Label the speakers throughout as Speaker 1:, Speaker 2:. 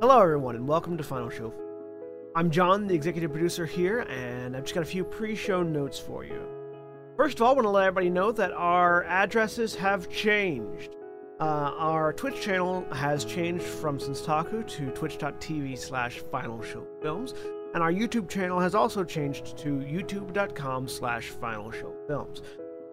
Speaker 1: Hello, everyone, and welcome to Final Show. I'm John, the executive producer here, and I've just got a few pre show notes for you. First of all, I want to let everybody know that our addresses have changed. Uh, our Twitch channel has changed from Senstaku to twitch.tv slash Final Show Films, and our YouTube channel has also changed to youtube.com slash Final Show Films.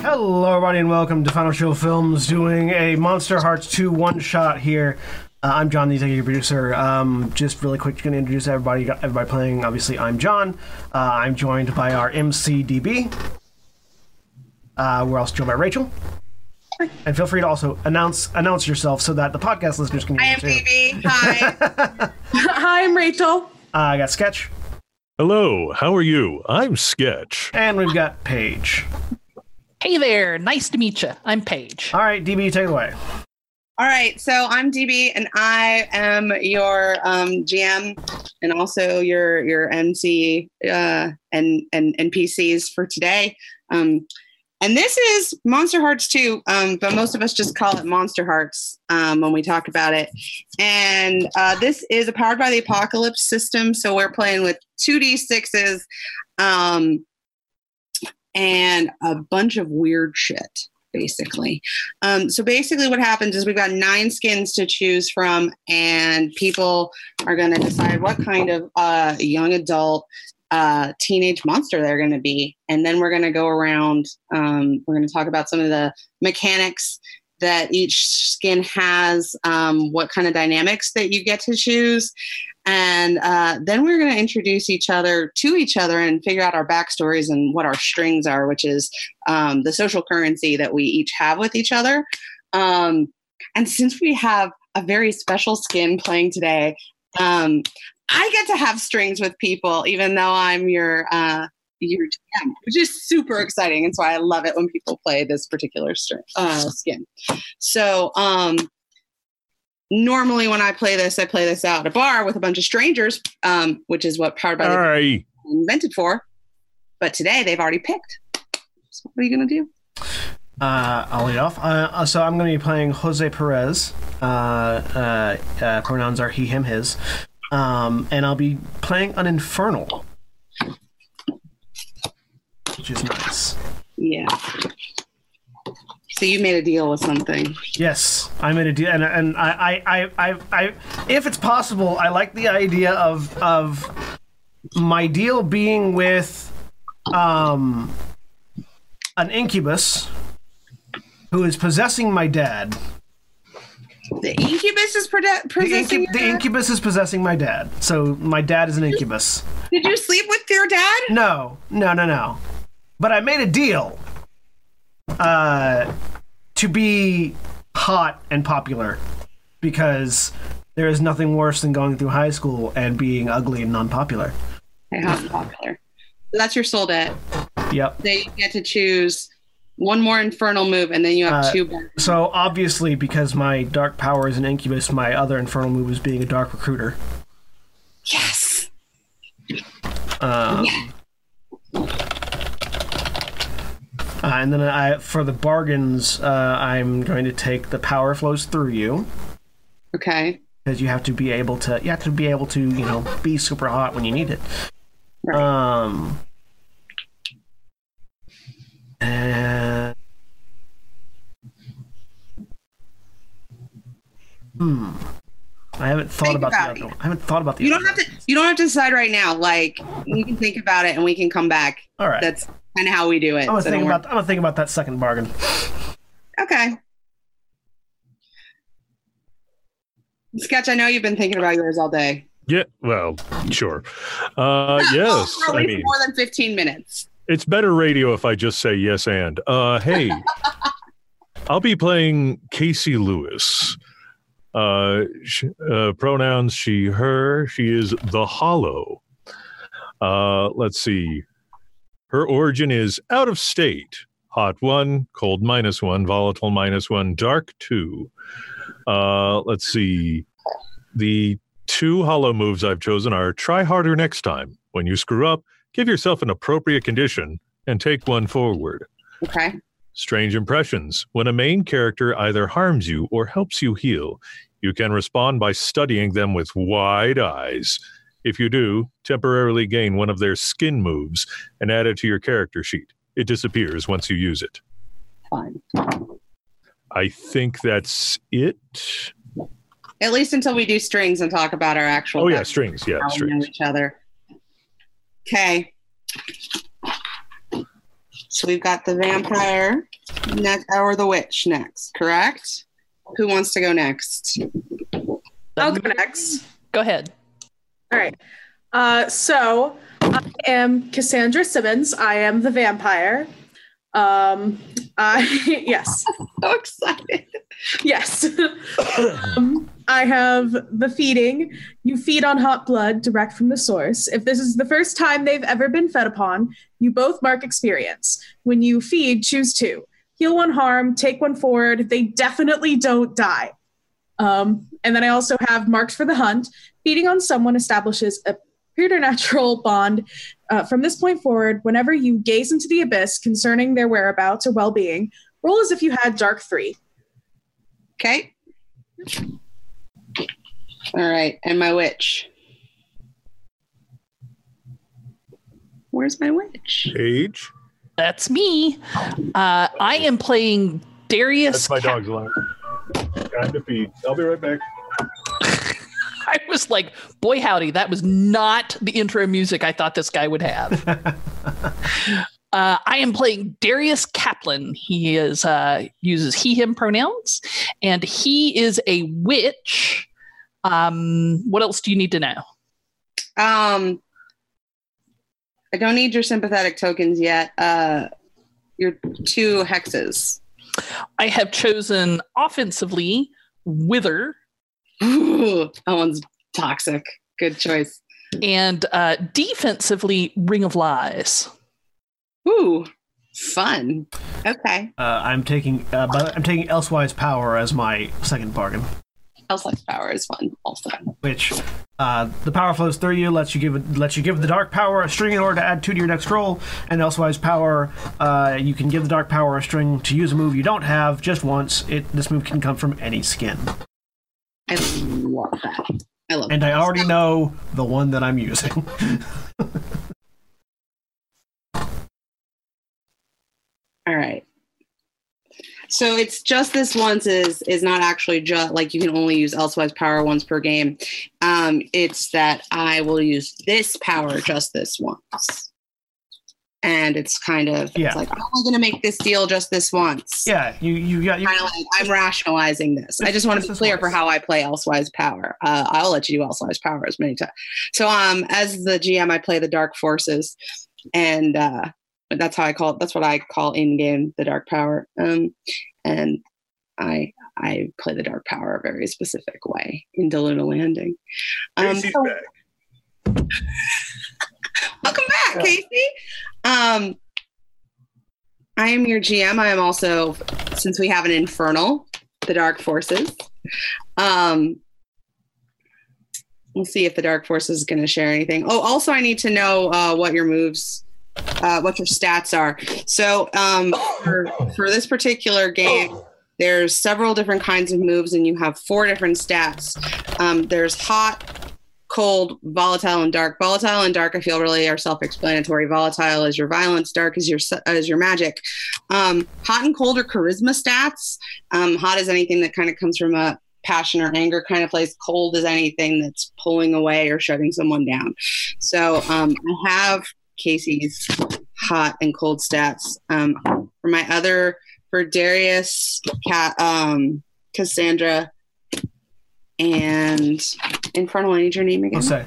Speaker 1: Hello, everybody, and welcome to Final Show Films, doing a Monster Hearts 2 one shot here. Uh, I'm John, the executive producer. Um, just really quick, going to introduce everybody. Got everybody playing. Obviously, I'm John. Uh, I'm joined by our MCDB. Uh, we're also joined by Rachel. And feel free to also announce announce yourself so that the podcast listeners can
Speaker 2: I
Speaker 1: hear
Speaker 2: am
Speaker 1: you too.
Speaker 2: BB. Hi.
Speaker 3: Hi, I'm Rachel.
Speaker 1: Uh, I got Sketch,
Speaker 4: Hello, how are you? I'm Sketch.
Speaker 1: and we've got Paige.
Speaker 5: Hey there, nice to meet you. I'm Paige.
Speaker 1: All right, DB, take it away.
Speaker 2: All right. So I'm DB, and I am your um, GM, and also your your MC uh, and and NPCs for today. Um, and this is Monster Hearts 2, um, but most of us just call it Monster Hearts um, when we talk about it. And uh, this is a Powered by the Apocalypse system. So we're playing with 2D6s um, and a bunch of weird shit, basically. Um, so basically, what happens is we've got nine skins to choose from, and people are going to decide what kind of uh, young adult, uh, teenage monster they're going to be. And then we're going to go around, um, we're going to talk about some of the mechanics that each skin has, um, what kind of dynamics that you get to choose. And uh, then we're going to introduce each other to each other and figure out our backstories and what our strings are, which is um, the social currency that we each have with each other. Um, and since we have a very special skin playing today, um, I get to have strings with people, even though I'm your uh, your GM, which is super exciting. And so I love it when people play this particular string, uh, skin. So um, normally when I play this, I play this out at a bar with a bunch of strangers, um, which is what Powered by the
Speaker 4: Hi.
Speaker 2: invented for. But today they've already picked. So what are you gonna do?
Speaker 1: Uh, I'll lead off. Uh, Uh, so I'm going to be playing Jose Perez. Uh, uh, uh, pronouns are he, him, his. Um, and I'll be playing an Infernal, which is nice.
Speaker 2: Yeah. So you made a deal with something.
Speaker 1: Yes, I'm in a deal, and, and I, I, I, I, I, if it's possible, I like the idea of of my deal being with um an incubus who is possessing my dad.
Speaker 2: The incubus is prode-
Speaker 1: The,
Speaker 2: possessing.
Speaker 1: incu- the
Speaker 2: your-
Speaker 1: incubus is possessing my dad. So my dad is an incubus.
Speaker 2: Did you sleep with your dad?
Speaker 1: No, no, no, no. But I made a deal uh, to be hot and popular because there is nothing worse than going through high school and being ugly and non-popular.
Speaker 2: I have popular. That's your soul debt.
Speaker 1: Yep.
Speaker 2: So you get to choose one more infernal move, and then you have
Speaker 1: Uh,
Speaker 2: two. bar-
Speaker 1: So obviously, because my dark power is an incubus, my other infernal move is being a dark recruiter.
Speaker 2: Yes.
Speaker 1: Um, uh, and then I, for the bargains, uh, I'm going to take the power flows through you
Speaker 2: Okay.
Speaker 1: because you have to be able to. You have to be able to, you know, be super hot when you need it.
Speaker 2: Right.
Speaker 1: Um. And Hmm. I haven't thought
Speaker 2: Think
Speaker 1: about the
Speaker 2: about
Speaker 1: other
Speaker 2: it.
Speaker 1: one. I haven't thought about the
Speaker 2: You
Speaker 1: other
Speaker 2: don't have to.
Speaker 1: one.
Speaker 2: You don't have to decide right now. Like you can think about it, and we can come back.
Speaker 1: All right.
Speaker 2: That's kind of how we do it.
Speaker 1: I'm gonna
Speaker 2: so
Speaker 1: think
Speaker 2: don't worry.
Speaker 1: about I'm gonna think about that second bargain.
Speaker 2: Okay. Sketch, I know you've been thinking about yours all day.
Speaker 4: Yeah, well, sure. Uh, yes,
Speaker 2: For at
Speaker 4: I
Speaker 2: least
Speaker 4: mean,
Speaker 2: more than 15 minutes.
Speaker 4: it's better radio if I just say yes and. Uh, hey, I'll be playing Casey Lewis. Uh, sh- uh, pronouns she, her. She is the Hollow. Uh, let's see. Her origin is out of state. Hot one, cold minus one, volatile minus one, dark two. Uh, let's see. The two hollow moves I've chosen are try harder next time. When you screw up, give yourself an appropriate condition and take one forward.
Speaker 2: Okay.
Speaker 4: Strange impressions. When a main character either harms you or helps you heal, you can respond by studying them with wide eyes. If you do, temporarily gain one of their skin moves and add it to your character sheet. It disappears once you use it.
Speaker 2: Fine.
Speaker 4: I think that's it.
Speaker 2: At least until we do strings and talk about our actual.
Speaker 4: Oh, yeah, strings. Yeah,
Speaker 2: How we know
Speaker 4: strings.
Speaker 2: each other. Okay. So we've got the vampire next, or the witch next, correct? Who wants to go next?
Speaker 3: I'll go next.
Speaker 5: Um, Go ahead.
Speaker 3: All right. Uh, so I am Cassandra Simmons. I am the vampire. Um, I yes,
Speaker 2: So excited.
Speaker 3: yes. um, I have the feeding. You feed on hot blood direct from the source. If this is the first time they've ever been fed upon, you both mark experience. When you feed, choose two. Heal one harm, take one forward. They definitely don't die. Um, and then I also have marked for the hunt. Feeding on someone establishes a preternatural bond. Uh, from this point forward, whenever you gaze into the abyss concerning their whereabouts or well being, roll as if you had dark three.
Speaker 2: Okay. All right, and my witch. Where's my witch?
Speaker 4: Age.
Speaker 5: That's me. Uh, I am playing Darius.
Speaker 4: That's my
Speaker 5: Ca-
Speaker 4: dog's alarm. Time to feed. I'll be right back.
Speaker 5: I was like, boy, howdy, that was not the intro music I thought this guy would have. uh, I am playing Darius Kaplan. He is uh, uses he him pronouns, and he is a witch. Um, what else do you need to know?
Speaker 2: Um, I don't need your sympathetic tokens yet. Uh, your two hexes.
Speaker 5: I have chosen offensively Wither
Speaker 2: Ooh, that one's toxic. Good choice.
Speaker 5: and uh, defensively Ring of Lies.
Speaker 2: Ooh, fun. Okay,
Speaker 1: Uh, I'm taking uh, but I'm taking elsewise power as my second bargain,
Speaker 2: Elsa's power is fun also.
Speaker 1: which uh, the power flows through you, lets you give lets you give the dark power a string in order to add two to your next roll, and elsewise power uh, you can give the dark power a string to use a move you don't have just once. It this move can come from any skin,
Speaker 2: I love that. I love.
Speaker 1: and I already know the one that I'm using.
Speaker 2: All right. So it's just this once is is not actually just like you can only use elsewise power once per game. Um, it's that I will use this power just this once, and it's kind of
Speaker 1: Yeah.
Speaker 2: it's like I'm only going to make this deal just this once.
Speaker 1: yeah, you you got you.
Speaker 2: Kind of like I'm rationalizing this. I just want to
Speaker 1: Just
Speaker 2: be
Speaker 1: this
Speaker 2: clear for
Speaker 1: once.
Speaker 2: how I play Elsewise Power. Uh, I'll let you do Elsewise Power as many times. So, um, as the GM, I play the Dark Forces, and uh, but that's how I call it. That's what I call in game the Dark Power. Um, and I I play the Dark Power a very specific way in Deluna Landing. Um, so- Welcome back, Casey. Um, I am your GM. I am also, since we have an infernal, the dark forces. Um, we'll see if the dark forces is going to share anything. Oh, also, I need to know uh, what your moves, uh, what your stats are. So, um, for, for this particular game, there's several different kinds of moves, and you have four different stats. Um, there's hot, cold, volatile, and dark. Volatile and dark, I feel really are self-explanatory. Volatile is your violence, dark is your is your magic. Um, hot and cold are charisma stats. Um, hot is anything that kind of comes from a passion or anger kind of place. Cold is anything that's pulling away or shutting someone down. So um, I have Casey's hot and cold stats. Um, for my other, for Darius, Cat, um, Cassandra, and Infernal, I need your name again.
Speaker 1: Jose.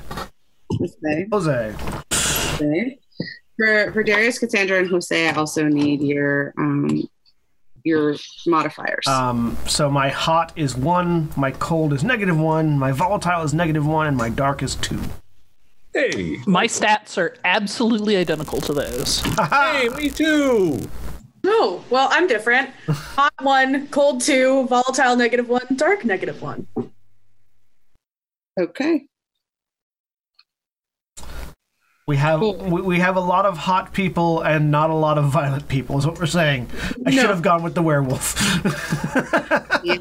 Speaker 2: Jose.
Speaker 1: Jose.
Speaker 2: Jose. For for Darius, Cassandra, and Jose, I also need your um your modifiers.
Speaker 1: Um, so my hot is one, my cold is negative one, my volatile is negative one, and my dark is two.
Speaker 4: Hey,
Speaker 5: My stats are absolutely identical to those.
Speaker 4: hey, me too.
Speaker 3: Oh, well, I'm different. Hot one, cold two, volatile negative one, dark negative one.
Speaker 2: okay.
Speaker 1: We have
Speaker 2: Cool.
Speaker 1: we, we have a lot of hot people and not a lot of violent people is what we're saying. I should have gone with the werewolf.
Speaker 2: Yeah.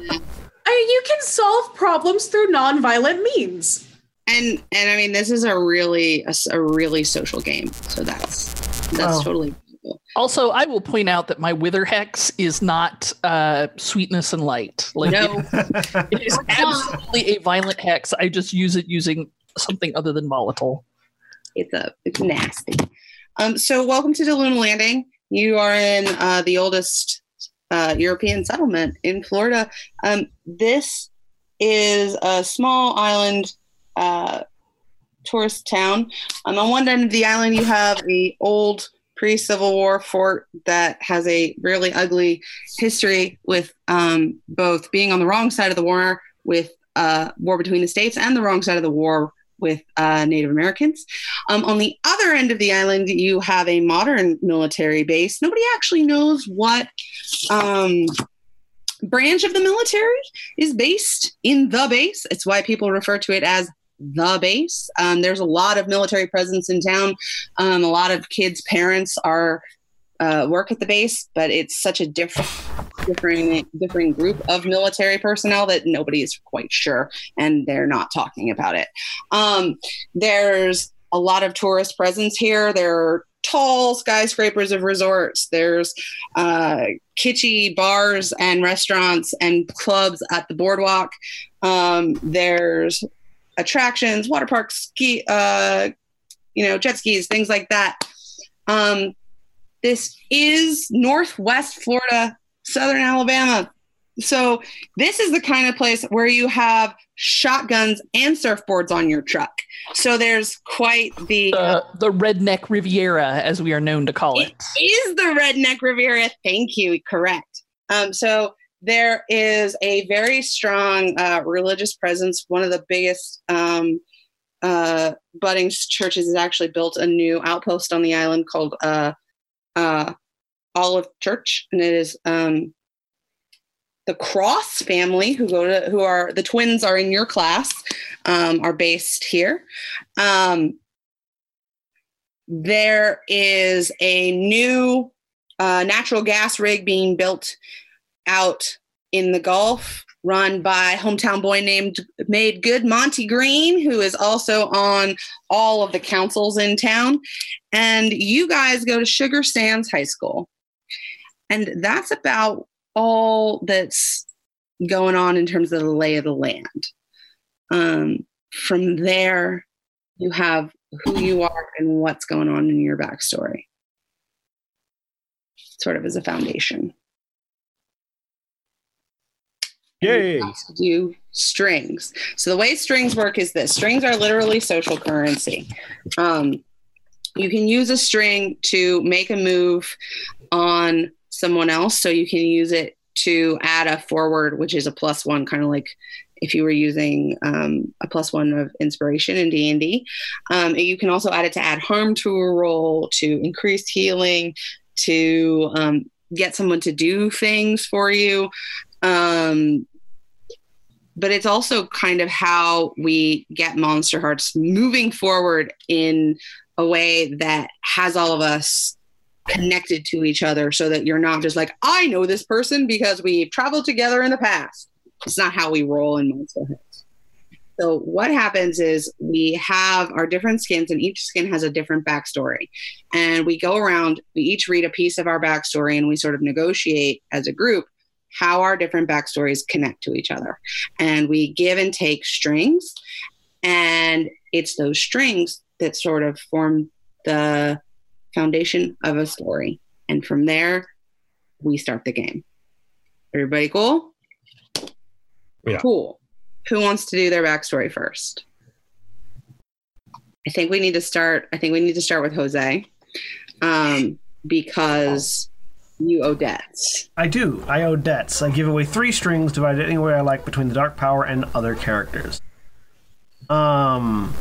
Speaker 3: I, you can solve problems through nonviolent means.
Speaker 2: And and I mean this is a really a, s- a really social game. So that's that's
Speaker 1: Oh.
Speaker 2: totally cool.
Speaker 5: Also, I will point out that my wither hex is not uh, sweetness and light. Like
Speaker 2: No.
Speaker 5: it, it is absolutely a violent hex. I just use it using something other than volatile.
Speaker 2: It's a it's nasty. Um, so welcome to Deluna Landing. You are in uh, the oldest uh, European settlement in Florida. Um, this is a small island uh, tourist town. Um, on one end of the island, you have a old pre-Civil War fort that has a really ugly history with um, both being on the wrong side of the war with uh, war between the states and the wrong side of the war with uh, Native Americans. Um, on the other end of the island, you have a modern military base. Nobody actually knows what um, branch of the military is based in the base. It's why people refer to it as the base. Um, there's a lot of military presence in town. Um, a lot of kids' parents are uh, work at the base, but it's such a different, differing, differing group of military personnel that nobody is quite sure, and they're not talking about it. Um, there's a lot of tourist presence here. There are tall skyscrapers of resorts. There's uh, kitschy bars and restaurants and clubs at the boardwalk. Um, there's attractions, water parks, ski, uh, you know, jet skis, things like that. Um, this is Northwest Florida, Southern Alabama. So this is the kind of place where you have shotguns and surfboards on your truck. So there's quite the
Speaker 5: The the redneck Riviera, as we are known to call it.
Speaker 2: is the redneck Riviera. Thank you. Correct. Um, so there is a very strong uh, religious presence. One of the biggest um, uh, budding churches has actually built a new outpost on the island called uh, uh, Olive Church, and it is um, the Cross family who go to who are the twins are in your class um, are based here. Um, there is a new uh, natural gas rig being built out in the Gulf, run by hometown boy named Made Good Monty Green, who is also on all of the councils in town. And you guys go to Sugar Sands High School, and that's about all that's going on in terms of the lay of the land. Um, from there, you have who you are and what's going on in your backstory, sort of as a foundation.
Speaker 4: Yay.
Speaker 2: You have to do strings. So the way strings work is this: strings are literally social currency. Um, you can use a string to make a move on someone else. So you can use it to add a forward, which is a plus one, kind of like if you were using um, a plus one of inspiration in D and D. You can also add it to add harm to a roll, to increase healing, to um, get someone to do things for you. Um, but it's also kind of how we get Monster Hearts moving forward in a way that has all of us connected to each other so that you're not just like, I know this person because we traveled together in the past. It's not how we roll in Monster Hearts. So, what happens is we have our different skins, and each skin has a different backstory. And we go around, we each read a piece of our backstory, and we sort of negotiate as a group how our different backstories connect to each other. And we give and take strings. And it's those strings that sort of form the foundation of a story. And from there, we start the game. Everybody cool?
Speaker 4: Yeah.
Speaker 2: Cool. Who wants to do their backstory first? I think we need to start. I think we need to start with Jose um, because you owe debts.
Speaker 1: I do. I owe debts. I give away three strings divided any way I like between the Dark Power and other characters. Um,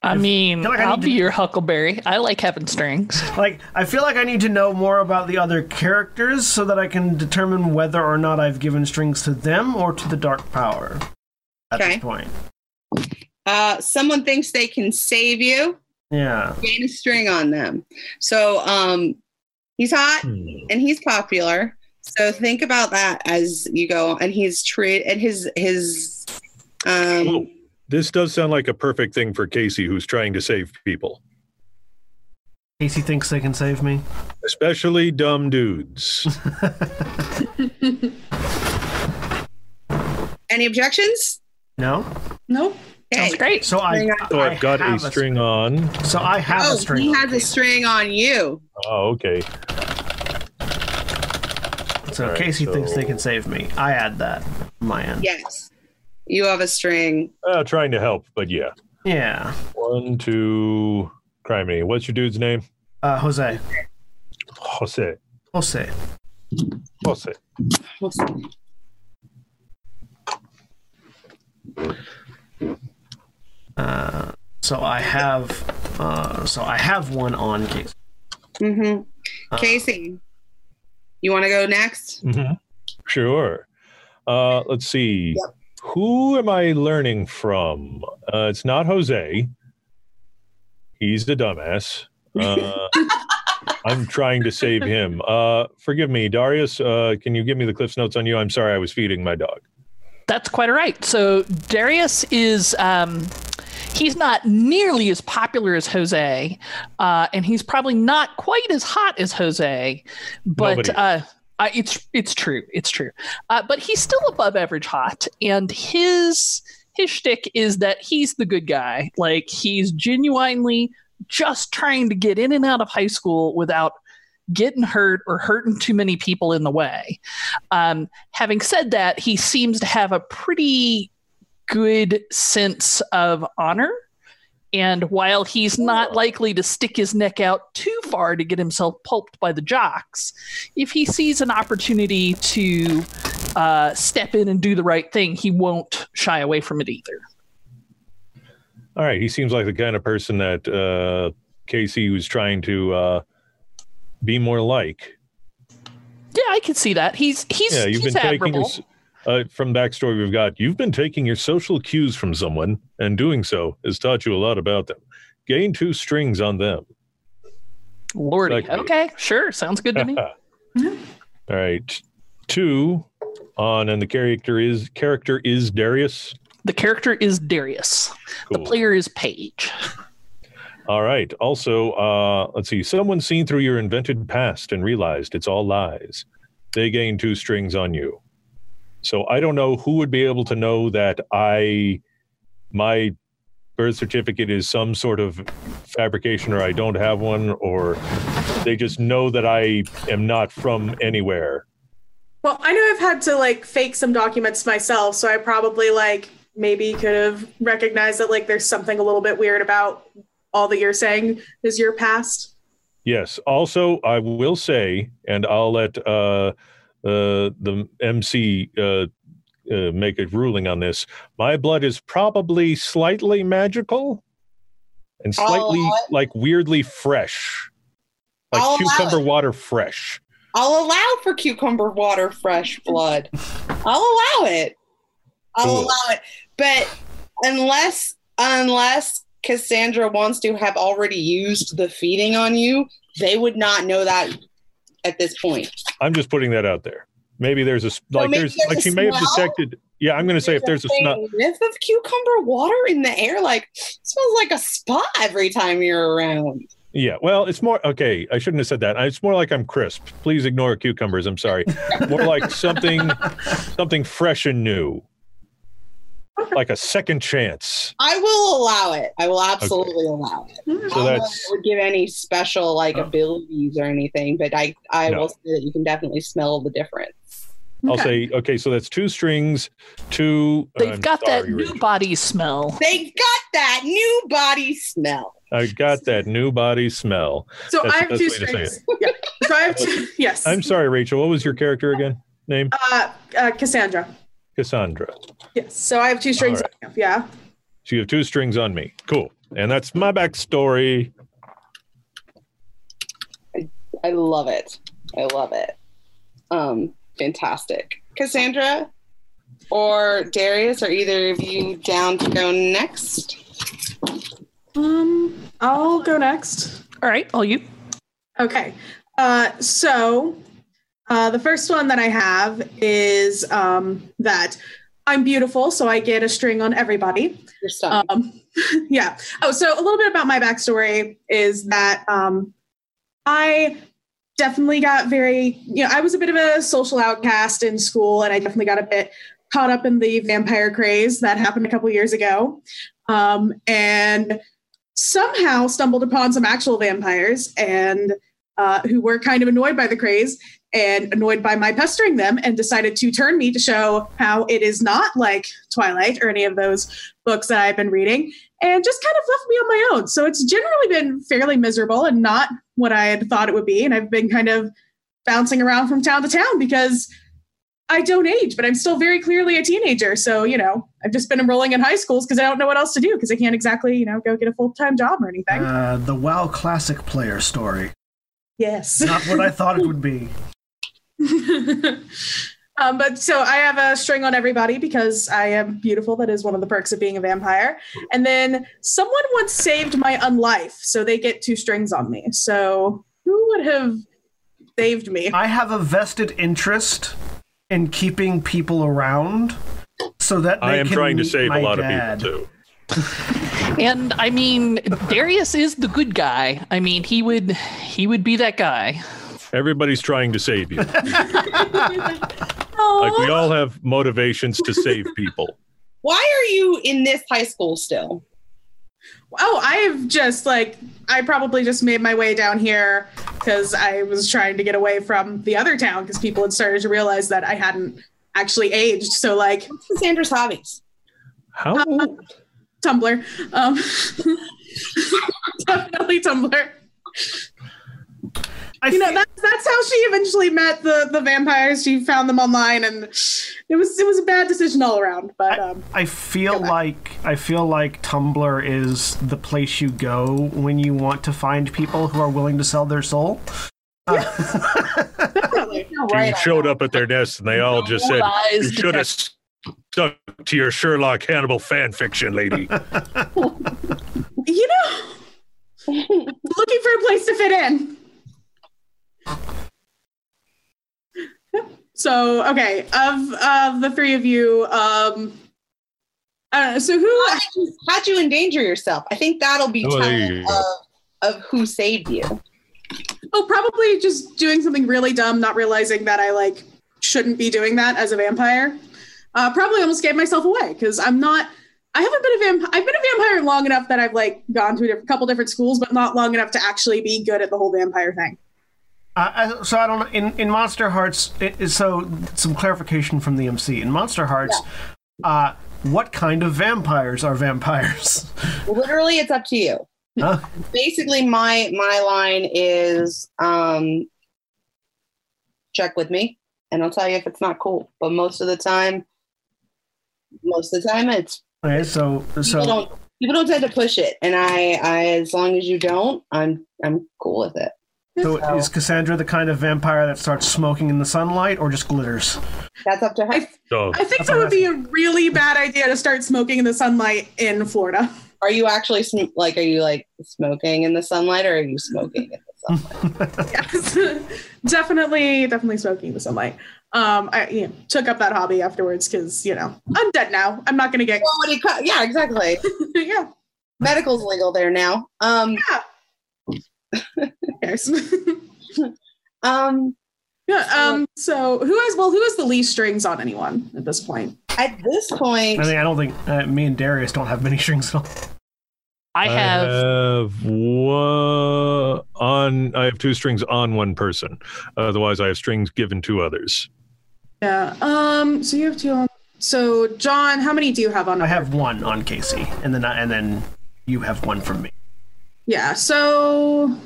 Speaker 5: I mean,
Speaker 1: feel like I
Speaker 5: I'll
Speaker 1: need
Speaker 5: be
Speaker 1: to-
Speaker 5: your Huckleberry. I like having strings.
Speaker 1: like I feel like I need to know more about the other characters so that I can determine whether or not I've given strings to them or to the Dark Power. At
Speaker 2: Okay.
Speaker 1: this point,
Speaker 2: Uh, someone thinks they can save you.
Speaker 1: yeah.
Speaker 2: Gain a string on them. So um, he's hot
Speaker 4: Hmm.
Speaker 2: and he's popular. So think about that as you go. And he's treat and his his
Speaker 4: Whoa.
Speaker 2: um,
Speaker 4: This does sound like a perfect thing for Casey, who's trying to save people,
Speaker 1: Casey thinks they can save me.
Speaker 4: especially dumb dudes.
Speaker 2: any objections?
Speaker 1: No,
Speaker 3: Nope.
Speaker 5: Sounds great.
Speaker 1: so I.
Speaker 2: String
Speaker 4: So
Speaker 1: I
Speaker 4: I've got a
Speaker 1: have
Speaker 4: string on.
Speaker 1: So I have
Speaker 2: oh,
Speaker 1: a string.
Speaker 2: he
Speaker 1: on
Speaker 2: has a
Speaker 1: Casey.
Speaker 2: string on you.
Speaker 4: Oh, okay.
Speaker 1: So
Speaker 4: Alright,
Speaker 1: Casey thinks they
Speaker 4: so-
Speaker 1: can save me. I add that on my end.
Speaker 2: Yes, you have a string.
Speaker 4: Uh, trying to help, but yeah.
Speaker 1: Yeah.
Speaker 4: One, two, criminy. What's your dude's name?
Speaker 1: Uh, Jose.
Speaker 4: Jose.
Speaker 1: Jose.
Speaker 4: Jose.
Speaker 1: So I have. Uh, so I have one on Casey.
Speaker 2: hmm Casey, you want to go next?
Speaker 4: Mhm. Sure. Uh, let's see. Who am I learning from? Uh, it's not Jose. He's the dumbass. Uh, I'm trying to save him. Uh, forgive me, Darius. Uh, can you give me the Cliff's notes on you? I'm sorry, I was feeding my dog.
Speaker 5: That's quite all right. So Darius is um, he's not nearly as popular as Jose, uh, and he's probably not quite as hot as Jose, but
Speaker 4: Nobody.
Speaker 5: uh, I, it's it's true, it's true. Uh, but he's still above average hot, and his his shtick is that he's the good guy. Like he's genuinely just trying to get in and out of high school without getting hurt or hurting too many people in the way. Um, having said that, he seems to have a pretty good sense of honor. And while he's not likely to stick his neck out too far to get himself pulped by the jocks, if he sees an opportunity to uh, step in and do the right thing, he won't shy away from it either.
Speaker 4: All right. He seems like the kind of person that uh, Casey was trying to uh, be more like.
Speaker 5: Yeah, I can see that. He's he's
Speaker 4: yeah, you've
Speaker 5: he's
Speaker 4: been taking your,
Speaker 5: admirable.
Speaker 4: s- uh, from backstory we've got. You've been taking your social cues from someone, and doing so has taught you a lot about them. Gain two strings on them.
Speaker 5: Lordy.
Speaker 4: Exactly.
Speaker 5: Okay, sure. Sounds good to me.
Speaker 4: All right, two on, and the character is character is Darius.
Speaker 5: the character is Darius. The
Speaker 4: Cool.
Speaker 5: player is Paige.
Speaker 4: All right. Also, uh, let's see. Someone's seen through your invented past and realized it's all lies. They gain two strings on you. So I don't know who would be able to know that I, my birth certificate is some sort of fabrication or I don't have one or they just know that I am not from anywhere.
Speaker 3: Well, I know I've had to like fake some documents myself, so I probably like maybe could have recognized that like there's something a little bit weird about all that you're saying is your past.
Speaker 4: Yes. Also, I will say, and I'll let uh, uh, the MC uh, uh, make a ruling on this. My blood is probably slightly magical and
Speaker 2: I'll
Speaker 4: slightly
Speaker 2: allow
Speaker 4: like weirdly fresh, like
Speaker 2: I'll allow
Speaker 4: cucumber water fresh.
Speaker 2: I'll allow for cucumber water, fresh blood. I'll allow it. I'll
Speaker 4: Cool.
Speaker 2: allow it. But unless unless Cassandra wants to have already used the feeding on you, they would not know that at this point.
Speaker 4: I'm just putting that out there. Maybe there's a s- like
Speaker 2: maybe
Speaker 4: there's,
Speaker 2: there's
Speaker 4: like
Speaker 2: a
Speaker 4: she may have
Speaker 2: smell?
Speaker 4: detected. Yeah, I'm going to say if there's a
Speaker 2: thing
Speaker 4: smell.
Speaker 2: whiff of cucumber water in the air, like smells like a spa every time you're around.
Speaker 4: Yeah, well, it's more okay. I shouldn't have said that. It's more like I'm crisp. Please ignore cucumbers. I'm sorry. More like something, something fresh and new, like a second chance.
Speaker 2: I will allow it. I will absolutely allow it.
Speaker 4: So
Speaker 5: Oh,
Speaker 2: I don't know
Speaker 4: that's-
Speaker 2: if it would give any special like
Speaker 1: Oh.
Speaker 2: abilities or anything, but I I
Speaker 4: No.
Speaker 2: will say that you can definitely smell the difference.
Speaker 4: I'll say okay. So that's two strings, two.
Speaker 5: They've
Speaker 4: I'm
Speaker 5: got that
Speaker 4: sorry,
Speaker 5: new
Speaker 4: Rich.
Speaker 5: body smell.
Speaker 2: They got that new body smell.
Speaker 4: I got that new body smell.
Speaker 3: So
Speaker 4: That's
Speaker 3: I
Speaker 4: the
Speaker 3: have
Speaker 4: best
Speaker 3: two
Speaker 4: way to say
Speaker 3: strings. Yeah. So I have two. Yes.
Speaker 4: I'm sorry, Rachel. What was your character again? Name
Speaker 3: uh, uh, Cassandra.
Speaker 4: Cassandra.
Speaker 3: Yes. So I have two strings.
Speaker 4: All
Speaker 3: Yeah.
Speaker 4: So you have two strings on me. Cool. And that's my backstory.
Speaker 2: I love it. I love it. Um, fantastic. Cassandra or Darius, are either of you down to go next?
Speaker 3: Um, I'll go next.
Speaker 5: All right, all you.
Speaker 3: Okay. Uh, so uh, the first one that I have is um, that I'm beautiful, so I get a string on everybody.
Speaker 2: Your son.
Speaker 3: Um, yeah. Oh, so a little bit about my backstory is that um, I definitely got very, you know, I was a bit of a social outcast in school, and I definitely got a bit caught up in the vampire craze that happened a couple years ago. Um, and somehow stumbled upon some actual vampires and uh, who were kind of annoyed by the craze and annoyed by my pestering them and decided to turn me to show how it is not like twilight or any of those books that I've been reading and just kind of left me on my own. So it's generally been fairly miserable and not what I had thought it would be. And I've been kind of bouncing around from town to town because I don't age, but I'm still very clearly a teenager. So, you know, I've just been enrolling in high schools because I don't know what else to do because I can't exactly, you know, go get a full time job or anything.
Speaker 1: Uh, the WoW Classic player story.
Speaker 3: yes.
Speaker 1: Not what I thought it would be.
Speaker 3: um, but so I have a string on everybody because I am beautiful. That is one of the perks of being a vampire. And then someone once saved my unlife, so they get two strings on me. So who would have saved me?
Speaker 1: I have a vested interest in keeping people around so that they
Speaker 4: I am
Speaker 1: can
Speaker 4: trying to
Speaker 1: meet
Speaker 4: save
Speaker 1: my
Speaker 4: a lot
Speaker 1: dad.
Speaker 4: of people too.
Speaker 5: And I mean, Darius is the good guy. I mean, he would he would be that guy.
Speaker 4: Everybody's trying to save you.
Speaker 5: Oh,
Speaker 4: Like we all have motivations to save people.
Speaker 2: Why are you in this high school still?
Speaker 3: Oh, I have just like I probably just made my way down here because I was trying to get away from the other town because people had started to realize that I hadn't actually aged. So like
Speaker 2: What's Cassandra's hobbies?
Speaker 4: How old?
Speaker 3: Tumblr. Um, definitely Tumblr.
Speaker 1: I
Speaker 3: You know,
Speaker 1: feel-
Speaker 3: that's that's how she eventually met the the vampires. She found them online, and it was it was a bad decision all around. But um,
Speaker 1: I feel like I feel like Tumblr is the place you go when you want to find people who are willing to sell their soul.
Speaker 3: definitely.
Speaker 4: You showed up at their nest and they all just said,
Speaker 5: Lies
Speaker 4: "You should have stuck to your Sherlock Hannibal fan fiction, lady."
Speaker 3: you know, looking for a place to fit in. So okay, of of the three of you, um, I don't know. So who?
Speaker 2: How'd you, how'd you endanger yourself? I think that'll be
Speaker 4: Oh, there
Speaker 2: telling
Speaker 4: you go.
Speaker 2: of, of who saved you.
Speaker 3: Oh, probably just doing something really dumb, not realizing that I like shouldn't be doing that as a vampire. Uh, probably almost gave myself away because I'm not. I haven't been a vampire. I've been a vampire long enough that I've like gone to a diff- couple different schools, but not long enough to actually be good at the whole vampire thing.
Speaker 1: Uh, I- so I don't know. In, in Monster Hearts, it, it- so some clarification from the MC. In Monster Hearts, uh, what kind of vampires are vampires?
Speaker 2: Literally, it's up to you.
Speaker 1: Huh?
Speaker 2: Basically, my my line is um, check with me, and I'll tell you if it's not cool. But most of the time, most of the time, it's
Speaker 1: Okay, so
Speaker 2: people
Speaker 1: so
Speaker 2: don't people don't tend to push it, and I, I as long as you don't, I'm I'm cool with it.
Speaker 1: so is Cassandra the kind of vampire that starts smoking in the sunlight or just glitters?
Speaker 2: That's up to her.
Speaker 3: I,
Speaker 4: So
Speaker 3: I think that would be a really bad idea to start smoking in the sunlight in Florida.
Speaker 2: Are you actually sm- like are you like smoking in the sunlight, or are you smoking in the sunlight?
Speaker 3: yes, definitely, definitely smoking in the sunlight. Um, I you know, took up that hobby afterwards because you know I'm dead now. I'm not gonna get
Speaker 2: well, what do you call- yeah, exactly.
Speaker 3: yeah.
Speaker 2: medical's legal there now. Um,
Speaker 3: Yeah. Yes.
Speaker 2: Um,
Speaker 3: yeah. Um. So who has? Well, who has the least strings on anyone at this point?
Speaker 2: at this point,
Speaker 1: I mean, I don't think uh, me and Darius don't have many strings at all.
Speaker 5: I have,
Speaker 4: have one on. I have two strings on one person. Otherwise, I have strings given to others.
Speaker 3: Yeah. Um. So you have two on. So John, how many do you have on?
Speaker 1: I have one on Casey, and then I, and then you have one from me.
Speaker 3: Yeah. So. Um.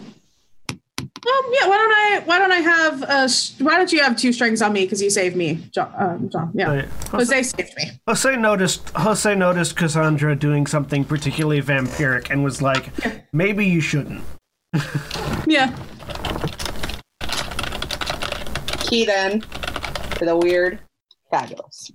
Speaker 3: Yeah. Why don't I? Why don't I have? Uh. Why don't you have two strings on me? Because you saved me, John. Um, John. Yeah.
Speaker 1: Uh, Jose,
Speaker 3: Jose saved me.
Speaker 1: Jose noticed Jose noticed Cassandra doing something particularly vampiric and was like, maybe you shouldn't.
Speaker 3: Yeah.
Speaker 2: key then for the weird. Fabulous.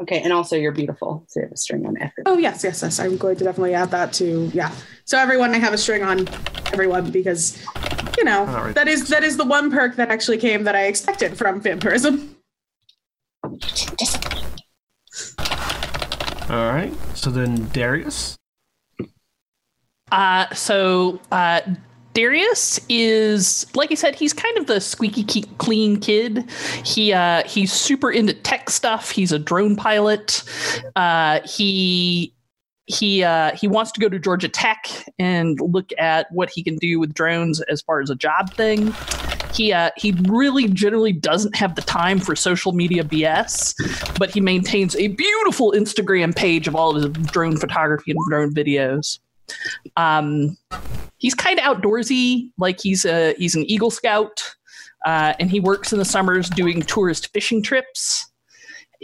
Speaker 2: Okay, and also you're beautiful. So you have a string on after.
Speaker 3: Oh yes, yes, yes. I'm going to definitely add that to yeah. So everyone, I have a string on everyone because, you know,
Speaker 1: All right.
Speaker 3: that is that is the one perk that actually came that I expected from vampirism.
Speaker 1: All right. So then Darius.
Speaker 5: uh, so uh, Darius is, like I said, he's kind of the squeaky ke- clean kid. He uh, he's super into tech stuff. He's a drone pilot. Uh, he he uh, he wants to go to Georgia Tech and look at what he can do with drones as far as a job thing. He uh, he really generally doesn't have the time for social media BS, but he maintains a beautiful Instagram page of all of his drone photography and drone videos. Um, he's kind of outdoorsy, like he's a he's an Eagle Scout, uh, and he works in the summers doing tourist fishing trips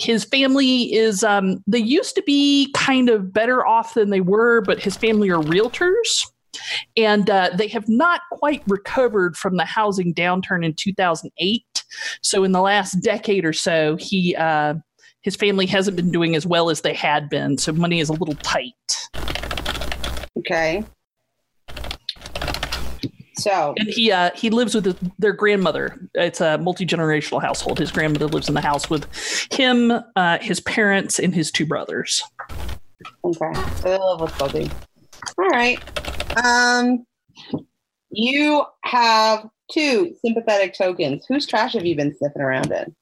Speaker 5: his family is um, they used to be kind of better off than they were but his family are realtors and uh, they have not quite recovered from the housing downturn in 2008 so in the last decade or so he uh, his family hasn't been doing as well as they had been so money is a little tight
Speaker 2: Okay. So
Speaker 5: and he uh, he lives with his, their grandmother. It's a multi generational household. His grandmother lives in the house with him, uh, his parents, and his two brothers.
Speaker 2: okay, so they live with Bubby. All right. Um, you have two sympathetic tokens. Whose trash have you been sniffing around in?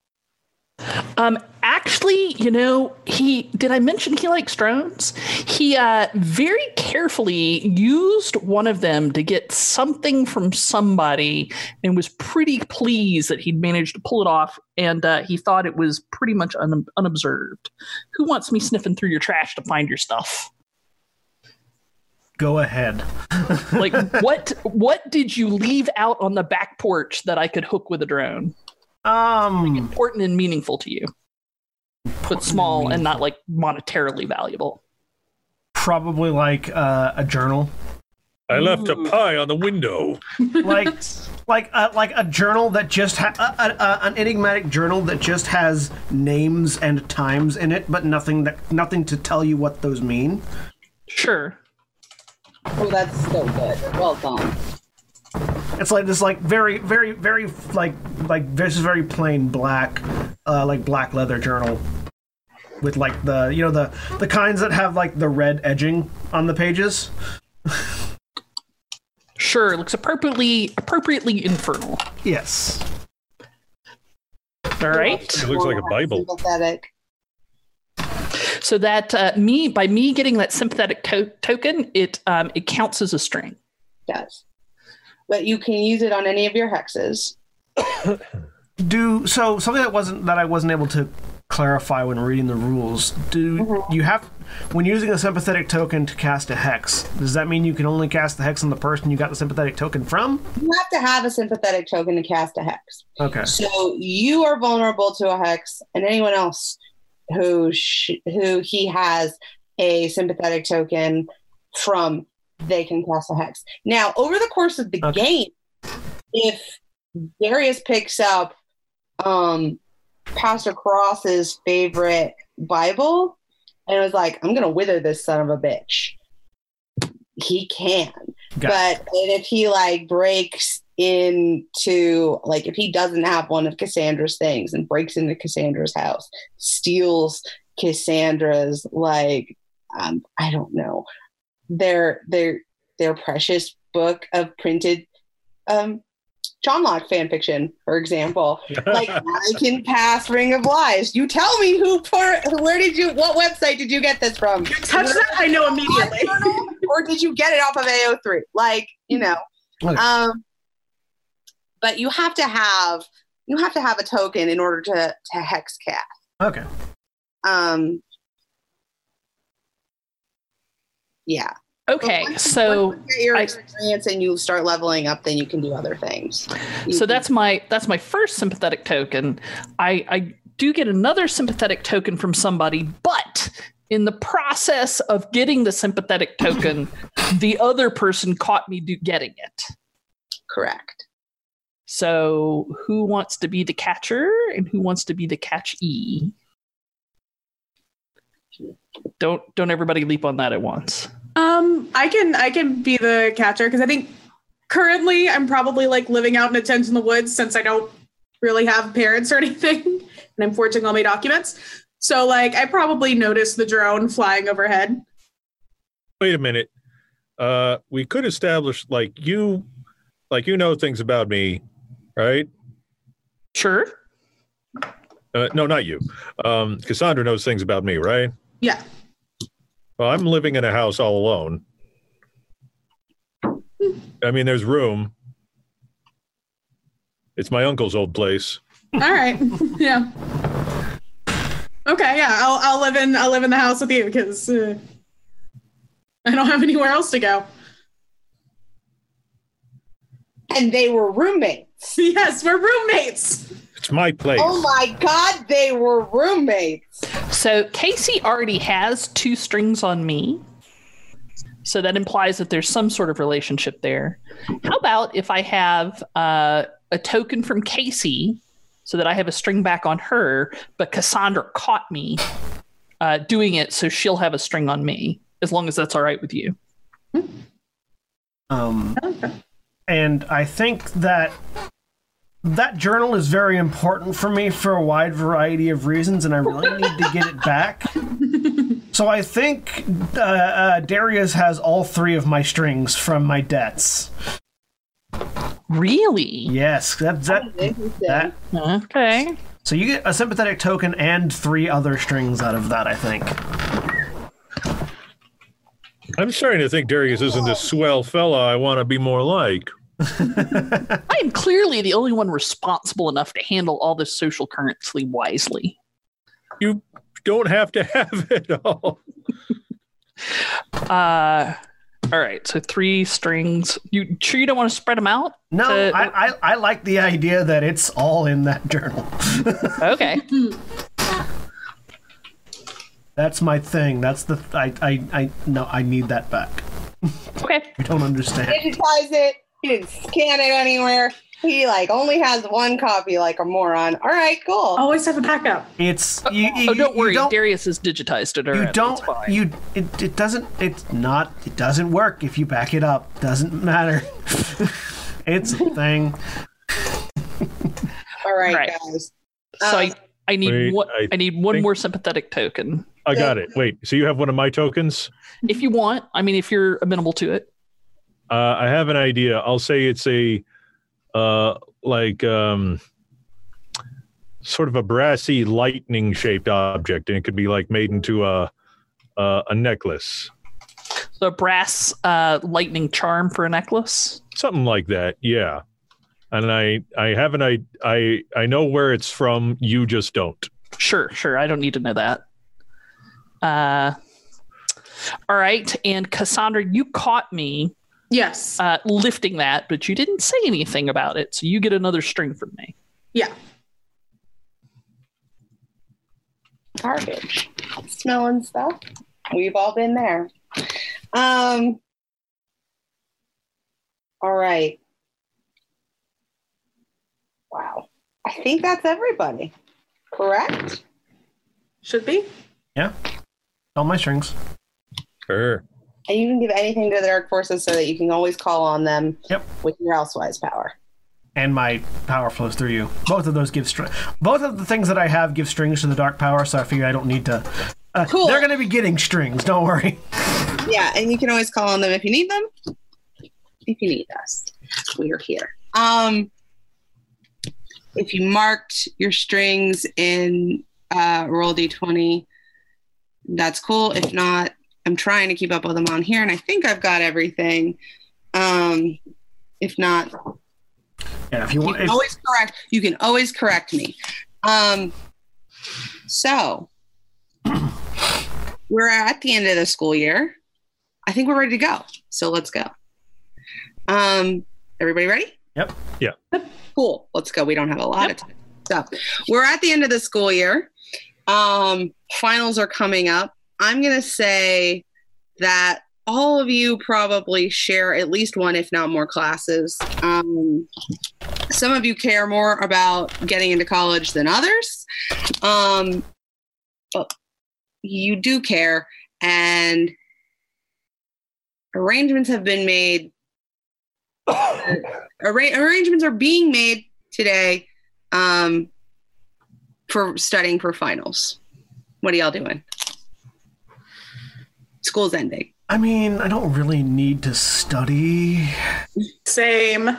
Speaker 5: Um, actually, you know, he did I mention he likes drones? He uh, very carefully used one of them to get something from somebody and was pretty pleased that he'd managed to pull it off. And uh, he thought it was pretty much un- unobserved. Who wants me sniffing through your trash to find your stuff?
Speaker 1: Go ahead.
Speaker 5: Like, what what did you leave out on the back porch that I could hook with a drone?
Speaker 1: Um.
Speaker 5: Important and meaningful to you, but small and not like monetarily valuable.
Speaker 1: Probably like uh, a journal,
Speaker 4: I left a pie on the window.
Speaker 1: like like uh, like a journal that just ha- uh, uh, uh, an enigmatic journal that just has names and times in it, but nothing that nothing to tell you what those mean.
Speaker 5: Sure.
Speaker 2: Oh, that's so good. Well done.
Speaker 1: It's like this, like very, very, very, like, like this is very plain black, uh, like black leather journal, with like the you know the the kinds that have like the red edging on the pages.
Speaker 5: Sure, it looks appropriately appropriately infernal.
Speaker 1: Yes.
Speaker 5: All right.
Speaker 4: It looks like a Bible.
Speaker 2: Sympathetic.
Speaker 5: So that uh, me by me getting that sympathetic to- token, it um, it counts as a string.
Speaker 2: Yes. But you can use it on any of your hexes.
Speaker 1: Do so something that wasn't that I wasn't able to clarify when reading the rules. Do you have when using a sympathetic token to cast a hex? Does that mean you can only cast the hex on the person you got the sympathetic token from?
Speaker 2: You have to have a sympathetic token to cast a hex.
Speaker 1: Okay.
Speaker 2: So you are vulnerable to a hex, and anyone else who sh- who he has a sympathetic token from, they can cast a hex. Now, over the course of the
Speaker 1: Okay.
Speaker 2: game, if Darius picks up um, Pastor Cross's favorite Bible and was like, "I'm gonna wither this son of a bitch," he can
Speaker 1: Got
Speaker 2: but and if he like breaks into like if he doesn't have one of Cassandra's things and breaks into Cassandra's house, steals Cassandra's like um, I don't know their their their precious book of printed um, John Locke fan fiction, for example. Like I can pass Ring of Lies. You tell me who for where did you what website did you get this from?
Speaker 3: Touch that, I know immediately.
Speaker 2: or did you get it off of AO3? Like, you know.
Speaker 1: Okay.
Speaker 2: Um, but you have to have you have to have a token in order to to hex cast.
Speaker 1: Okay.
Speaker 2: Um yeah.
Speaker 5: Okay,
Speaker 2: But once-
Speaker 5: so
Speaker 2: once you get your
Speaker 5: I-
Speaker 2: experience and you start leveling up, then you can do other things. You
Speaker 5: so
Speaker 2: can-
Speaker 5: that's my that's my first sympathetic token i i do get another sympathetic token from somebody but in the process of getting the sympathetic token the other person caught me do getting it
Speaker 2: correct.
Speaker 5: so who wants to be the catcher and who wants to be the catchee don't don't everybody leap on that at once
Speaker 3: Um, I can I can be the catcher because I think currently I'm probably like living out in a tent in the woods since I don't really have parents or anything, and I'm forging all my documents. So like I probably noticed the drone flying overhead.
Speaker 4: wait a minute. Uh, we could establish like you, like you know things about me, right?
Speaker 5: sure
Speaker 4: Uh, no, not you. Um, Cassandra knows things about me, right?
Speaker 3: Yeah.
Speaker 4: Well, I'm living in a house all alone. I mean, there's room. It's my uncle's old place.
Speaker 3: All right. yeah. Okay. Yeah. I'll I'll live in I'll live in the house with you because uh, I don't have anywhere else to go.
Speaker 2: And they were roommates.
Speaker 3: yes, we're roommates.
Speaker 4: It's my place.
Speaker 2: Oh my god, they were roommates.
Speaker 5: So Casey already has two strings on me. So that implies that there's some sort of relationship there. How about if I have uh, a token from Casey so that I have a string back on her, but Cassandra caught me uh, doing it, so she'll have a string on me, as long as that's all right with you.
Speaker 1: Um, and I think that that journal is very important for me for a wide variety of reasons, and I really need to get it back. So I think uh, uh, Darius has all three of my strings from my debts.
Speaker 5: Really?
Speaker 1: Yes, that
Speaker 2: Oh,
Speaker 1: that that.
Speaker 5: Okay.
Speaker 1: So you get a sympathetic token and three other strings out of that. I think.
Speaker 4: I'm starting to think Darius isn't this swell fella I want to be more like.
Speaker 5: I am clearly the only one responsible enough to handle all this social currency wisely.
Speaker 4: You don't have to have it all.
Speaker 5: Uh, all right. So three strings. You sure you don't want to spread them out?
Speaker 1: No,
Speaker 5: Uh,
Speaker 1: I, I I like the idea that it's all in that journal.
Speaker 5: Okay.
Speaker 1: That's my thing. That's the I I I no. I need that back.
Speaker 5: okay.
Speaker 1: I don't understand.
Speaker 2: Digitize it. He didn't scan it anywhere. He like only has one copy, like a moron. All right, cool.
Speaker 3: Always have a backup.
Speaker 1: It's you, you,
Speaker 5: Oh, don't
Speaker 1: you
Speaker 5: worry.
Speaker 1: don't,
Speaker 5: Darius has digitized it.
Speaker 1: you
Speaker 5: already.
Speaker 1: don't
Speaker 5: It's fine.
Speaker 1: you it, it doesn't it's not it doesn't work if you back it up. Doesn't matter. it's a thing.
Speaker 2: All right,
Speaker 5: Right.
Speaker 2: guys. Um,
Speaker 5: so
Speaker 1: Uh,
Speaker 5: I, I need
Speaker 4: Wait,
Speaker 5: one.
Speaker 4: I
Speaker 5: I, need one
Speaker 4: think-
Speaker 5: more sympathetic token
Speaker 4: I got it. Wait, so you have one of my tokens?
Speaker 5: if you want. I mean, if you're amenable to it.
Speaker 4: Uh, I have an idea. I'll say it's a uh, like um, sort of a brassy lightning shaped object, and it could be like made into a uh, a necklace,
Speaker 5: The brass uh, lightning charm for a necklace.
Speaker 4: something like that. Yeah. And I I have an I I I know where it's from. You just don't.
Speaker 5: Sure, sure. I don't need to know that. Uh, all right. And Cassandra, you caught me
Speaker 3: Yes.
Speaker 5: uh, lifting that, but you didn't say anything about it. So you get another string from me.
Speaker 3: Yeah.
Speaker 2: garbage, smelling stuff. We've all been there. Um. All right. Wow. I think that's everybody. Correct.
Speaker 3: Should be.
Speaker 1: All my strings.
Speaker 4: Sure.
Speaker 2: And you can give anything to the dark forces so that you can always call on them
Speaker 1: Yep.
Speaker 2: with your elsewise power.
Speaker 1: And my power flows through you. Both of those give str Both of the things that I have give strings to the dark power, so I figure I don't need to. Uh,
Speaker 2: Cool.
Speaker 1: They're gonna be getting strings. Don't worry.
Speaker 2: Yeah, and you can always call on them if you need them. if you need us, we are here. Um, if you marked your strings in uh, roll d20, that's cool. If not, I'm trying to keep up with them on here, and I think I've got everything. Um, if not,
Speaker 1: And if you
Speaker 2: you
Speaker 1: want,
Speaker 2: can
Speaker 1: if,
Speaker 2: always correct. You can always correct me. Um, so we're at the end of the school year. I think we're ready to go. So let's go. Um, everybody ready?
Speaker 1: Yep.
Speaker 4: Yeah.
Speaker 2: Cool. Let's go. We don't have a lot of time. So we're at the end of the school year. Um, finals are coming up. I'm gonna say that all of you probably share at least one, if not more, classes. Um, some of you care more about getting into college than others um but you do care and arrangements have been made Arra- arrangements are being made today um for studying for finals what are y'all doing school's ending
Speaker 1: I mean, I don't really need to study.
Speaker 3: Same.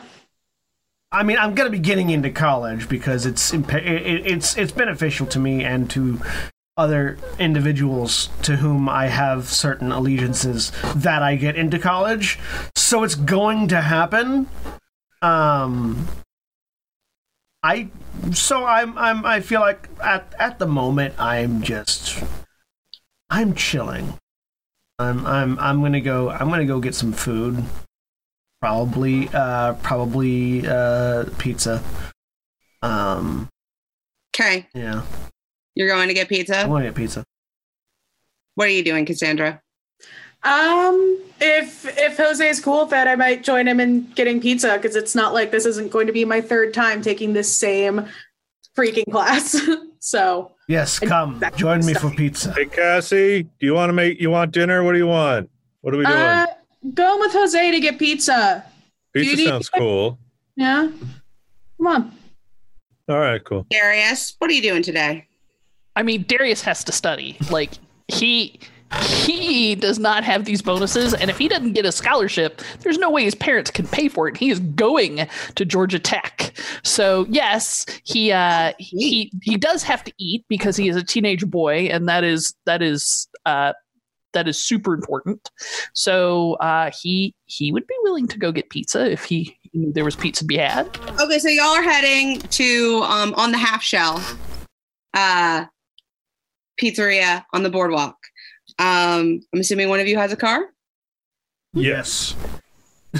Speaker 1: I mean, I'm gonna be getting into college because it's imp- it, it- it's it's beneficial to me and to other individuals to whom I have certain allegiances that I get into college. So it's going to happen. Um, I so I'm I'm I feel like at at the moment I'm just I'm chilling. I'm I'm I'm gonna go I'm gonna go get some food. Probably, uh, probably uh, pizza. Um,
Speaker 2: okay
Speaker 1: yeah,
Speaker 2: you're going to get
Speaker 1: I
Speaker 2: pizza
Speaker 1: want to get pizza.
Speaker 2: what are you doing cassandra
Speaker 3: Um, if if Jose's cool with that, I might join him in getting pizza because it's not like this isn't going to be my third time taking this same freaking class. so
Speaker 1: Yes, come
Speaker 3: Exactly.
Speaker 1: join me for pizza.
Speaker 4: Hey Cassie, do you want to make you want dinner? What do you want? What are we doing?
Speaker 3: uh, going with Jose to get pizza.
Speaker 4: Pizza
Speaker 3: beauty-
Speaker 4: sounds cool.
Speaker 3: Yeah. Come on.
Speaker 4: All right, cool.
Speaker 2: darius what are you doing today
Speaker 5: I mean, Darius has to study. Like he he does not have these bonuses, and if he doesn't get a scholarship, there's no way his parents can pay for it. He is going to Georgia Tech. So yes, he uh, he he does have to eat because he is a teenage boy, and that is that is uh, that is super important. So uh, he he would be willing to go get pizza if he knew there was pizza to be had.
Speaker 2: Okay, so y'all are heading to um, on the half shell uh, pizzeria on the boardwalk. Um, I'm assuming one of you has a car.
Speaker 1: Yes.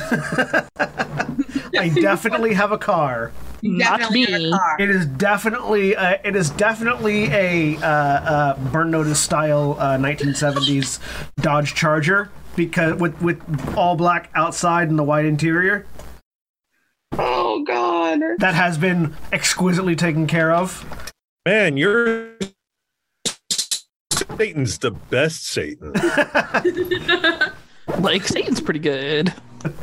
Speaker 1: I definitely have a car.
Speaker 5: Not
Speaker 2: Definitely
Speaker 5: me.
Speaker 2: have a car.
Speaker 1: It is definitely uh, it is definitely a uh, uh, burn notice style uh, 1970s Dodge Charger because with with all black outside and the white interior
Speaker 2: Oh God!
Speaker 1: that has been exquisitely taken care of.
Speaker 4: Man, you're Satan's the best Satan.
Speaker 5: Like Satan's pretty good.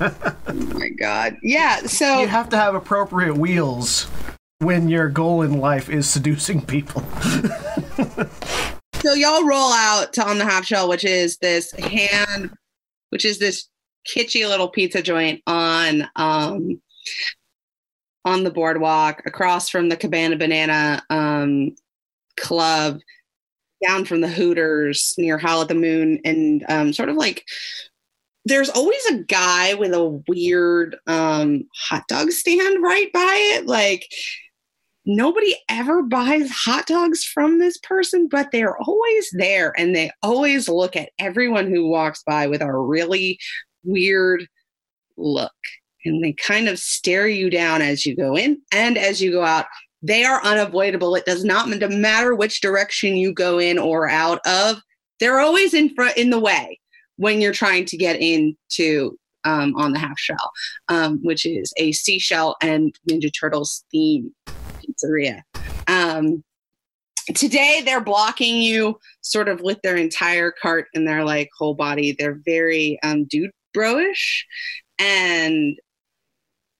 Speaker 2: Oh my God! Yeah.
Speaker 1: you
Speaker 2: So
Speaker 1: have to have appropriate wheels when your goal in life is seducing people.
Speaker 2: so y'all roll out to on the half shell, which is this hand, which is this kitschy little pizza joint on um, on the boardwalk across from the Cabana Banana um, Club, down from the Hooters near Howl at the Moon, and um, sort of like there's always a guy with a weird um, hot dog stand right by it. Like nobody ever buys hot dogs from this person, but they're always there and they always look at everyone who walks by with a really weird look. And they kind of stare you down as you go in and as you go out. They are unavoidable. It does not m- matter which direction you go in or out of. They're always in front in the way when you're trying to get into um, on the half shell, um, which is a seashell and Ninja Turtles theme pizzeria. Um, today they're blocking you sort of with their entire cart and their like whole body. They're very um, dude broish and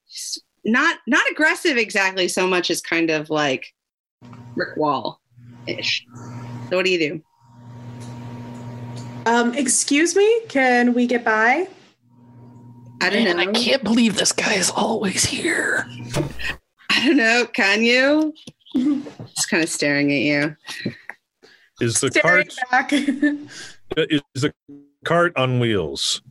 Speaker 2: s- not not aggressive exactly so much as kind of like brick wall ish. So what do you do?
Speaker 3: Um, excuse me, can we get by?
Speaker 2: I don't
Speaker 5: Man,
Speaker 2: know.
Speaker 5: I can't believe this guy is always here.
Speaker 2: I don't know. Can you? Just kind of staring at you.
Speaker 4: Is the
Speaker 3: Staring
Speaker 4: cart
Speaker 3: back.
Speaker 4: is the cart on wheels?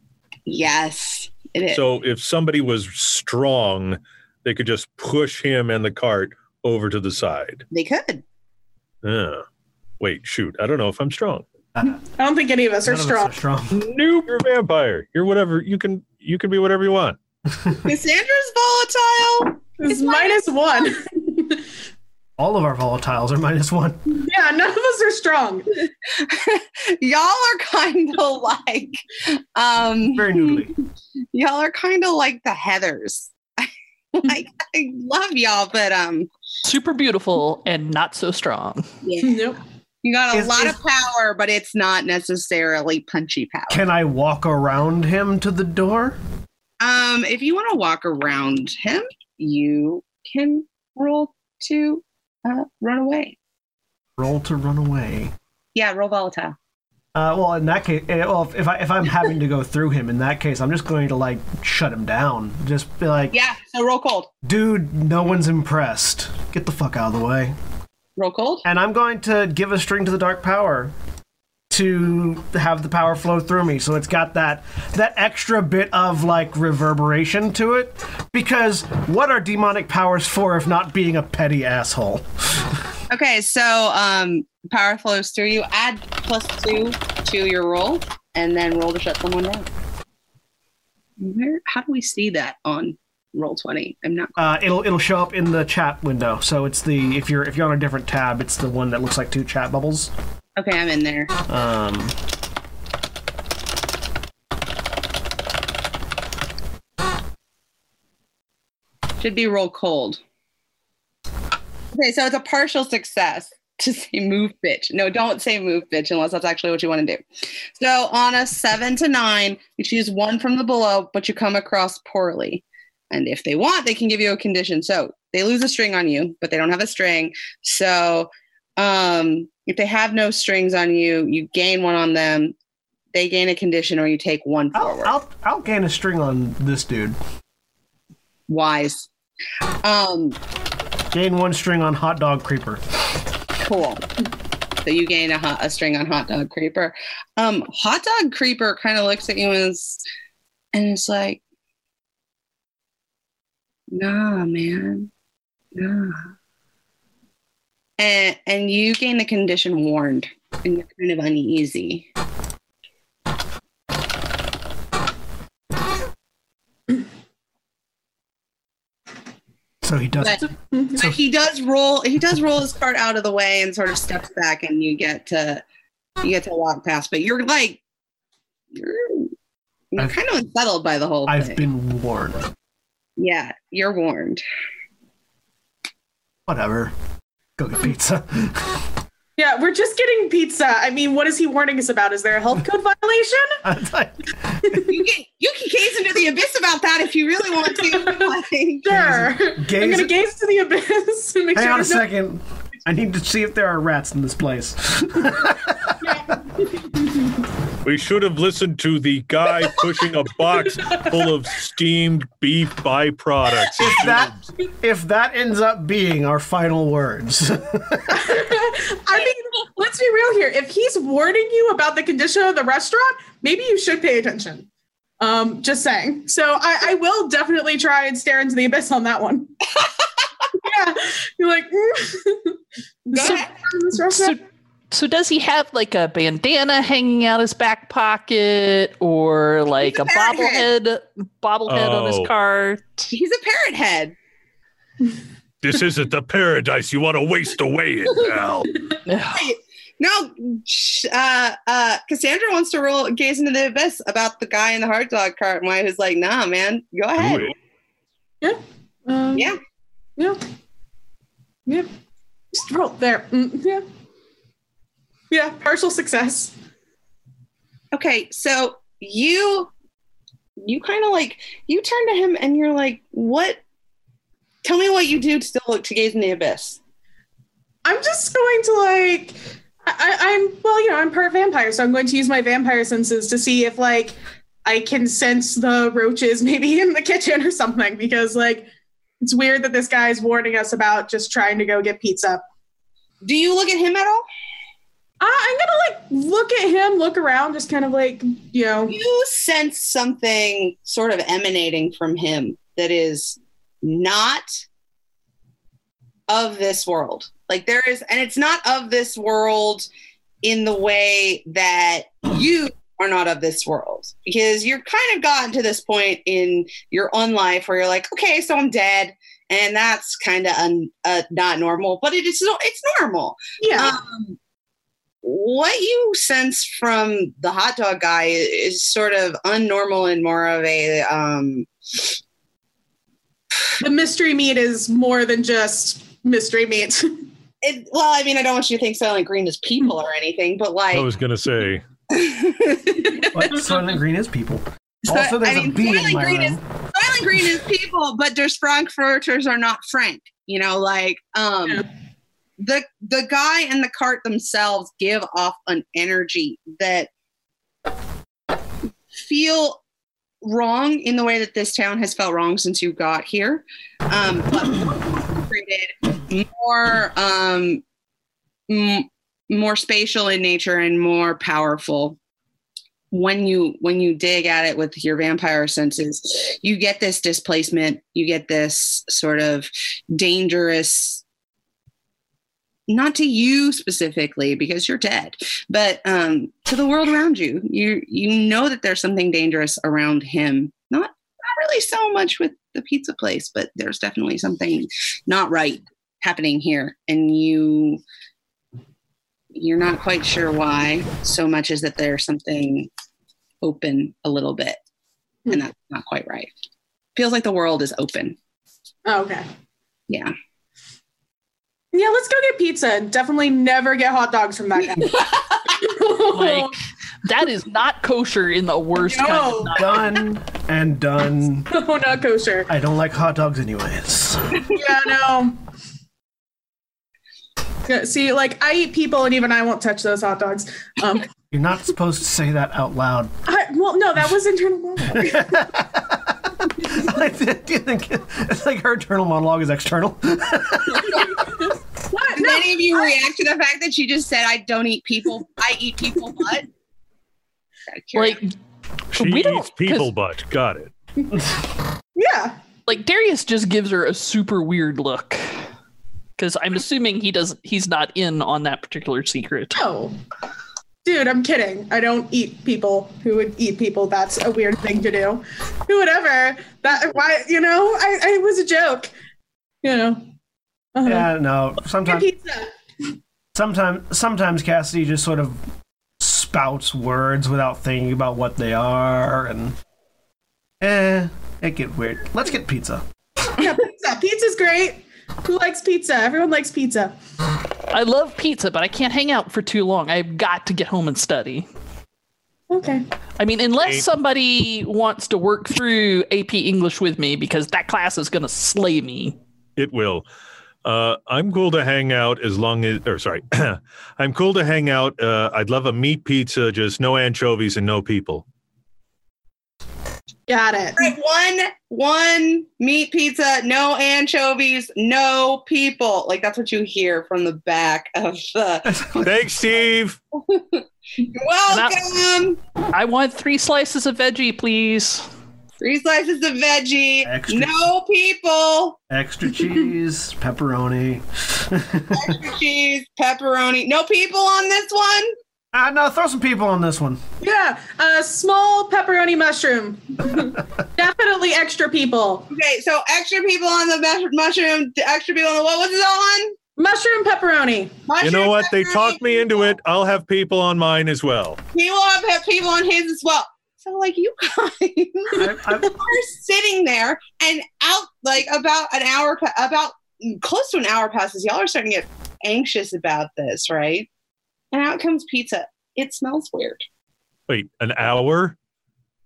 Speaker 2: Yes, it is.
Speaker 4: So if somebody was strong, they could just push him and the cart over to the side.
Speaker 2: they could.
Speaker 4: Uh, wait, shoot. I don't know if I'm strong.
Speaker 3: I don't think any of us are
Speaker 1: None of us
Speaker 3: strong.
Speaker 1: are strong.
Speaker 4: Nope. You're a vampire. You're whatever. You can you can be whatever you want.
Speaker 2: Cassandra's volatile.
Speaker 3: It's minus one.
Speaker 1: All of our volatiles are minus one.
Speaker 3: yeah, none of us are strong.
Speaker 2: Y'all are kind of like, um,
Speaker 1: Very noodly.
Speaker 2: y'all are kind of like the Heathers. like, I love y'all, but um,
Speaker 5: Super beautiful and not so strong.
Speaker 2: yeah.
Speaker 3: Nope.
Speaker 2: you got a
Speaker 1: Is-
Speaker 2: lot
Speaker 1: is-
Speaker 2: of power, but it's not necessarily punchy power.
Speaker 1: Can I walk around him to the door?
Speaker 2: Um, if you want to walk around him, you can roll to uh, run away.
Speaker 1: Roll to run away.
Speaker 2: Yeah, roll volatile.
Speaker 1: Uh, well, in that case, eh, well, if- if I if I'm having to go through him, in that case, I'm just going to like shut him down. Just be like,
Speaker 2: Yeah, so roll cold.
Speaker 1: dude, no one's impressed. Get the fuck out of the way.
Speaker 2: Roll cold.
Speaker 1: And I'm going to give a string to the dark power to have the power flow through me. So it's got that that extra bit of like reverberation to it. Because what are demonic powers for if not being a petty asshole?
Speaker 2: Okay, so um, power flows through you. Add plus two to your roll, and then roll to shut someone down. Where? How do we see that on roll twenty? I'm not.
Speaker 1: Uh, it'll it'll show up in the chat window. So it's the if you're if you're on a different tab, it's the one that looks like two chat bubbles.
Speaker 2: Okay, I'm in there.
Speaker 1: Um,
Speaker 2: Should be roll cold. Okay, so it's a partial success to say move bitch. No, don't say move bitch unless that's actually what you want to do. So on a seven to nine, you choose one from the below, but you come across poorly. And if they want, they can give you a condition. So they lose a string on you, but they don't have a string. So um, if they have no strings on you, you gain one on them. They gain a condition, or you take one
Speaker 1: I'll,
Speaker 2: forward.
Speaker 1: I'll I'll gain a string on this dude.
Speaker 2: Wise. Um,
Speaker 1: Gain one string on hot dog creeper.
Speaker 2: Cool. So you gain a, hot, a string on hot dog creeper. Um, hot dog creeper kind of looks at you and is, and it's like, nah, man, nah. And and you gain the condition warned, and you're kind of uneasy.
Speaker 1: So he does.
Speaker 2: But, but he does roll. He does roll his cart out of the way and sort of steps back, and you get to you get to walk past. But you're like, you're, you're
Speaker 1: I've-
Speaker 2: kind of unsettled by the whole
Speaker 1: I've
Speaker 2: thing.
Speaker 1: been warned.
Speaker 2: Yeah, you're warned.
Speaker 1: Whatever. Go get pizza.
Speaker 3: Yeah, we're just getting pizza. I mean, what is he warning us about? Is there a health code violation?
Speaker 2: You can you can gaze into the abyss about that if you really want to. Like,
Speaker 3: Sure. I'm
Speaker 1: Gaze.
Speaker 3: gonna gaze to the abyss and make
Speaker 1: Hang
Speaker 3: sure
Speaker 1: on a
Speaker 3: there's no-
Speaker 1: second. I need to see if there are rats in this place.
Speaker 4: We should have listened to the guy pushing a box full of steamed beef byproducts.
Speaker 1: if that if that ends up being our final words,
Speaker 3: I mean, let's be real here. If he's warning you about the condition of the restaurant, maybe you should pay attention. Um, just saying. So I, I will definitely try and stare into the abyss on that one. yeah, you're like, mm.
Speaker 2: So-
Speaker 3: so, um, this
Speaker 5: So,
Speaker 3: restaurant.
Speaker 5: so does he have like a bandana hanging out his back pocket or like
Speaker 2: a
Speaker 5: a, bobblehead bobblehead
Speaker 4: Oh.
Speaker 5: on his cart?
Speaker 2: He's a parrot head.
Speaker 4: this isn't the paradise you want to waste away in, Al.
Speaker 2: No, sh- uh, uh, Cassandra wants to roll gaze into the abyss about the guy in the hard dog cart and why he was like, nah, man, go ahead.
Speaker 4: Do it.
Speaker 3: Um,
Speaker 2: Yeah.
Speaker 3: yeah, yeah. Just roll there. Mm, yeah, yeah. Partial success.
Speaker 2: Okay, so you you kind of like you turn to him and you're like, what? Tell me what you do to still look to gaze in the abyss.
Speaker 3: I'm just going to like I, I- I'm well, you know, I'm part vampire, so I'm going to use my vampire senses to see if like I can sense the roaches maybe in the kitchen or something because like it's weird that this guy's warning us about just trying to go get pizza.
Speaker 2: Do you look at him at all?
Speaker 3: I, I'm gonna like look at him, look around, just kind of like you know.
Speaker 2: You sense something sort of emanating from him that is not of this world. Like there is, and it's not of this world in the way that you are not of this world because you're kind of gotten to this point in your own life where you're like, okay, so I'm dead, and that's kind of un, uh, not normal, but it is it's normal.
Speaker 3: Yeah,
Speaker 2: Um, what you sense from the hot dog guy is sort of unnormal and more of a um,
Speaker 3: the mystery meat is more than just mystery meat.
Speaker 2: it, well, I mean, I don't want you to think Silent Green is people or anything, but like
Speaker 4: I was going to say,
Speaker 1: But Silent Green is people.
Speaker 2: So,
Speaker 1: Also, there's
Speaker 2: I mean,
Speaker 1: a bee in
Speaker 2: Silent
Speaker 1: my
Speaker 2: Green
Speaker 1: room.
Speaker 2: is- Silent Green is people, but there's Frankfurters are not Frank. You know, like um,
Speaker 3: Yeah.
Speaker 2: the the guy and the cart themselves give off an energy that feel wrong in the way that this town has felt wrong since you got here. Um, but more created, more um, m- more spatial in nature and more powerful when you when you dig at it with your vampire senses you get this displacement you get this sort of dangerous not to you specifically because you're dead but um to the world around you you you know that there's something dangerous around him not not really so much with the pizza place but there's definitely something not right happening here and you you're not quite sure why so much as that there's something open a little bit and that's not quite right feels like the world is open
Speaker 3: Oh, okay.
Speaker 2: yeah
Speaker 3: Yeah, let's go get pizza and definitely never get hot dogs from that guy.
Speaker 5: Like that is not kosher in the worst kind
Speaker 3: No.
Speaker 5: of not-
Speaker 1: Done and done.
Speaker 3: no, Oh, not kosher.
Speaker 1: I don't like hot dogs, anyways.
Speaker 3: Yeah, no. Yeah, See, like I eat people, and even I won't touch those hot dogs. Um,
Speaker 1: You're not supposed to say that out loud.
Speaker 3: I, well, no, that was internal monologue.
Speaker 1: I do think it's like her internal monologue is external.
Speaker 2: Mm-hmm.
Speaker 3: What?
Speaker 2: did
Speaker 3: No,
Speaker 2: any of you react to the fact that she just said i don't eat people i eat people but
Speaker 5: like
Speaker 4: she
Speaker 5: We don't-
Speaker 4: eats people butt. Got it.
Speaker 3: yeah.
Speaker 5: like Darius just gives her a super weird look because I'm assuming he does he's not in on that particular secret.
Speaker 3: No. Oh. Dude, I'm kidding. I don't eat people who would eat people. That's a weird thing to do. Who would ever? That why you know? I, I it was a joke. You know. Uh-huh.
Speaker 1: yeah, no.
Speaker 3: Get
Speaker 1: Sometimes,
Speaker 3: pizza.
Speaker 1: sometimes, sometimes Cassidy just sort of spouts words without thinking about what they are, and eh, it get weird. Let's get pizza.
Speaker 3: Yeah, pizza. Pizza's great. Who likes pizza? Everyone likes pizza.
Speaker 5: I love pizza, but I can't hang out for too long. I've got to get home and study.
Speaker 3: Okay.
Speaker 5: I mean, unless
Speaker 4: Eight.
Speaker 5: somebody wants to work through AP English with me because that class is going to slay me.
Speaker 4: It will. Uh, I'm cool to hang out as long as, or sorry, I'm cool to hang out. Uh, I'd love a meat pizza, just no anchovies and no people.
Speaker 3: Got it.
Speaker 2: All right, one one meat pizza no anchovies no people like that's what you hear from the back of the
Speaker 4: Thanks, Steve.
Speaker 2: welcome
Speaker 5: I want three slices of veggie, please.
Speaker 2: three slices of veggie
Speaker 1: Extra.
Speaker 2: no people
Speaker 1: Extra cheese, pepperoni.
Speaker 2: extra cheese, pepperoni. No people on this one.
Speaker 1: Ah, no, throw some people on this one.
Speaker 3: Yeah. A small pepperoni mushroom. Definitely extra people.
Speaker 2: Okay, so extra people on the mush- mushroom, extra people on the what was it on?
Speaker 3: Mushroom pepperoni.
Speaker 4: You
Speaker 2: Mushroom,
Speaker 4: know what? They
Speaker 2: pepperoni.
Speaker 4: talked me into it. I'll have people on mine as well.
Speaker 2: He will have, have people on his as well. So like you guys
Speaker 1: I, I,
Speaker 2: are sitting there and out like about an hour, pa- about close to an hour passes. Y'all are starting to get anxious about this, right? And out comes pizza. It smells weird.
Speaker 4: Wait, an hour?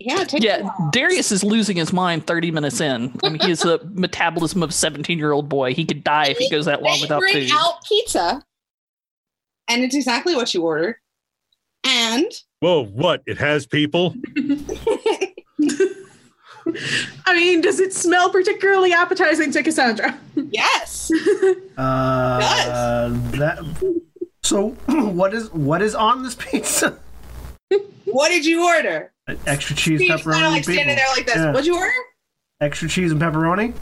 Speaker 2: Yeah, take
Speaker 5: Yeah, Darius is losing his mind 30 minutes in. I mean, he has the metabolism of a 17 year old boy. He could die if he goes that long
Speaker 2: they
Speaker 5: without
Speaker 2: bring
Speaker 5: food.
Speaker 2: out pizza, and it's exactly what you ordered. And
Speaker 4: Whoa, what? It has people?
Speaker 2: it
Speaker 3: I mean, does it smell particularly appetizing to Cassandra?
Speaker 2: Yes.
Speaker 1: Uh, that. So what is what is on this pizza?
Speaker 2: What did you order?
Speaker 1: Extra cheese,
Speaker 2: She's
Speaker 1: pepperoni,
Speaker 2: kind of like
Speaker 1: people.
Speaker 2: standing there like this.
Speaker 1: Yeah.
Speaker 2: What'd you order?
Speaker 1: Extra cheese and pepperoni.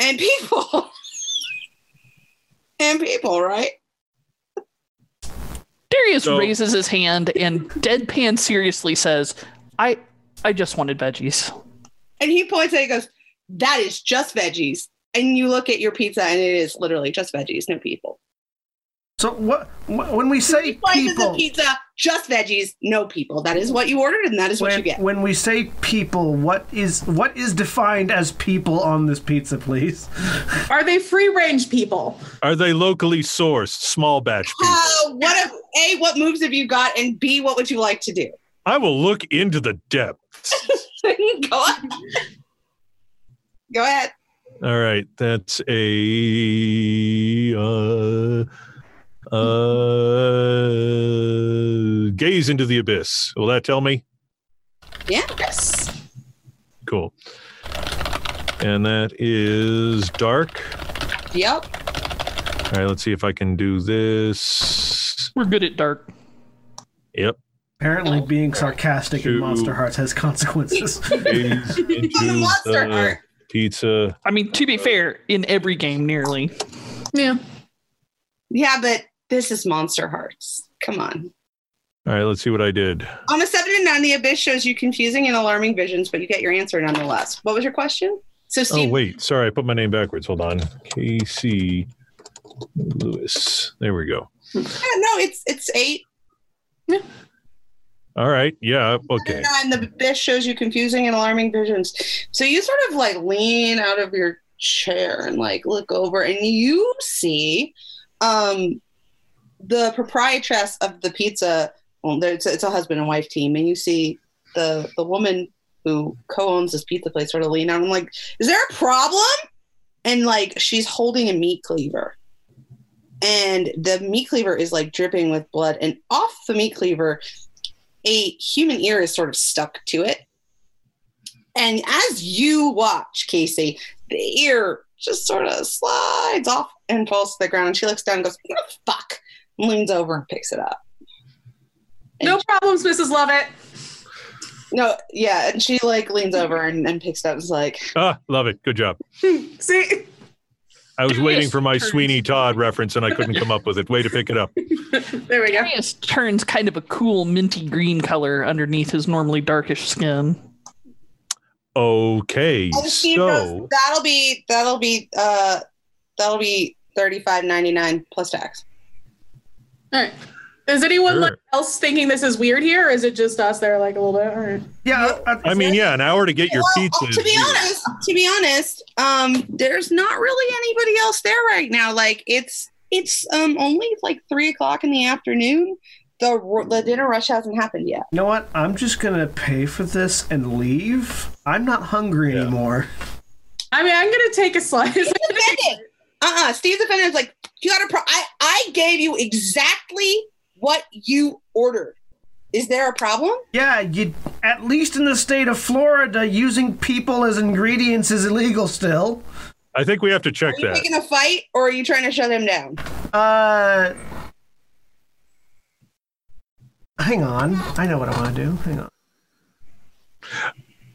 Speaker 2: And people. and people, right?
Speaker 5: Darius
Speaker 4: So-
Speaker 5: raises his hand and deadpan seriously says, "I, I just wanted veggies."
Speaker 2: And he points at it and goes, That is just veggies. And you look at your pizza and it is literally just veggies, no people.
Speaker 1: So what wh- when we say
Speaker 2: Slices of
Speaker 1: people,
Speaker 2: pizza, just veggies, no people. That is what you ordered and that is what
Speaker 1: when,
Speaker 2: you get.
Speaker 1: when we say people, what is what is defined as people on this pizza, please?
Speaker 3: Are they free range people?
Speaker 4: Are they locally sourced, small batch people?
Speaker 2: Uh, what have, A, what moves have you got? And B, what would you like to do?
Speaker 4: I will look into the depths.
Speaker 2: Go on. Go ahead.
Speaker 4: All right, that's a uh, uh, gaze into the abyss. Will that tell me?
Speaker 3: Yes.
Speaker 4: Cool. And that is dark.
Speaker 2: Yep.
Speaker 4: All right, let's see if I can do this.
Speaker 5: We're good at dark.
Speaker 4: Yep.
Speaker 1: Apparently,
Speaker 2: Oh,
Speaker 1: being sarcastic in
Speaker 4: Two.
Speaker 1: Monster Hearts has consequences.
Speaker 4: Gaze
Speaker 2: On the
Speaker 4: into
Speaker 2: monster
Speaker 4: the
Speaker 2: heart.
Speaker 4: pizza.
Speaker 5: I mean,
Speaker 4: Uh,
Speaker 5: to be fair, in every game, nearly.
Speaker 3: Yeah.
Speaker 2: Yeah, but this is Monster Hearts. Come on.
Speaker 4: All right, let's see what I did.
Speaker 2: On a seven to nine, the abyss shows you confusing and alarming visions, but you get your answer nonetheless. What was your question? So,
Speaker 4: Oh
Speaker 2: Steve,
Speaker 4: wait, sorry, I put my name backwards. Hold on, KC Lewis. There we go.
Speaker 2: yeah, no, it's it's eight.
Speaker 4: All right, yeah,
Speaker 2: Seven to
Speaker 4: okay.
Speaker 2: nine, the abyss shows you confusing and alarming visions. So you sort of like lean out of your chair and like look over, and you see um, the proprietress of the pizza. Well, there- it's, a, it's a husband and wife team, and you see the the woman who co-owns this pizza place sort of lean out. and like, is there a problem? And like, she's holding a meat cleaver. And the meat cleaver is like dripping with blood, and off the meat cleaver, a human ear is sort of stuck to it. And as you watch, Casey, the ear just sort of slides off and falls to the ground. And she looks down and goes, "Oh, fuck, and leans over and picks it up. And
Speaker 3: No problems, Mrs. Lovett.
Speaker 2: no, yeah. And she like leans over and, and picks it up and is like,
Speaker 4: Ah, love it. Good job.
Speaker 3: See,
Speaker 4: I was waiting for my
Speaker 5: Turns.
Speaker 4: Sweeney Todd reference and I couldn't come up with it. Way to pick it up.
Speaker 3: there we go.
Speaker 5: Darius turns kind of a cool minty green color underneath his normally darkish skin.
Speaker 4: Okay,
Speaker 2: and she
Speaker 4: so
Speaker 2: goes, that'll be, that'll be, uh, that'll be 35.99 plus tax.
Speaker 3: All right. Is anyone
Speaker 4: Sure.
Speaker 3: like, else thinking this is weird here, or is it just us? They're like a little bit. All right.
Speaker 1: yeah, I,
Speaker 4: I mean, yeah, an hour to get your
Speaker 2: Well,
Speaker 4: pizza. is
Speaker 2: To be
Speaker 4: weird.
Speaker 2: honest, to be honest, um, there's not really anybody else there right now. Like it's it's um only like three o'clock in the afternoon. The ru- the dinner rush hasn't happened yet.
Speaker 1: You know what? I'm just gonna pay for this and leave. I'm not hungry
Speaker 4: Yeah.
Speaker 1: anymore.
Speaker 3: I mean, I'm gonna take a slice.
Speaker 2: Steve's offended. Uh uh Steve's offended. Is like you got a pro. I I gave you exactly what you ordered. Is there a problem?
Speaker 1: Yeah, you. At least in the state of Florida, using people as ingredients is illegal still.
Speaker 4: I think we have to check
Speaker 2: Are you
Speaker 4: that.
Speaker 2: picking a fight or are you trying to shut him down?
Speaker 1: Uh. Hang on. I know what I want to do. Hang on.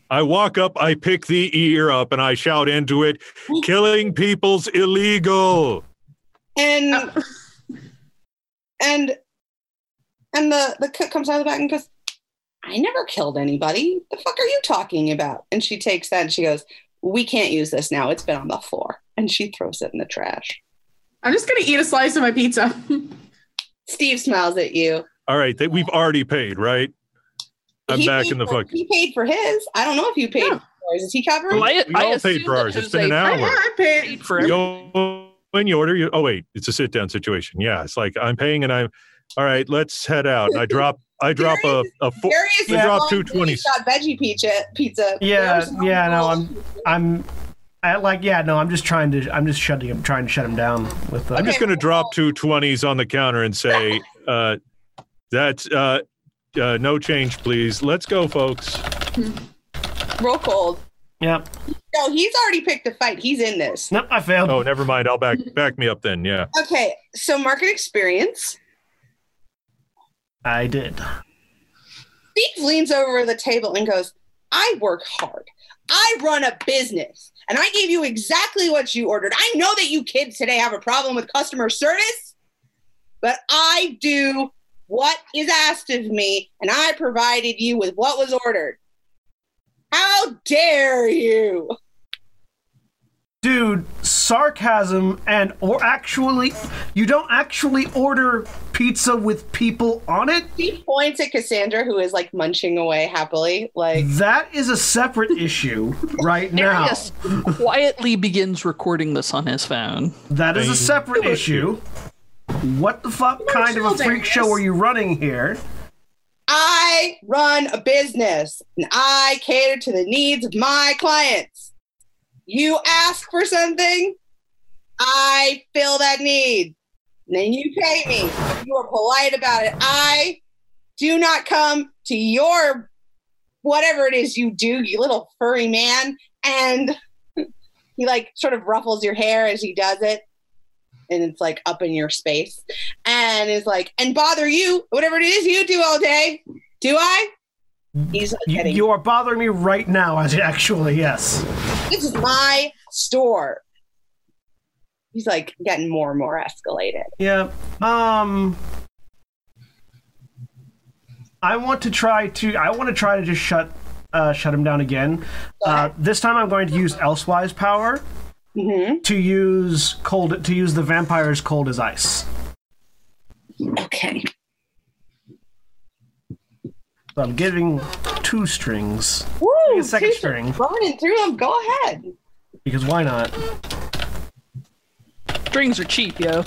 Speaker 4: I walk up, I pick the ear up, and I shout into it, killing people's illegal.
Speaker 2: and
Speaker 1: Oh.
Speaker 2: and and the the cook comes out of the back and goes i never killed anybody the fuck are you talking about and she takes that and she goes we can't use this now it's been on the floor and she throws it in the trash
Speaker 3: I'm just gonna eat a slice of my pizza.
Speaker 2: steve smiles at you
Speaker 4: All right, that we've already paid, right? I'm
Speaker 2: He
Speaker 4: back
Speaker 2: paid
Speaker 4: in the
Speaker 2: for-
Speaker 4: fuck.
Speaker 2: he paid for his i don't know if you paid
Speaker 3: Yeah.
Speaker 2: for yours is he covering
Speaker 5: Well, I,
Speaker 4: We
Speaker 5: I
Speaker 4: all
Speaker 5: assume
Speaker 4: paid for
Speaker 5: that
Speaker 4: ours. It's
Speaker 5: Jose
Speaker 4: been an
Speaker 3: I,
Speaker 4: hour.
Speaker 3: I paid.
Speaker 5: Paid for everything.
Speaker 4: Go when you order. You, oh wait, it's a sit down situation. Yeah, it's like I'm paying and I'm. All right, let's head out. And I drop. I drop a a four.
Speaker 2: Darius
Speaker 4: we
Speaker 2: is
Speaker 4: dropped
Speaker 2: on
Speaker 4: two
Speaker 2: the
Speaker 4: 20s.
Speaker 2: shot veggie pizza pizza
Speaker 1: Yeah,
Speaker 2: There's-
Speaker 1: yeah. No, I'm. I'm. I like. Yeah. No, I'm just trying to. I'm just shutting him. Trying to shut him down with. The,
Speaker 4: I'm just going to drop two 20s on the counter and say, uh, that's uh, uh, no change, please. Let's go, folks.
Speaker 2: roll cold
Speaker 1: Yep.
Speaker 2: No, he's already picked a fight. He's in this.
Speaker 1: Nope, I failed.
Speaker 4: Oh, never mind. I'll back back me up then. Yeah.
Speaker 2: Okay, so market experience.
Speaker 1: I did.
Speaker 2: Steve leans over the table and goes, I work hard. I run a business and I gave you exactly what you ordered. I know that you kids today have a problem with customer service, but I do what is asked of me and I provided you with what was ordered. How dare you?
Speaker 1: Dude, sarcasm and or actually you don't actually order pizza with people on it?
Speaker 2: He points at Cassandra, who is like munching away happily. Like,
Speaker 1: That is a separate issue right now.
Speaker 5: Darius quietly begins recording this on his phone.
Speaker 1: That is a separate issue. What the fuck kind of a
Speaker 3: Marshall
Speaker 1: freak show
Speaker 3: Davis.
Speaker 1: are you running here?
Speaker 2: I run a business and I cater to the needs of my clients. You ask for something, I fill that need. And then you pay me. You are polite about it. I do not come to your whatever it is you do, you little furry man. And he like sort of ruffles your hair as he does it. And it's like up in your space. And is like, and bother you, whatever it is you do all day. Do I? He's not
Speaker 1: You,
Speaker 2: kidding.
Speaker 1: you are bothering me right now, as actually, yes.
Speaker 2: this is my store. He's like getting more and more escalated.
Speaker 1: Yeah. Um I want to try to I want to try to just shut uh, shut him down again. Uh, this time I'm going to use Elsewise power
Speaker 2: hmm
Speaker 1: to use cold to use the vampire's cold as ice.
Speaker 2: Okay.
Speaker 1: So I'm giving two strings
Speaker 2: Woo,
Speaker 1: a second
Speaker 2: two-
Speaker 1: string.
Speaker 2: Running through them. Go ahead.
Speaker 1: because why not?
Speaker 5: Strings are cheap, yo.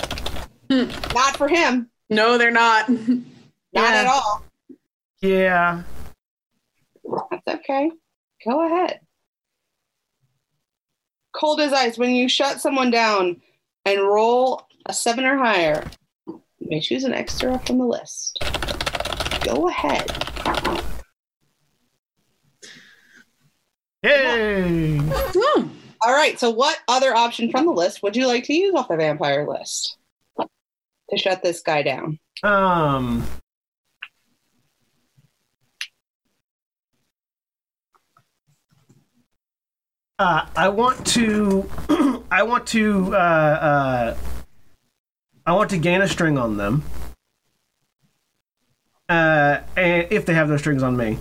Speaker 2: Not for him.
Speaker 3: No, they're not.
Speaker 2: Not
Speaker 5: Yeah.
Speaker 2: at all.
Speaker 1: Yeah.
Speaker 2: That's okay. Go ahead. Cold as ice. When you shut someone down and roll a seven or higher, you may choose an extra from the list. Go ahead.
Speaker 1: Yay!
Speaker 3: Hmm.
Speaker 2: All right. So, what other option from the list would you like to use off the vampire list to shut this guy down?
Speaker 1: Um. Uh, I want to, I want to, uh, uh, I want to gain a string on them. Uh, and if they have no strings on me.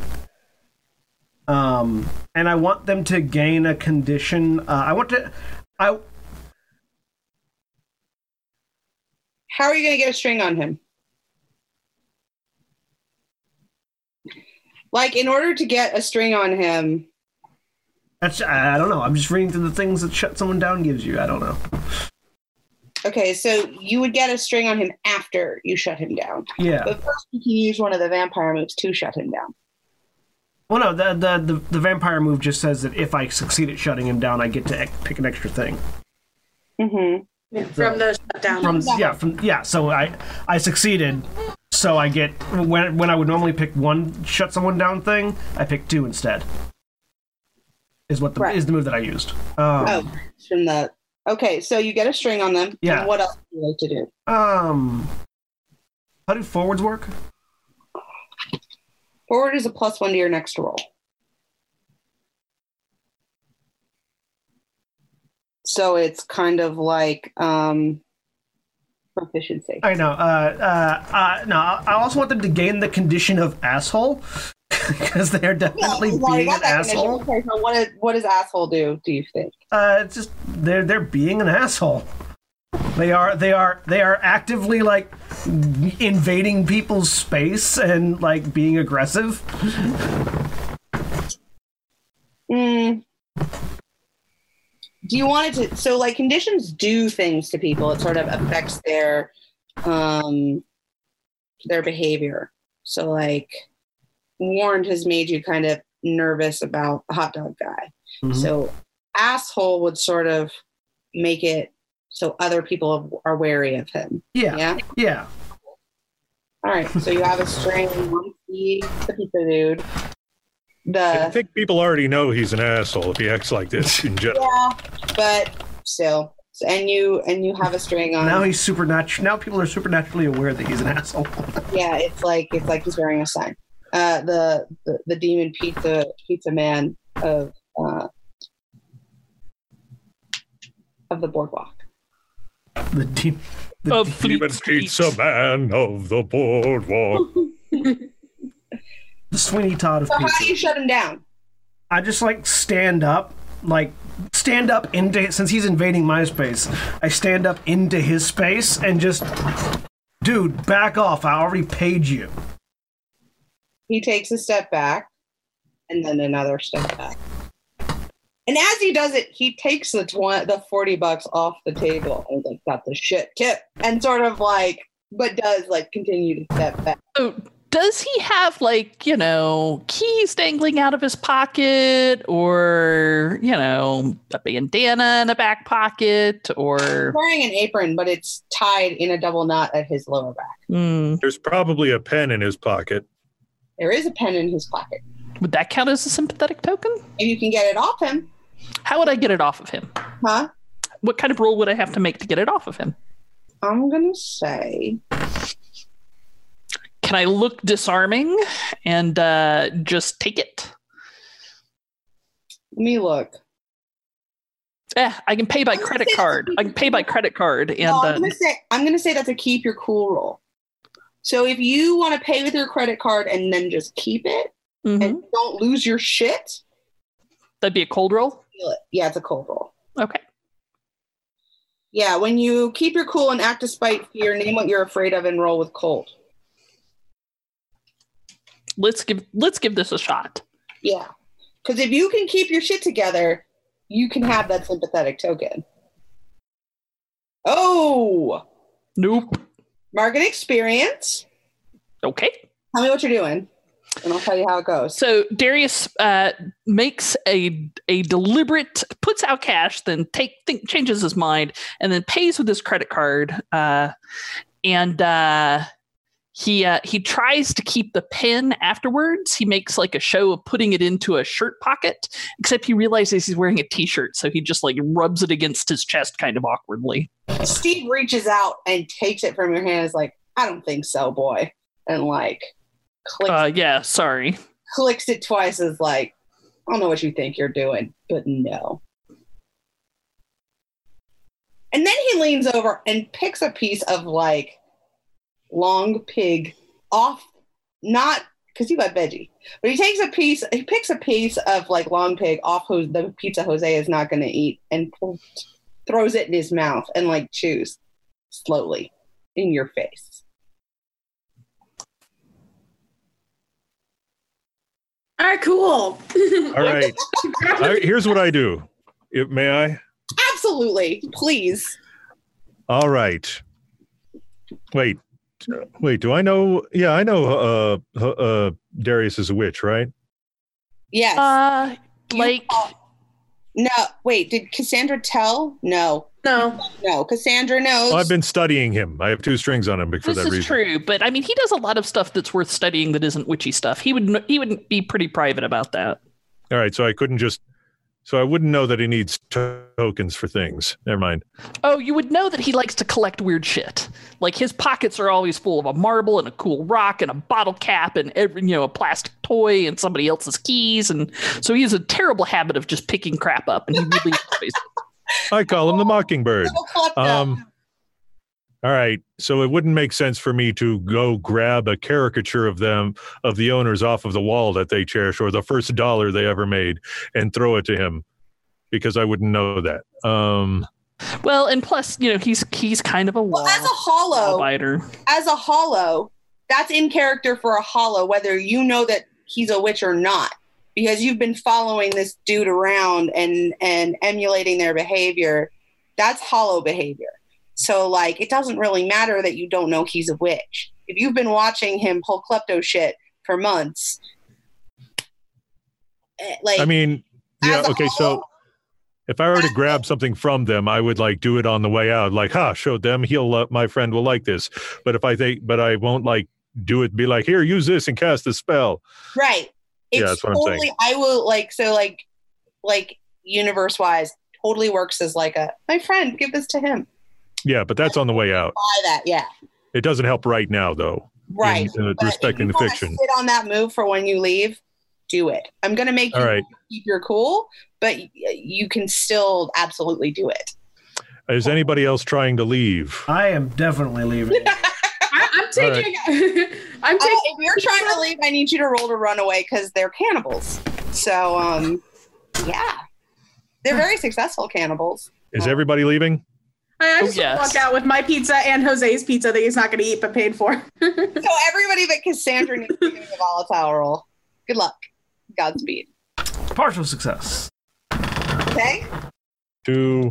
Speaker 1: Um, and I want them to gain a condition. Uh, I want to, I
Speaker 2: How are you going to get a string on him? Like, in order to get a string on him,
Speaker 1: That's I I don't know. I'm just reading through the things that shut someone down gives you. I don't know.
Speaker 2: okay, so you would get a string on him after you shut him down.
Speaker 1: Yeah.
Speaker 2: But first, you can use one of the vampire moves to shut him down.
Speaker 1: Well, no. The the the, the vampire move just says that if I succeed at shutting him down, I get to ex- pick an extra thing.
Speaker 2: Mm-hmm.
Speaker 3: From the shutdown.
Speaker 1: From yeah, from yeah. So I I succeeded. So I get when when I would normally pick one shut someone down thing, I pick two instead. Is what the
Speaker 2: Right.
Speaker 1: is the move that I used. Um,
Speaker 2: Oh, from the. Okay, so you get a string on them.
Speaker 1: Yeah.
Speaker 2: And what else do you like to do?
Speaker 1: um. How do forwards work?
Speaker 2: Forward is a plus one to your next roll. So it's kind of like um, proficiency.
Speaker 1: I know. Uh, uh, uh, no, I I also want them to gain the condition of asshole because they are definitely
Speaker 2: Yeah, well, I
Speaker 1: being an
Speaker 2: got Oh, that condition.
Speaker 1: asshole.
Speaker 2: Okay, so what, is, what does asshole do, do you think?
Speaker 1: Uh, it's just they're they're being an asshole. They are they are they are actively like invading people's space and like being aggressive.
Speaker 2: Mm. Do you want it to? So, like, conditions do things to people. It sort of affects their um, their behavior. So, like, warned has made you kind of nervous about the hot dog guy.
Speaker 1: Mhm.
Speaker 2: So, asshole would sort of make it so other people are wary of him.
Speaker 1: yeah, yeah,
Speaker 2: yeah? All right, so you have a string, one key, the pizza dude.
Speaker 4: I
Speaker 2: the
Speaker 4: think people already know he's an asshole if he acts like this in general.
Speaker 2: yeah, but still. So, and you and you have a string on.
Speaker 1: Now he's supernatural. Now people are supernaturally aware that he's an asshole.
Speaker 2: yeah, it's like it's like he's wearing a sign. Uh, the, the the demon pizza pizza man of uh, of the boardwalk.
Speaker 1: The team. The
Speaker 5: Of
Speaker 1: de-
Speaker 5: Fleet
Speaker 4: Demon
Speaker 5: Street.
Speaker 4: Street's a man of the boardwalk.
Speaker 1: the Sweeney Todd of
Speaker 2: So how do
Speaker 1: pizza.
Speaker 2: you shut him down?
Speaker 1: I just like stand up, like stand up into since he's invading my space. I stand up into his space and just, dude, back off! I already paid you.
Speaker 2: He takes a step back, and then another step back. And as he does it, he takes the tw- the forty bucks off the table and like got the shit tip, and sort of like, but does like continue to step back.
Speaker 5: So does he have like, you know, keys dangling out of his pocket or, you know, a bandana in a back pocket or
Speaker 2: Wearing an apron, but it's tied in a double knot at his lower back.
Speaker 5: Hmm,
Speaker 4: There's probably a pen in his pocket.
Speaker 2: There is a pen in his pocket.
Speaker 5: would that count as a sympathetic token?
Speaker 2: If you can get it off him,
Speaker 5: How would I get it off of him?
Speaker 2: huh?
Speaker 5: What kind of rule would I have to make to get it off of him?
Speaker 2: I'm gonna say
Speaker 5: Can I look disarming and uh, just take it?
Speaker 2: let me look.
Speaker 5: Eh, I can pay by
Speaker 2: I'm gonna
Speaker 5: credit
Speaker 2: say-
Speaker 5: card. I can pay by credit card and
Speaker 2: no, I'm
Speaker 5: uh,
Speaker 2: gonna say I'm gonna say that's a keep your cool rule. So if you want to pay with your credit card and then just keep it
Speaker 5: mhm.
Speaker 2: and don't lose your shit,
Speaker 5: that'd be a cold roll.
Speaker 2: feel it. yeah, it's a cold roll.
Speaker 5: Okay.
Speaker 2: Yeah, when you keep your cool and act despite fear, name what you're afraid of and roll with cold.
Speaker 5: Let's give let's give this a shot.
Speaker 2: Yeah, because if you can keep your shit together, you can have that sympathetic token. Oh,
Speaker 5: Nope.
Speaker 2: market experience.
Speaker 5: Okay.
Speaker 2: Tell me what you're doing, and I'll tell you how it goes.
Speaker 5: So Darius uh, makes a a deliberate puts out cash, then take think, changes his mind, and then pays with his credit card. Uh, and uh, he uh, he tries to keep the pen afterwards. He makes like a show of putting it into a shirt pocket, except he realizes he's wearing a t-shirt, so he just like rubs it against his chest, kind of awkwardly.
Speaker 2: Steve reaches out and takes it from your hand. Is like, I don't think so, boy, and like clicks,
Speaker 5: Uh, yeah, sorry.
Speaker 2: clicks it twice. Is like, I don't know what you think you're doing, but no. And then he leans over and picks a piece of like long pig off, not because he got veggie, but he takes a piece. He picks a piece of like long pig off who the pizza Jose is not going to eat and pulls throws it in his mouth and like chews slowly in your face.
Speaker 6: All right, cool.
Speaker 4: All right. I, here's what I do. If, may I?
Speaker 2: Absolutely, please.
Speaker 4: All right. Wait. Wait, do I know? Yeah, I know uh, uh, uh, Darius is a witch, right?
Speaker 2: Yes.
Speaker 5: Uh, like
Speaker 2: no, wait, did Cassandra tell? No,
Speaker 3: No.
Speaker 2: no, Cassandra knows.
Speaker 4: Well, I've been studying him. I have two strings on him for
Speaker 5: this
Speaker 4: that
Speaker 5: is
Speaker 4: reason.
Speaker 5: true, but I mean, he does a lot of stuff that's worth studying that isn't witchy stuff. He would kn- he wouldn't be pretty private about that.
Speaker 4: All right, so I couldn't just. So I wouldn't know that he needs tokens for things. Never mind.
Speaker 5: Oh, you would know that he likes to collect weird shit. Like his pockets are always full of a marble and a cool rock and a bottle cap and every you know a plastic toy and somebody else's keys, and so he has a terrible habit of just picking crap up, and he really enjoys it.
Speaker 4: I call him the mockingbird.
Speaker 2: Double clocked up.
Speaker 4: Um, all right, so it wouldn't make sense for me to go grab a caricature of them of the owners off of the wall that they cherish or the first dollar they ever made and throw it to him because I wouldn't know that. Um,
Speaker 5: Well, and plus, you know, he's he's kind of a wall,
Speaker 2: well, as a
Speaker 5: wall
Speaker 2: hollow,
Speaker 5: biter.
Speaker 2: as a hollow, that's in character for a hollow, whether you know that he's a witch or not, because you've been following this dude around and and emulating their behavior. That's hollow behavior. So like, it doesn't really matter that you don't know he's a witch. If you've been watching him pull klepto shit for months, eh, like
Speaker 4: I mean, yeah,
Speaker 2: as a
Speaker 4: okay, so
Speaker 2: hollow,
Speaker 4: if I were to grab something from them, I would like do it on the way out, like, ha, show them, he'll, uh, my friend will like this. But if I think, but I won't like do it, be like, here, use this and cast a spell.
Speaker 2: right. It's
Speaker 4: Yeah, that's what I'm
Speaker 2: totally,
Speaker 4: saying.
Speaker 2: I will like so like like universe wise totally works as like a my friend give this to him
Speaker 4: Yeah, but that's on the way out.
Speaker 2: buy that yeah
Speaker 4: It doesn't help right now, though. in-
Speaker 2: right
Speaker 4: uh,
Speaker 2: But if
Speaker 4: respecting
Speaker 2: you
Speaker 4: the
Speaker 2: wanna
Speaker 4: fiction.
Speaker 2: sit on that move for when you leave do it I'm gonna make
Speaker 4: All
Speaker 2: you
Speaker 4: right.
Speaker 2: keep your cool but y- you can still absolutely do it
Speaker 4: Is anybody else trying to leave?
Speaker 1: I am definitely leaving.
Speaker 3: I, I'm taking. I'm
Speaker 2: Uh,
Speaker 3: taking.
Speaker 2: if you're trying to leave I need you to roll to run away because they're cannibals so um yeah they're very successful cannibals
Speaker 4: Is everybody leaving?
Speaker 2: Oh,
Speaker 3: I just
Speaker 5: Yes.
Speaker 3: walk out with my pizza and Jose's pizza that he's not going to eat but paid for.
Speaker 2: So everybody but Cassandra needs to give a volatile roll. Good luck. Godspeed.
Speaker 1: Partial success.
Speaker 2: Okay.
Speaker 4: To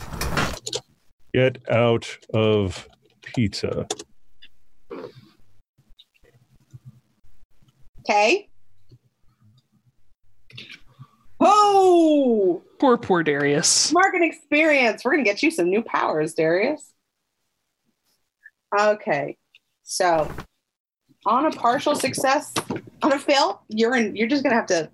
Speaker 4: get out of pizza.
Speaker 2: Okay. Oh,
Speaker 5: Poor, poor Darius.
Speaker 2: mark an experience. We're gonna get you some new powers, Darius. Okay. So, on a partial success, on a fail, you're in. You're just gonna have to.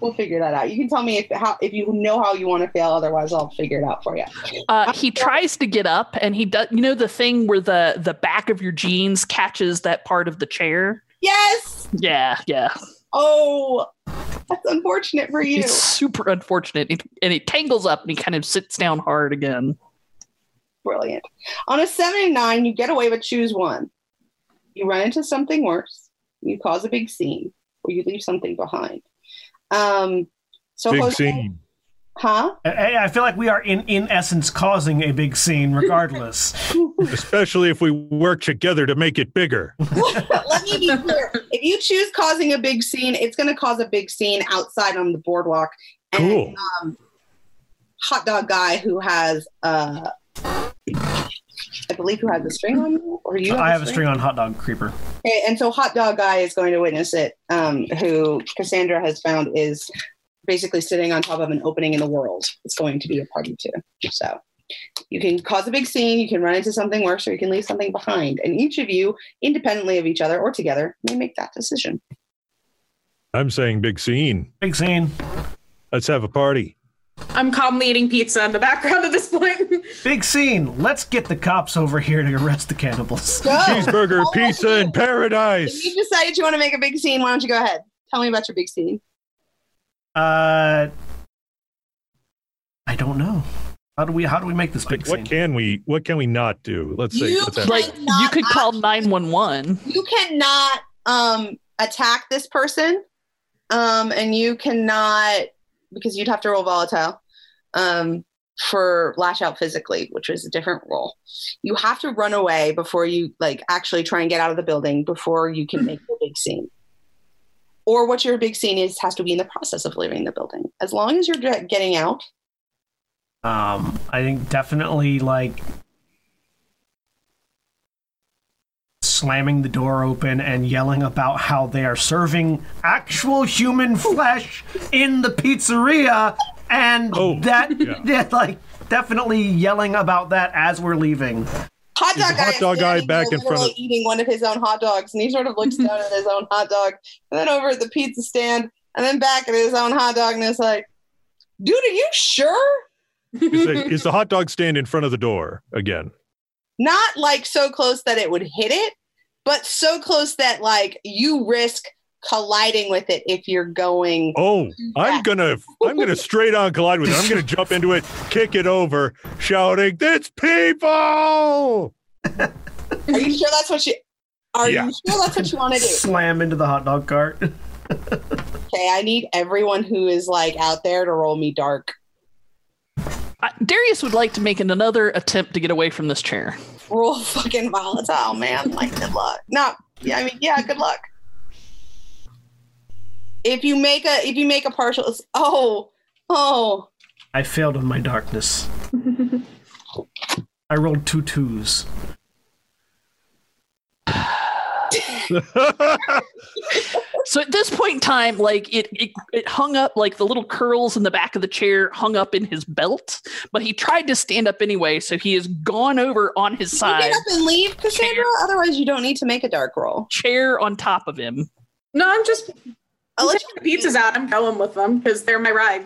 Speaker 2: We'll figure that out. You can tell me if how if you know how you want to fail. Otherwise, I'll figure it out for you.
Speaker 5: Uh, he tries to get up, and he does. You know the thing where the the back of your jeans catches that part of the chair.
Speaker 2: Yes.
Speaker 5: Yeah, yeah.
Speaker 2: Oh, that's unfortunate for you.
Speaker 5: It's super unfortunate, It- and it tangles up, and he kind of sits down hard again.
Speaker 2: Brilliant. On a seven and nine, you get away, but choose one. You run into something worse, you cause a big scene, or you leave something behind. Um, so,
Speaker 4: Big
Speaker 2: Jose-
Speaker 4: scene.
Speaker 2: huh?
Speaker 1: I, I feel like we are in in essence causing a big scene, regardless.
Speaker 4: Especially if we work together to make it bigger.
Speaker 2: Let me be clear. If you choose causing a big scene, it's going to cause a big scene outside on the boardwalk. And
Speaker 4: Cool.
Speaker 2: hot dog guy who has, uh, I believe, who has a string on you, or you?
Speaker 1: I have a string on hot dog creeper.
Speaker 2: Okay, and so Hot Dog Guy is going to witness it, um, who Cassandra has found is basically sitting on top of an opening in the world. It's going to be a party to. So you can cause a big scene, you can run into something worse, or you can leave something behind. And each of you, independently of each other or together, may make that decision.
Speaker 4: I'm saying big scene.
Speaker 1: Big scene.
Speaker 4: Let's have a party.
Speaker 3: I'm calmly eating pizza in the background at this point.
Speaker 1: Big scene. Let's get the cops over here to arrest the cannibals.
Speaker 2: Go.
Speaker 4: Cheeseburger,
Speaker 2: Oh,
Speaker 4: pizza, in
Speaker 2: If
Speaker 4: paradise.
Speaker 2: you decided you want to make a big scene, why don't you go ahead? Tell me about your big scene.
Speaker 1: Uh, I don't know. How do we how do we make this big
Speaker 4: What
Speaker 1: scene?
Speaker 4: can we? What can we not do? Let's say.
Speaker 2: You
Speaker 4: Let's have
Speaker 2: That's
Speaker 5: Like
Speaker 4: a
Speaker 2: can't- not
Speaker 5: you could call nine one one.
Speaker 2: you cannot um attack this person um and you cannot because you'd have to roll volatile um for lash out physically which was a different role you have to run away before you like actually try and get out of the building before you can make the big scene or what your big scene is has to be in the process of leaving the building as long as you're ge- getting out
Speaker 1: Um, I think definitely like slamming the door open and yelling about how they are serving actual human flesh in the pizzeria and
Speaker 4: Oh,
Speaker 1: that
Speaker 4: yeah.
Speaker 1: yeah, like definitely yelling about that as we're leaving.
Speaker 2: hot
Speaker 4: Is
Speaker 2: dog
Speaker 4: the
Speaker 2: guy,
Speaker 4: hot
Speaker 2: is
Speaker 4: dog guy
Speaker 2: standing
Speaker 4: back
Speaker 2: there
Speaker 4: in front of-
Speaker 2: literally eating one of his own hot dogs and he sort of looks down at his own hot dog and then over at the pizza stand and then back at his own hot dog and it's like dude are you sure
Speaker 4: is, the- is the hot dog stand in front of the door again?
Speaker 2: not like so close that it would hit it but so close that like you risk colliding with it if you're going
Speaker 4: Oh,
Speaker 2: Yeah.
Speaker 4: I'm gonna, I'm gonna straight on collide with it. I'm gonna jump into it, kick it over, shouting, "It's people!"
Speaker 2: are you sure that's what you are
Speaker 4: Yeah.
Speaker 2: you sure that's what you want to do
Speaker 1: Slam into the hot dog cart.
Speaker 2: okay i need everyone who is like out there to roll me dark
Speaker 5: I- Darius would like to make an- another attempt to get away from this chair.
Speaker 2: roll fucking volatile man like good luck no yeah i mean yeah good luck if you make a if you make a partial oh oh
Speaker 1: I failed on my darkness. I rolled two twos.
Speaker 5: So at this point in time, like it, it, it hung up like the little curls in the back of the chair hung up in his belt, but he tried to stand up anyway. So he is gone over on his
Speaker 2: you
Speaker 5: side,
Speaker 2: get up and leave cassandra
Speaker 5: Chair.
Speaker 2: otherwise you don't need to make a dark roll
Speaker 5: chair on top of him.
Speaker 3: no, I'm just
Speaker 2: I'll let
Speaker 3: Check the pizzas out. I'm going with them because they're my ride.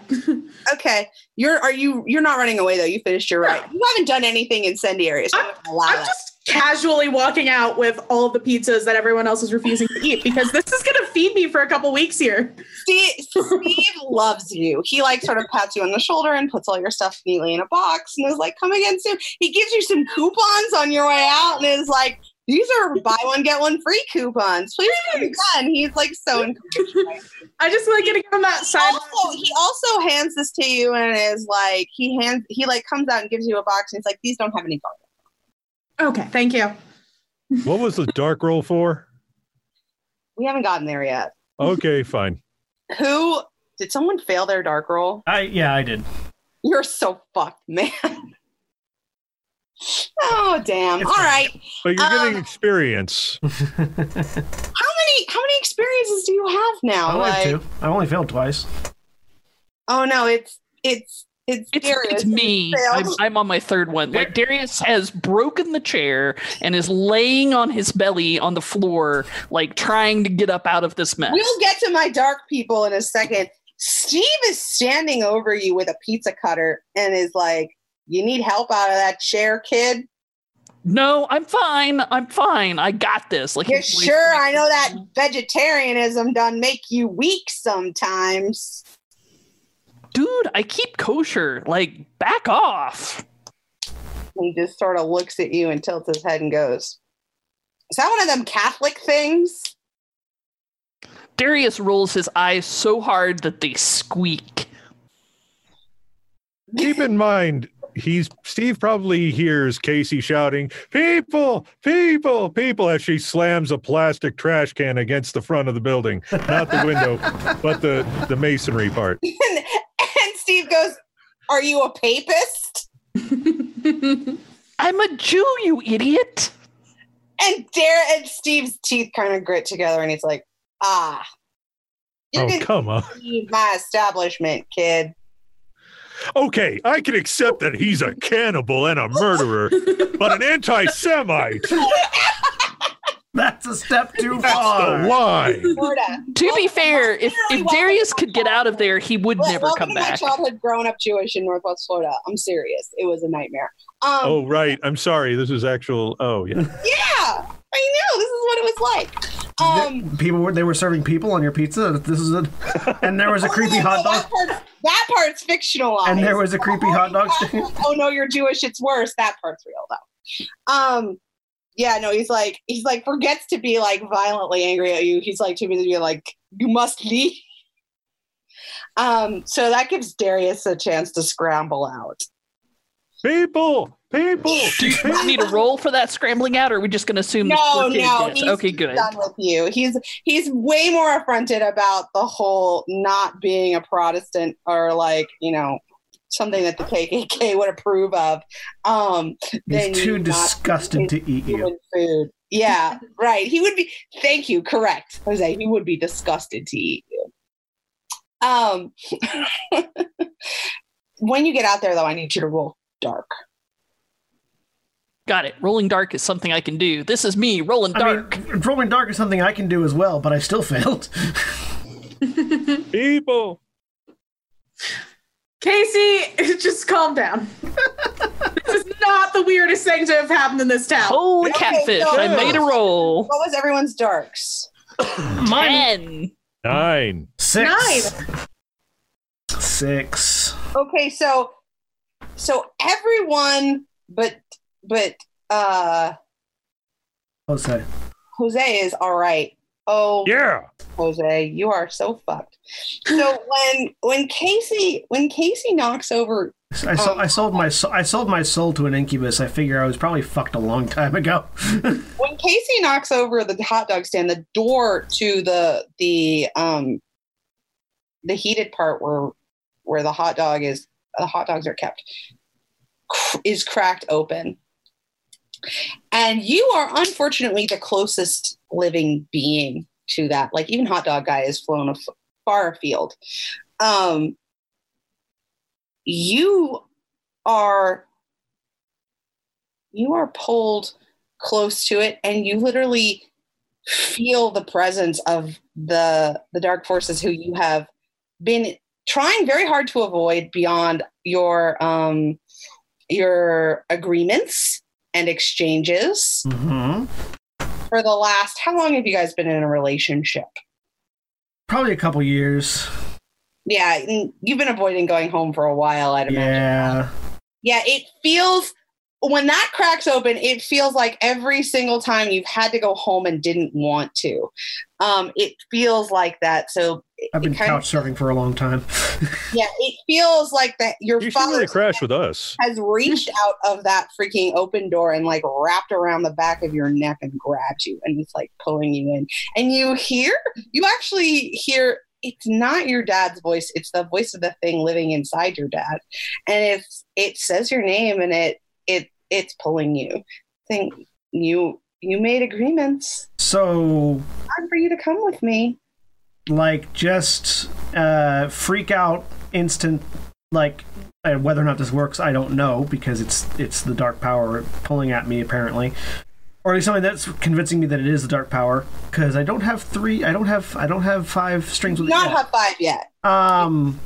Speaker 2: Okay, you're are you you're not running away though. You finished your
Speaker 3: No.
Speaker 2: right. You haven't done anything incendiary, so I'm, not gonna allow
Speaker 3: I'm
Speaker 2: that.
Speaker 3: just casually walking out with all of the pizzas that everyone else is refusing to eat because this is going to feed me for a couple weeks here.
Speaker 2: Steve, Steve loves you. He like sort of pats you on the shoulder and puts all your stuff neatly in a box and is like, "Come again soon." He gives you some coupons on your way out and is like, "These are buy one get one free coupons. Please come again." He's like so. Encouraging.
Speaker 3: I just like getting on that side.
Speaker 2: Also, he also hands this to you and is like, he hands he like comes out and gives you a box and he's like, "These don't have any bones." Oh.
Speaker 3: Okay, thank you.
Speaker 4: What was the dark roll for?
Speaker 2: We haven't gotten there yet.
Speaker 4: Okay, fine.
Speaker 2: Who did someone fail their dark roll?
Speaker 1: I yeah, I did.
Speaker 2: You're so fucked, man. oh damn! All right.
Speaker 4: But you're getting
Speaker 2: Um,
Speaker 4: experience.
Speaker 2: How many how many experiences do you have now?
Speaker 1: I only
Speaker 2: Like-
Speaker 1: have two. I only failed twice.
Speaker 2: Oh no, it's it's it's
Speaker 5: It's,
Speaker 2: Darius.
Speaker 5: it's me. I'm, I'm on my third one. Like Darius has broken the chair and is laying on his belly on the floor, like trying to get up out of this mess.
Speaker 2: We'll get to my dark people in a second. Steve is standing over you with a pizza cutter and is like, "You need help out of that chair, kid."
Speaker 5: No, I'm fine. I'm fine. I got this. Like
Speaker 2: You're
Speaker 5: his voice-
Speaker 2: sure? I know that vegetarianism done make you weak sometimes.
Speaker 5: dude. I keep kosher. Like back off.
Speaker 2: He just sort of looks at you and tilts his head and goes, "Is that one of them Catholic things?"
Speaker 5: Darius rolls his eyes so hard that they squeak.
Speaker 4: Keep in mind, he's Steve probably hears Casey shouting, "People, people, people!" as she slams a plastic trash can against the front of the building, not the window, but the the masonry part.
Speaker 2: and, and Steve goes, "Are you a papist?"
Speaker 5: I'm a Jew, you idiot.
Speaker 2: And Dare and Steve's teeth kind of grit together, and he's like, "Ah, you're
Speaker 4: Oh,
Speaker 2: gonna
Speaker 4: come on.
Speaker 2: leave my establishment, kid."
Speaker 4: Okay, I can accept that he's a cannibal and a murderer, but an anti-Semite.
Speaker 1: That's a step too
Speaker 4: That's the
Speaker 1: far.
Speaker 4: lie.
Speaker 2: Um, Florida.
Speaker 5: To be
Speaker 2: Well,
Speaker 5: fair,
Speaker 2: literally
Speaker 5: if, if
Speaker 2: welcome
Speaker 5: Darius
Speaker 2: to
Speaker 5: could get out of there, he would
Speaker 2: Well,
Speaker 5: never
Speaker 2: welcome
Speaker 5: come
Speaker 2: to My
Speaker 5: back.
Speaker 2: childhood, grown-up Jewish in Northwest Florida. I'm serious. It was a nightmare. Um,
Speaker 4: Oh, right. I'm sorry. This is actual. Oh, yeah.
Speaker 2: yeah, I know. This is what it was like. Um,
Speaker 1: people were they were serving people on your pizza. This is it. And there was a
Speaker 2: oh,
Speaker 1: creepy
Speaker 2: no, no,
Speaker 1: hot dog.
Speaker 2: That part's, that part's fictionalized.
Speaker 1: And there was a creepy hot dog stand.
Speaker 2: oh no, you're Jewish. It's worse. That part's real though. Um, yeah, no, he's like he's like forgets to be like violently angry at you. He's like too busy to be like you must leave. Um, so that gives Darius a chance to scramble out.
Speaker 4: People, people.
Speaker 5: Do you want me to roll for that scrambling out, or are we just going to assume this
Speaker 2: No,
Speaker 5: poor kid
Speaker 2: no,
Speaker 5: gets?
Speaker 2: he's
Speaker 5: Okay, good.
Speaker 2: Done with you. He's he's way more affronted about the whole not being a Protestant or like you know something that the KKK would approve of. Um, than
Speaker 1: He's too
Speaker 2: you not
Speaker 1: disgusted to eat you.
Speaker 2: human food. Yeah, right. He would be. Thank you. Correct, Jose. He would be disgusted to eat you. Um, when you get out there, though, I need you to roll dark.
Speaker 5: Got it. Rolling dark is something I can do. This is me rolling dark.
Speaker 1: I mean, rolling dark is something I can do as well, but I still failed.
Speaker 4: People.
Speaker 3: Casey, just calm down. this is not the weirdest thing to have happened in this town.
Speaker 5: Holy
Speaker 2: Okay,
Speaker 5: catfish!
Speaker 2: so-
Speaker 5: I made a roll.
Speaker 2: What was everyone's darks?
Speaker 5: Ten.
Speaker 4: Nine.
Speaker 1: Six. Six.
Speaker 2: Okay, so so everyone but but uh
Speaker 1: Jose.
Speaker 2: Jose is all right. Oh
Speaker 4: Yeah.
Speaker 2: Jose, you are so fucked. So when when Casey when Casey knocks over
Speaker 1: I, so,
Speaker 2: Oh.
Speaker 1: I sold my so- I sold my soul to an incubus. I figure I was probably fucked a long time ago.
Speaker 2: when Casey knocks over the hot dog stand, the door to the the um the heated part where where the hot dog is the hot dogs are kept cr- is cracked open. And you are unfortunately the closest living being to that. Like even hot dog guy is flown af- far afield. Um you are you are pulled close to it and you literally feel the presence of the the dark forces who you have been trying very hard to avoid beyond your um your agreements and exchanges
Speaker 1: Mm-hmm.
Speaker 2: for the last how long have you guys been in a relationship
Speaker 1: Probably a couple years.
Speaker 2: yeah n- you've been avoiding going home for a while i'd imagine
Speaker 1: Yeah.
Speaker 2: Yeah, it feels when that cracks open, it feels like every single time you've had to go home and didn't want to. Um, it feels like that. So it,
Speaker 1: I've been
Speaker 2: it kind
Speaker 1: couch surfing for a long time.
Speaker 2: of, yeah, it feels like that your
Speaker 4: You should
Speaker 2: father
Speaker 4: really crash with us.
Speaker 2: has reached out of that freaking open door and like wrapped around the back of your neck and grabbed you and it's like pulling you in. And you hear, you actually hear it's not your dad's voice, it's the voice of the thing living inside your dad. And if it says your name and it it it's pulling you. Think you you made agreements.
Speaker 1: so,
Speaker 2: Time for you to come with me.
Speaker 1: like, just uh, freak out instant. Like, uh, whether or not this works, I don't know because it's it's the dark power pulling at me apparently, or at least something that's convincing me that it is the dark power because I don't have three. I don't have I don't have five strings with it
Speaker 2: Not
Speaker 1: yet.
Speaker 2: hot five yet.
Speaker 1: Um,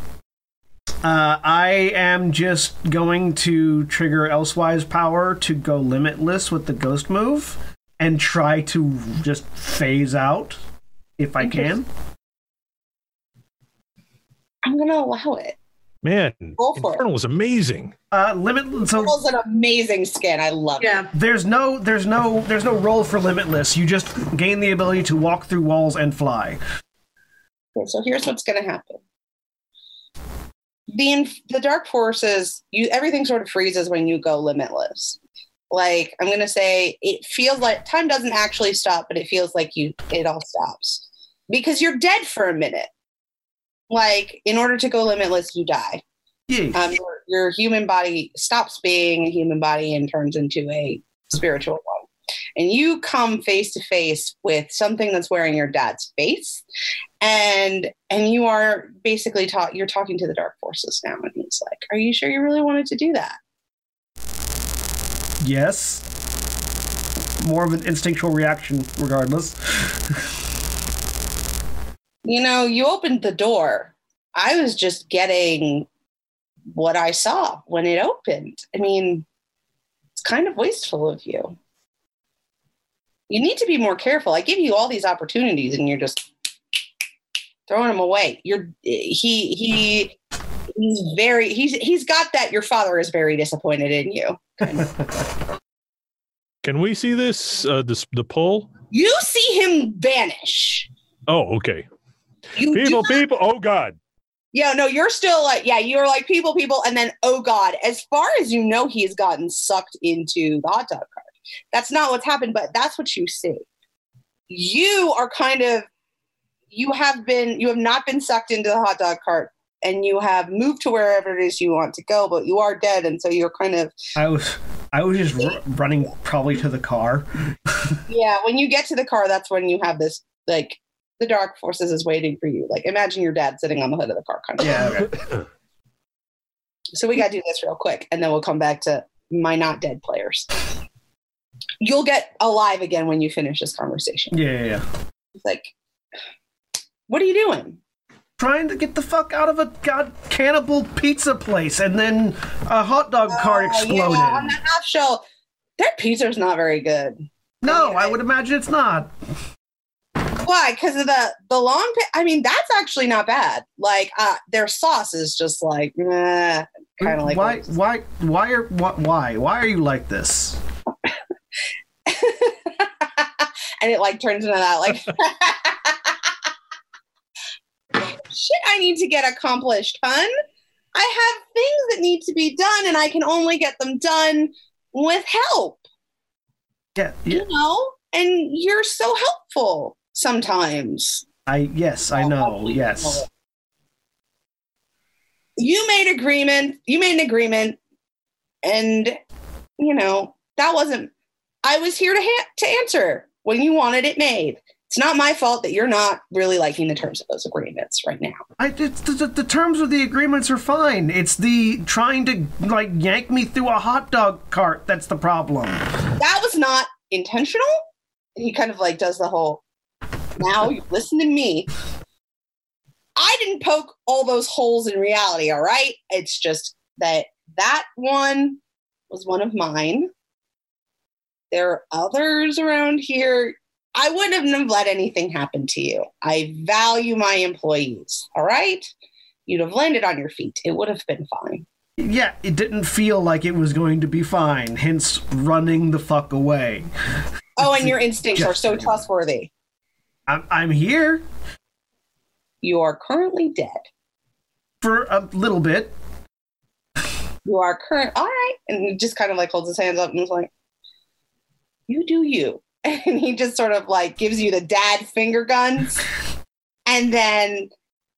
Speaker 1: uh, I am just going to trigger Elsewise power to go limitless with the ghost move and try to just phase out if I can.
Speaker 2: I'm gonna allow it.
Speaker 4: Man,
Speaker 2: Go for it.
Speaker 4: Infernal was amazing.
Speaker 1: Uh, limit. So
Speaker 2: Pulls an amazing skin. I love it.
Speaker 3: Yeah.
Speaker 1: there's no there's no there's no role for limitless. You just gain the ability to walk through walls and fly.
Speaker 2: Okay, so here's what's going to happen. The inf- the dark forces, you everything sort of freezes when you go limitless. Like I'm going to say, it feels like time doesn't actually stop, but it feels like you it all stops because you're dead for a minute. Like in order to go limitless, you die.
Speaker 1: Yeah.
Speaker 2: Um, your, your human body stops being a human body and turns into a spiritual one. And you come face to face with something that's wearing your dad's face, and and you are basically taught you're talking to the dark forces now, and he's like, "Are you sure you really wanted to do that?"
Speaker 1: Yes. More of an instinctual reaction, regardless.
Speaker 2: You know, you opened the door. I was just getting what I saw when it opened. I mean, it's kind of wasteful of you. You need to be more careful. I give you all these opportunities and you're just throwing them away. You're he he he's very he's he's got that your father is very disappointed in you.
Speaker 4: Can we see this? Uh, this the poll?
Speaker 2: You see him vanish.
Speaker 4: Oh, okay.
Speaker 2: You do
Speaker 4: People, people. Oh God.
Speaker 2: Yeah, no, you're still like, yeah, you're like people, people, and then oh god, as far as you know, he's gotten sucked into the hot dog cart. That's not what's happened, but that's what you see. You are kind of, you have been, you have not been sucked into the hot dog cart, and you have moved to wherever it is you want to go, but you are dead, and so you're kind of,
Speaker 1: I was I was just r- running probably to the car.
Speaker 2: yeah. When you get to the car, that's when you have this like the dark forces is waiting for you. Like imagine your dad sitting on the hood of the car, kind of.
Speaker 1: Yeah.
Speaker 2: So we got to do this real quick, and then we'll come back to my not dead players. You'll get alive again when you finish this conversation.
Speaker 1: Yeah, yeah, yeah.
Speaker 2: It's like, what are you doing?
Speaker 1: Trying to get the fuck out of a god cannibal pizza place, and then a hot dog cart
Speaker 2: Oh,
Speaker 1: exploded.
Speaker 2: Yeah, on the half shell. Their pizza's not very good.
Speaker 1: no, I would imagine it's not.
Speaker 2: Why? Because of the the long. pi- I mean, that's actually not bad. Like, uh, their sauce is just like, kind of like.
Speaker 1: why, why, why are why, why why are you like this?
Speaker 2: and it like turns into that like shit i need to get accomplished hun i have things that need to be done and i can only get them done with help
Speaker 1: Yeah, yeah.
Speaker 2: you know and you're so helpful sometimes
Speaker 1: I yes, I know. Yes,
Speaker 2: you made agreement you made an agreement and you know that wasn't i was here to ha- to answer when you wanted it made it's not my fault that you're not really liking the terms of those agreements right now
Speaker 1: I it's, the, the, the terms of the agreements are fine. It's the trying to like yank me through a hot dog cart that's the problem.
Speaker 2: that was not intentional. And he kind of like does the whole now you listen to me. I didn't poke all those holes in reality, all right? It's just that that one was one of mine. There are others around here. I wouldn't have let anything happen to you. I value my employees, all right? You'd have landed on your feet. It would have been fine.
Speaker 1: Yeah, it didn't feel like it was going to be fine, hence running the fuck away.
Speaker 2: Oh, and your instincts are so trustworthy.
Speaker 1: I'm, I'm here
Speaker 2: You are currently dead.
Speaker 1: for a little bit.
Speaker 2: You are current. All right. And he just kind of like holds his hands up and is like, you do you. And he just sort of like gives you the dad finger guns. And then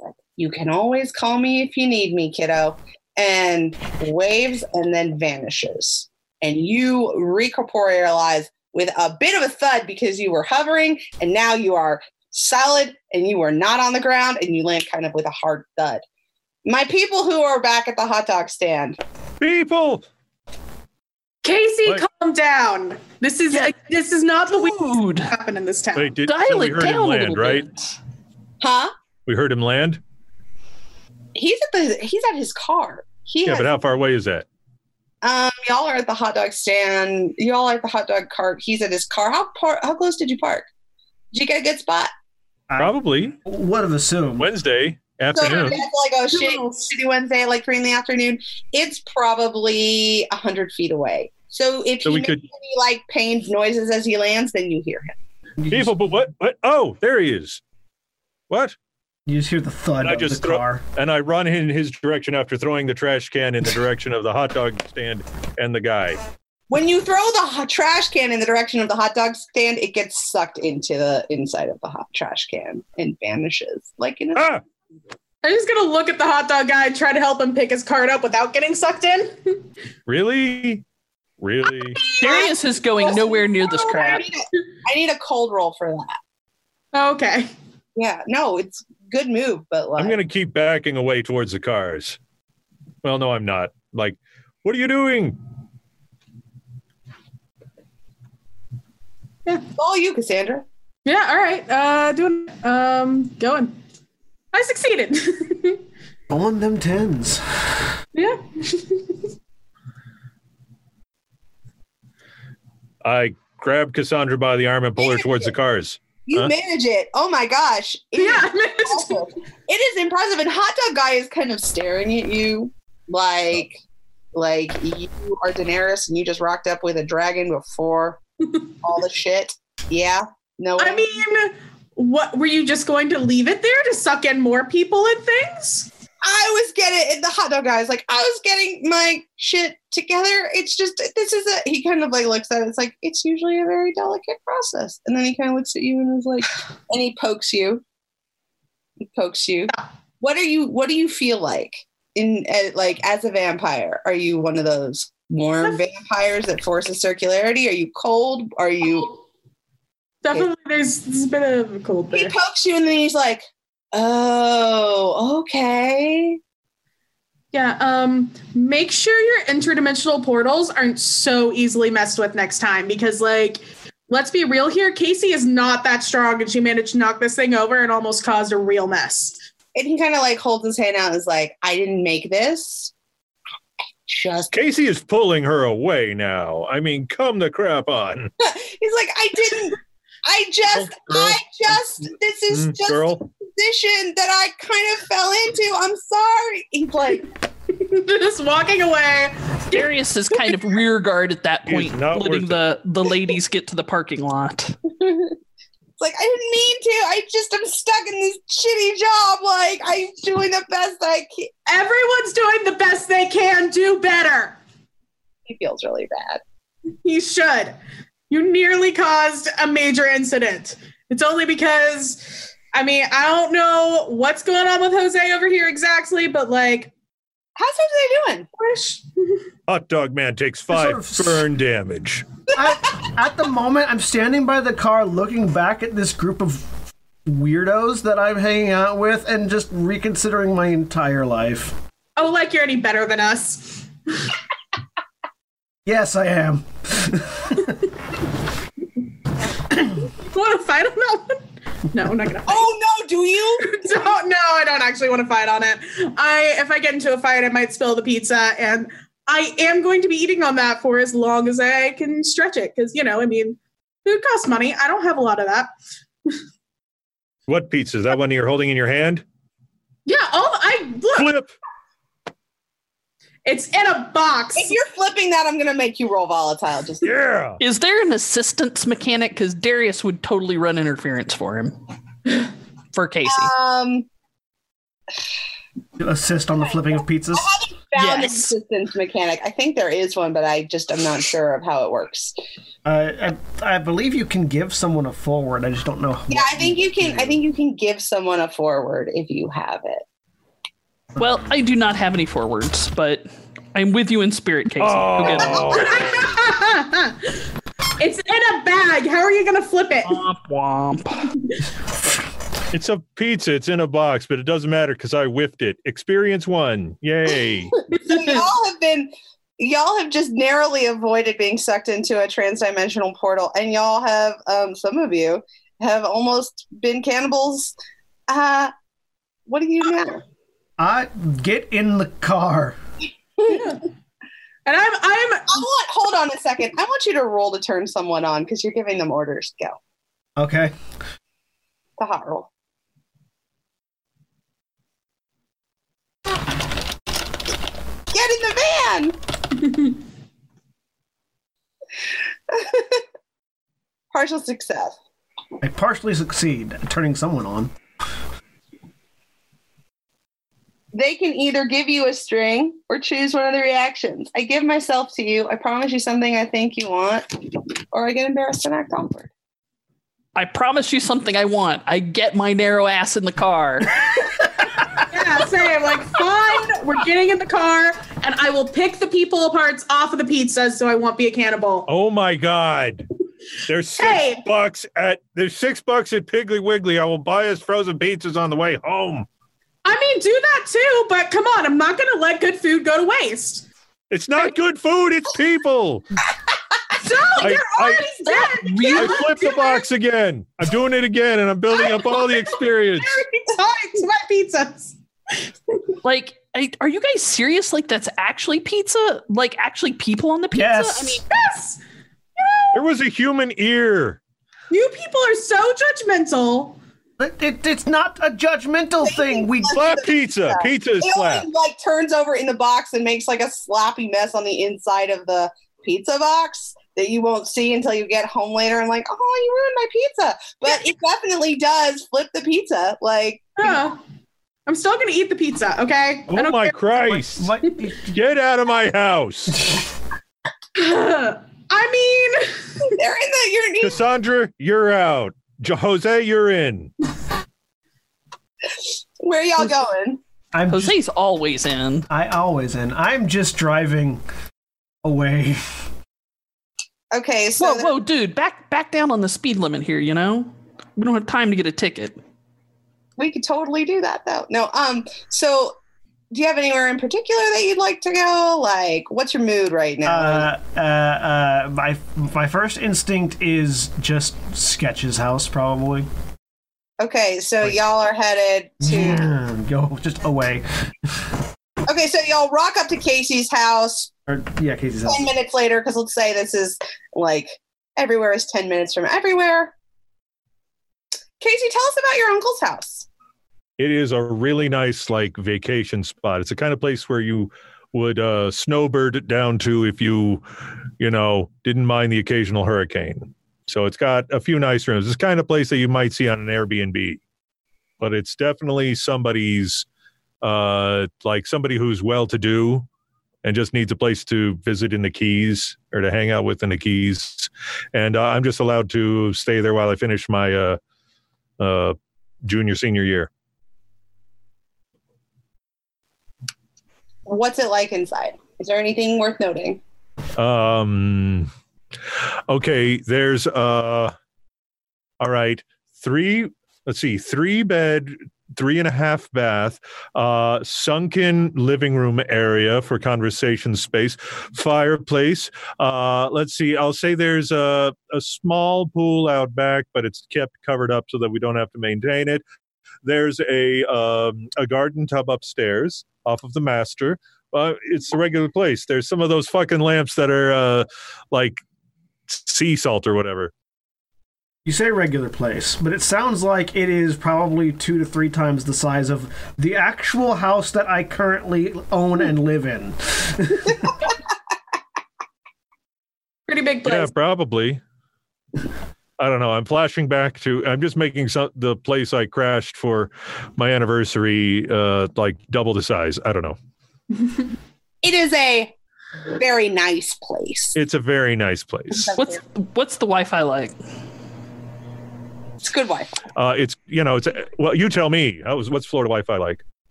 Speaker 2: like, you can always call me if you need me, kiddo. And waves and then vanishes. And you recorporealize with a bit of a thud because you were hovering and now you are solid and you are not on the ground and you land kind of with a hard thud. My people who are back at the hot dog stand,
Speaker 4: People,
Speaker 6: Casey,
Speaker 4: Wait.
Speaker 6: calm down.
Speaker 3: This is this is not the way
Speaker 5: Dude,
Speaker 3: it happened in this town.
Speaker 4: wait, did, so
Speaker 5: dial
Speaker 4: we
Speaker 5: it
Speaker 4: heard
Speaker 5: down a
Speaker 4: him
Speaker 5: little
Speaker 4: land, right?
Speaker 5: bit.
Speaker 2: Huh?
Speaker 4: We heard him land.
Speaker 2: He's at the he's at his car. He
Speaker 4: Yeah,
Speaker 2: has,
Speaker 4: but how far away is that?
Speaker 2: um y'all are at the hot dog stand. Y'all are at the hot dog cart. He's at his car. How par- how close did you park? Did you get a good spot?
Speaker 4: Probably
Speaker 1: What of assume?
Speaker 4: Wednesday
Speaker 2: So you guys are
Speaker 4: afternoon.
Speaker 2: like, oh shit,
Speaker 6: Noodles.
Speaker 2: City Wednesday at like three in the afternoon. It's probably a hundred feet away. So if
Speaker 4: So
Speaker 2: he
Speaker 4: we
Speaker 2: makes
Speaker 4: could-
Speaker 2: any like pained noises as he lands, then you hear him.
Speaker 1: You just,
Speaker 4: People, but what? What? Oh, there he is. What?
Speaker 1: you just hear the thud
Speaker 4: I
Speaker 1: of
Speaker 4: just
Speaker 1: the
Speaker 4: throw-
Speaker 1: car.
Speaker 4: And I run in his direction after throwing the trash can in the direction of the hot dog stand and the guy.
Speaker 2: When you throw the hot trash can in the direction of the hot dog stand, it gets sucked into the inside of the hot trash can and vanishes like in a
Speaker 4: Ah!
Speaker 3: I'm just gonna look at the hot dog guy and try to help him pick his card up without getting sucked in.
Speaker 4: Really? Really?
Speaker 5: Darius is going nowhere near this
Speaker 2: I
Speaker 5: crap.
Speaker 2: need, a, I need a cold roll for that.
Speaker 3: Okay.
Speaker 2: Yeah, no, it's good move, but like,
Speaker 4: I'm going to keep backing away towards the cars. Well, no, I'm not. Like, what are you doing?
Speaker 2: it's all you, Cassandra.
Speaker 3: Yeah, all right. Uh doing um going. I succeeded.
Speaker 1: On them tens.
Speaker 3: yeah.
Speaker 4: I grab Cassandra by the arm and pull her towards the cars.
Speaker 2: You
Speaker 4: Huh?
Speaker 2: manage it. Oh my gosh. It is
Speaker 3: Yeah.
Speaker 2: impressive. it is impressive. And Hot Dog Guy is kind of staring at you like, like you are Daenerys and you just rocked up with a dragon before all the shit. Yeah. No.
Speaker 3: I
Speaker 2: way.
Speaker 3: mean, what were you just going to leave it there to suck in more people and things?
Speaker 2: I was getting and the hot dog guy is like, I was getting my shit together. It's just this is a he kind of like looks at it, it's like it's usually a very delicate process. And then he kind of looks at you and is like and he pokes you. He pokes you. What are you what do you feel like in uh, like as a vampire? Are you one of those warm vampires that forces circularity? Are you cold? Are you
Speaker 3: Definitely, there's, there's been a cold
Speaker 2: he
Speaker 3: there.
Speaker 2: pokes you and then he's like, Oh, okay.
Speaker 3: Yeah. Um. Make sure your interdimensional portals aren't so easily messed with next time, because like, let's be real here. Casey is not that strong, and she managed to knock this thing over and almost caused a real mess.
Speaker 2: and he kind of like holds his hand out and is like, I didn't make this. Just
Speaker 4: Casey is pulling her away now. I mean, come the crap on.
Speaker 2: he's like, I didn't. I just,
Speaker 4: girl.
Speaker 2: I just, this is
Speaker 4: Mm,
Speaker 2: just a
Speaker 4: girl,
Speaker 2: position that I kind of fell into. I'm sorry. He's like,
Speaker 3: Just walking away.
Speaker 5: Darius is kind of rear guard at that
Speaker 4: He is
Speaker 5: point,
Speaker 4: not
Speaker 5: letting
Speaker 4: worth
Speaker 5: the, the ladies get to the parking lot.
Speaker 2: it's like, I didn't mean to. I just, I'm stuck in this shitty job. Like, I'm doing the best I can.
Speaker 3: Everyone's doing the best they can. Do better.
Speaker 2: He feels really bad.
Speaker 3: He should. You nearly caused a major incident. It's only because, I mean, I don't know what's going on with Jose over here exactly, but like,
Speaker 2: How's everybody doing?
Speaker 3: gosh.
Speaker 4: Hot dog man takes
Speaker 1: sort
Speaker 4: five
Speaker 1: of s-
Speaker 4: burn damage.
Speaker 1: I, at the moment, I'm standing by the car looking back at this group of weirdos that I'm hanging out with and just reconsidering my entire life.
Speaker 3: oh, like you're any better than us.
Speaker 1: Yes, I am.
Speaker 3: Want to fight on that one? No, I'm not gonna. Fight.
Speaker 2: Oh no, do you?
Speaker 3: don't, no, I don't actually want to fight on it. I if I get into a fight, I might spill the pizza, and I am going to be eating on that for as long as I can stretch it. Because you know, I mean, food costs money. I don't have a lot of that.
Speaker 4: What pizza? Is that one you're holding in your hand?
Speaker 3: Yeah, all I look.
Speaker 4: Flip.
Speaker 3: It's in a box.
Speaker 2: If you're flipping that, I'm gonna make you roll volatile. Just
Speaker 4: Yeah.
Speaker 5: Is there an assistance mechanic? Because Darius would totally run interference for him. For Casey.
Speaker 2: um,
Speaker 1: To assist on the flipping of pizzas.
Speaker 2: I haven't found
Speaker 5: Yes.
Speaker 2: a distance mechanic. I think there is one, but I just I'm not sure of how it works.
Speaker 1: Uh, I, I believe you can give someone a forward. I just don't know.
Speaker 2: Yeah, I think you can. I think you can give someone a forward if you have it.
Speaker 5: Well, I do not have any forwards, but I'm with you in spirit, Casey. Go get 'em.
Speaker 4: Oh,
Speaker 3: it's in a bag. How are you gonna flip it?
Speaker 5: Womp womp.
Speaker 4: it's a pizza. It's in a box, but it doesn't matter because I whiffed it. Experience one. Yay.
Speaker 2: So y'all have been. Y'all have just narrowly avoided being sucked into a transdimensional portal, and y'all have um, some of you have almost been cannibals. Uh, what do you know?
Speaker 1: I get in the car.
Speaker 3: And I'm I'm
Speaker 2: I want. Hold on a second. I want you to roll to turn someone on because you're giving them orders. Go.
Speaker 1: Okay.
Speaker 2: The hot roll. Get in the van. Partial success.
Speaker 1: I partially succeed at turning someone on.
Speaker 2: They can either give you a string or choose one of the reactions. I give myself to you. I promise you something I think you want, or I get embarrassed and act awkward.
Speaker 5: I promise you something I want. I get my narrow ass in the car.
Speaker 3: yeah saying like fine. We're getting in the car, and I will pick the people parts off of the pizzas so I won't be a cannibal.
Speaker 4: Oh my God. There's six
Speaker 3: Hey.
Speaker 4: bucks at there's six bucks at Piggly Wiggly. I will buy us frozen pizzas on the way home.
Speaker 3: I mean, do that too, but come on, I'm not gonna let good food go to waste.
Speaker 4: It's not good food, it's people.
Speaker 3: So
Speaker 4: I,
Speaker 3: you're
Speaker 4: I,
Speaker 3: already dead. You
Speaker 4: I
Speaker 3: can't let
Speaker 4: flipped the
Speaker 3: good
Speaker 4: box again. I'm doing it again and I'm building up all the experience.
Speaker 3: food tie to my pizzas.
Speaker 5: like, I, are you guys serious? Like, that's actually pizza? Like, actually people on the pizza?
Speaker 1: Yes.
Speaker 5: I mean,
Speaker 3: Yes,
Speaker 4: There was a human ear.
Speaker 3: you people are so judgmental.
Speaker 1: It, it- it's not a judgmental thing. We
Speaker 4: Slap pizza. Pizza is
Speaker 2: It
Speaker 4: slap.
Speaker 2: only like turns over in the box and makes like a sloppy mess on the inside of the pizza box that you won't see until you get home later and like, oh, you ruined my pizza. But it definitely does flip the pizza. Like,
Speaker 3: Yeah. I'm still gonna eat the pizza, okay?
Speaker 4: Oh my Christ.
Speaker 1: What-
Speaker 4: Get out of my house.
Speaker 3: care. I mean,
Speaker 2: they're in the you're you
Speaker 4: Cassandra, you're out. Jo- Jose, you're in.
Speaker 2: where y'all going?
Speaker 1: I'm just,
Speaker 5: Jose's always in.
Speaker 1: I always and I'm just driving away.
Speaker 2: Okay, so
Speaker 5: Whoa, whoa, dude, back back down on the speed limit here, you know? We don't have time to get a ticket.
Speaker 2: we could totally do that though. No, um, so do you have anywhere in particular that you'd like to go? Like, what's your mood right now?
Speaker 1: Uh, uh, uh, my my first instinct is just Sketch's house, probably.
Speaker 2: okay, so y'all are headed to.
Speaker 1: Yeah, Go just away.
Speaker 2: Okay, so y'all rock up to Casey's house.
Speaker 1: Or, yeah, Casey's house.
Speaker 2: 10 minutes later because let's say this is like everywhere is 10 minutes from everywhere casey tell us about your uncle's house
Speaker 4: It is a really nice like vacation spot. It's the kind of place where you would uh, snowbird it down to if you, you know, didn't mind the occasional hurricane. So it's got a few nice rooms. It's the kind of place that you might see on an Airbnb, but it's definitely somebody's, uh, like somebody who's well-to-do and just needs a place to visit in the Keys or to hang out with in the Keys. And uh, I'm just allowed to stay there while I finish my uh, uh, junior senior year.
Speaker 2: what's it like inside is there anything worth noting
Speaker 4: Um okay, there's uh all right, three let's see, three bed, three and a half bath, uh, sunken living room area for conversation space, fireplace. Uh, let's see, I'll say there's a, a small pool out back, but it's kept covered up so that we don't have to maintain it. There's a um, a garden tub upstairs off of the master. Uh, it's a regular place. There's some of those fucking lamps that are uh, like sea salt or whatever.
Speaker 1: You say regular place, but it sounds like it is probably two to three times the size of the actual house that I currently own and live in.
Speaker 3: Pretty big
Speaker 4: Yeah,
Speaker 3: place.
Speaker 4: probably. I don't know. I'm flashing back to. I'm just making some, the place I crashed for my anniversary, uh, like double the size. I don't know.
Speaker 2: It is a very nice place.
Speaker 4: It's a very nice place.
Speaker 5: What's what's the Wi-Fi like?
Speaker 2: It's good Wi Fi.
Speaker 4: Uh, it's you know, it's well. You tell me. How is what's Florida Wi-Fi like?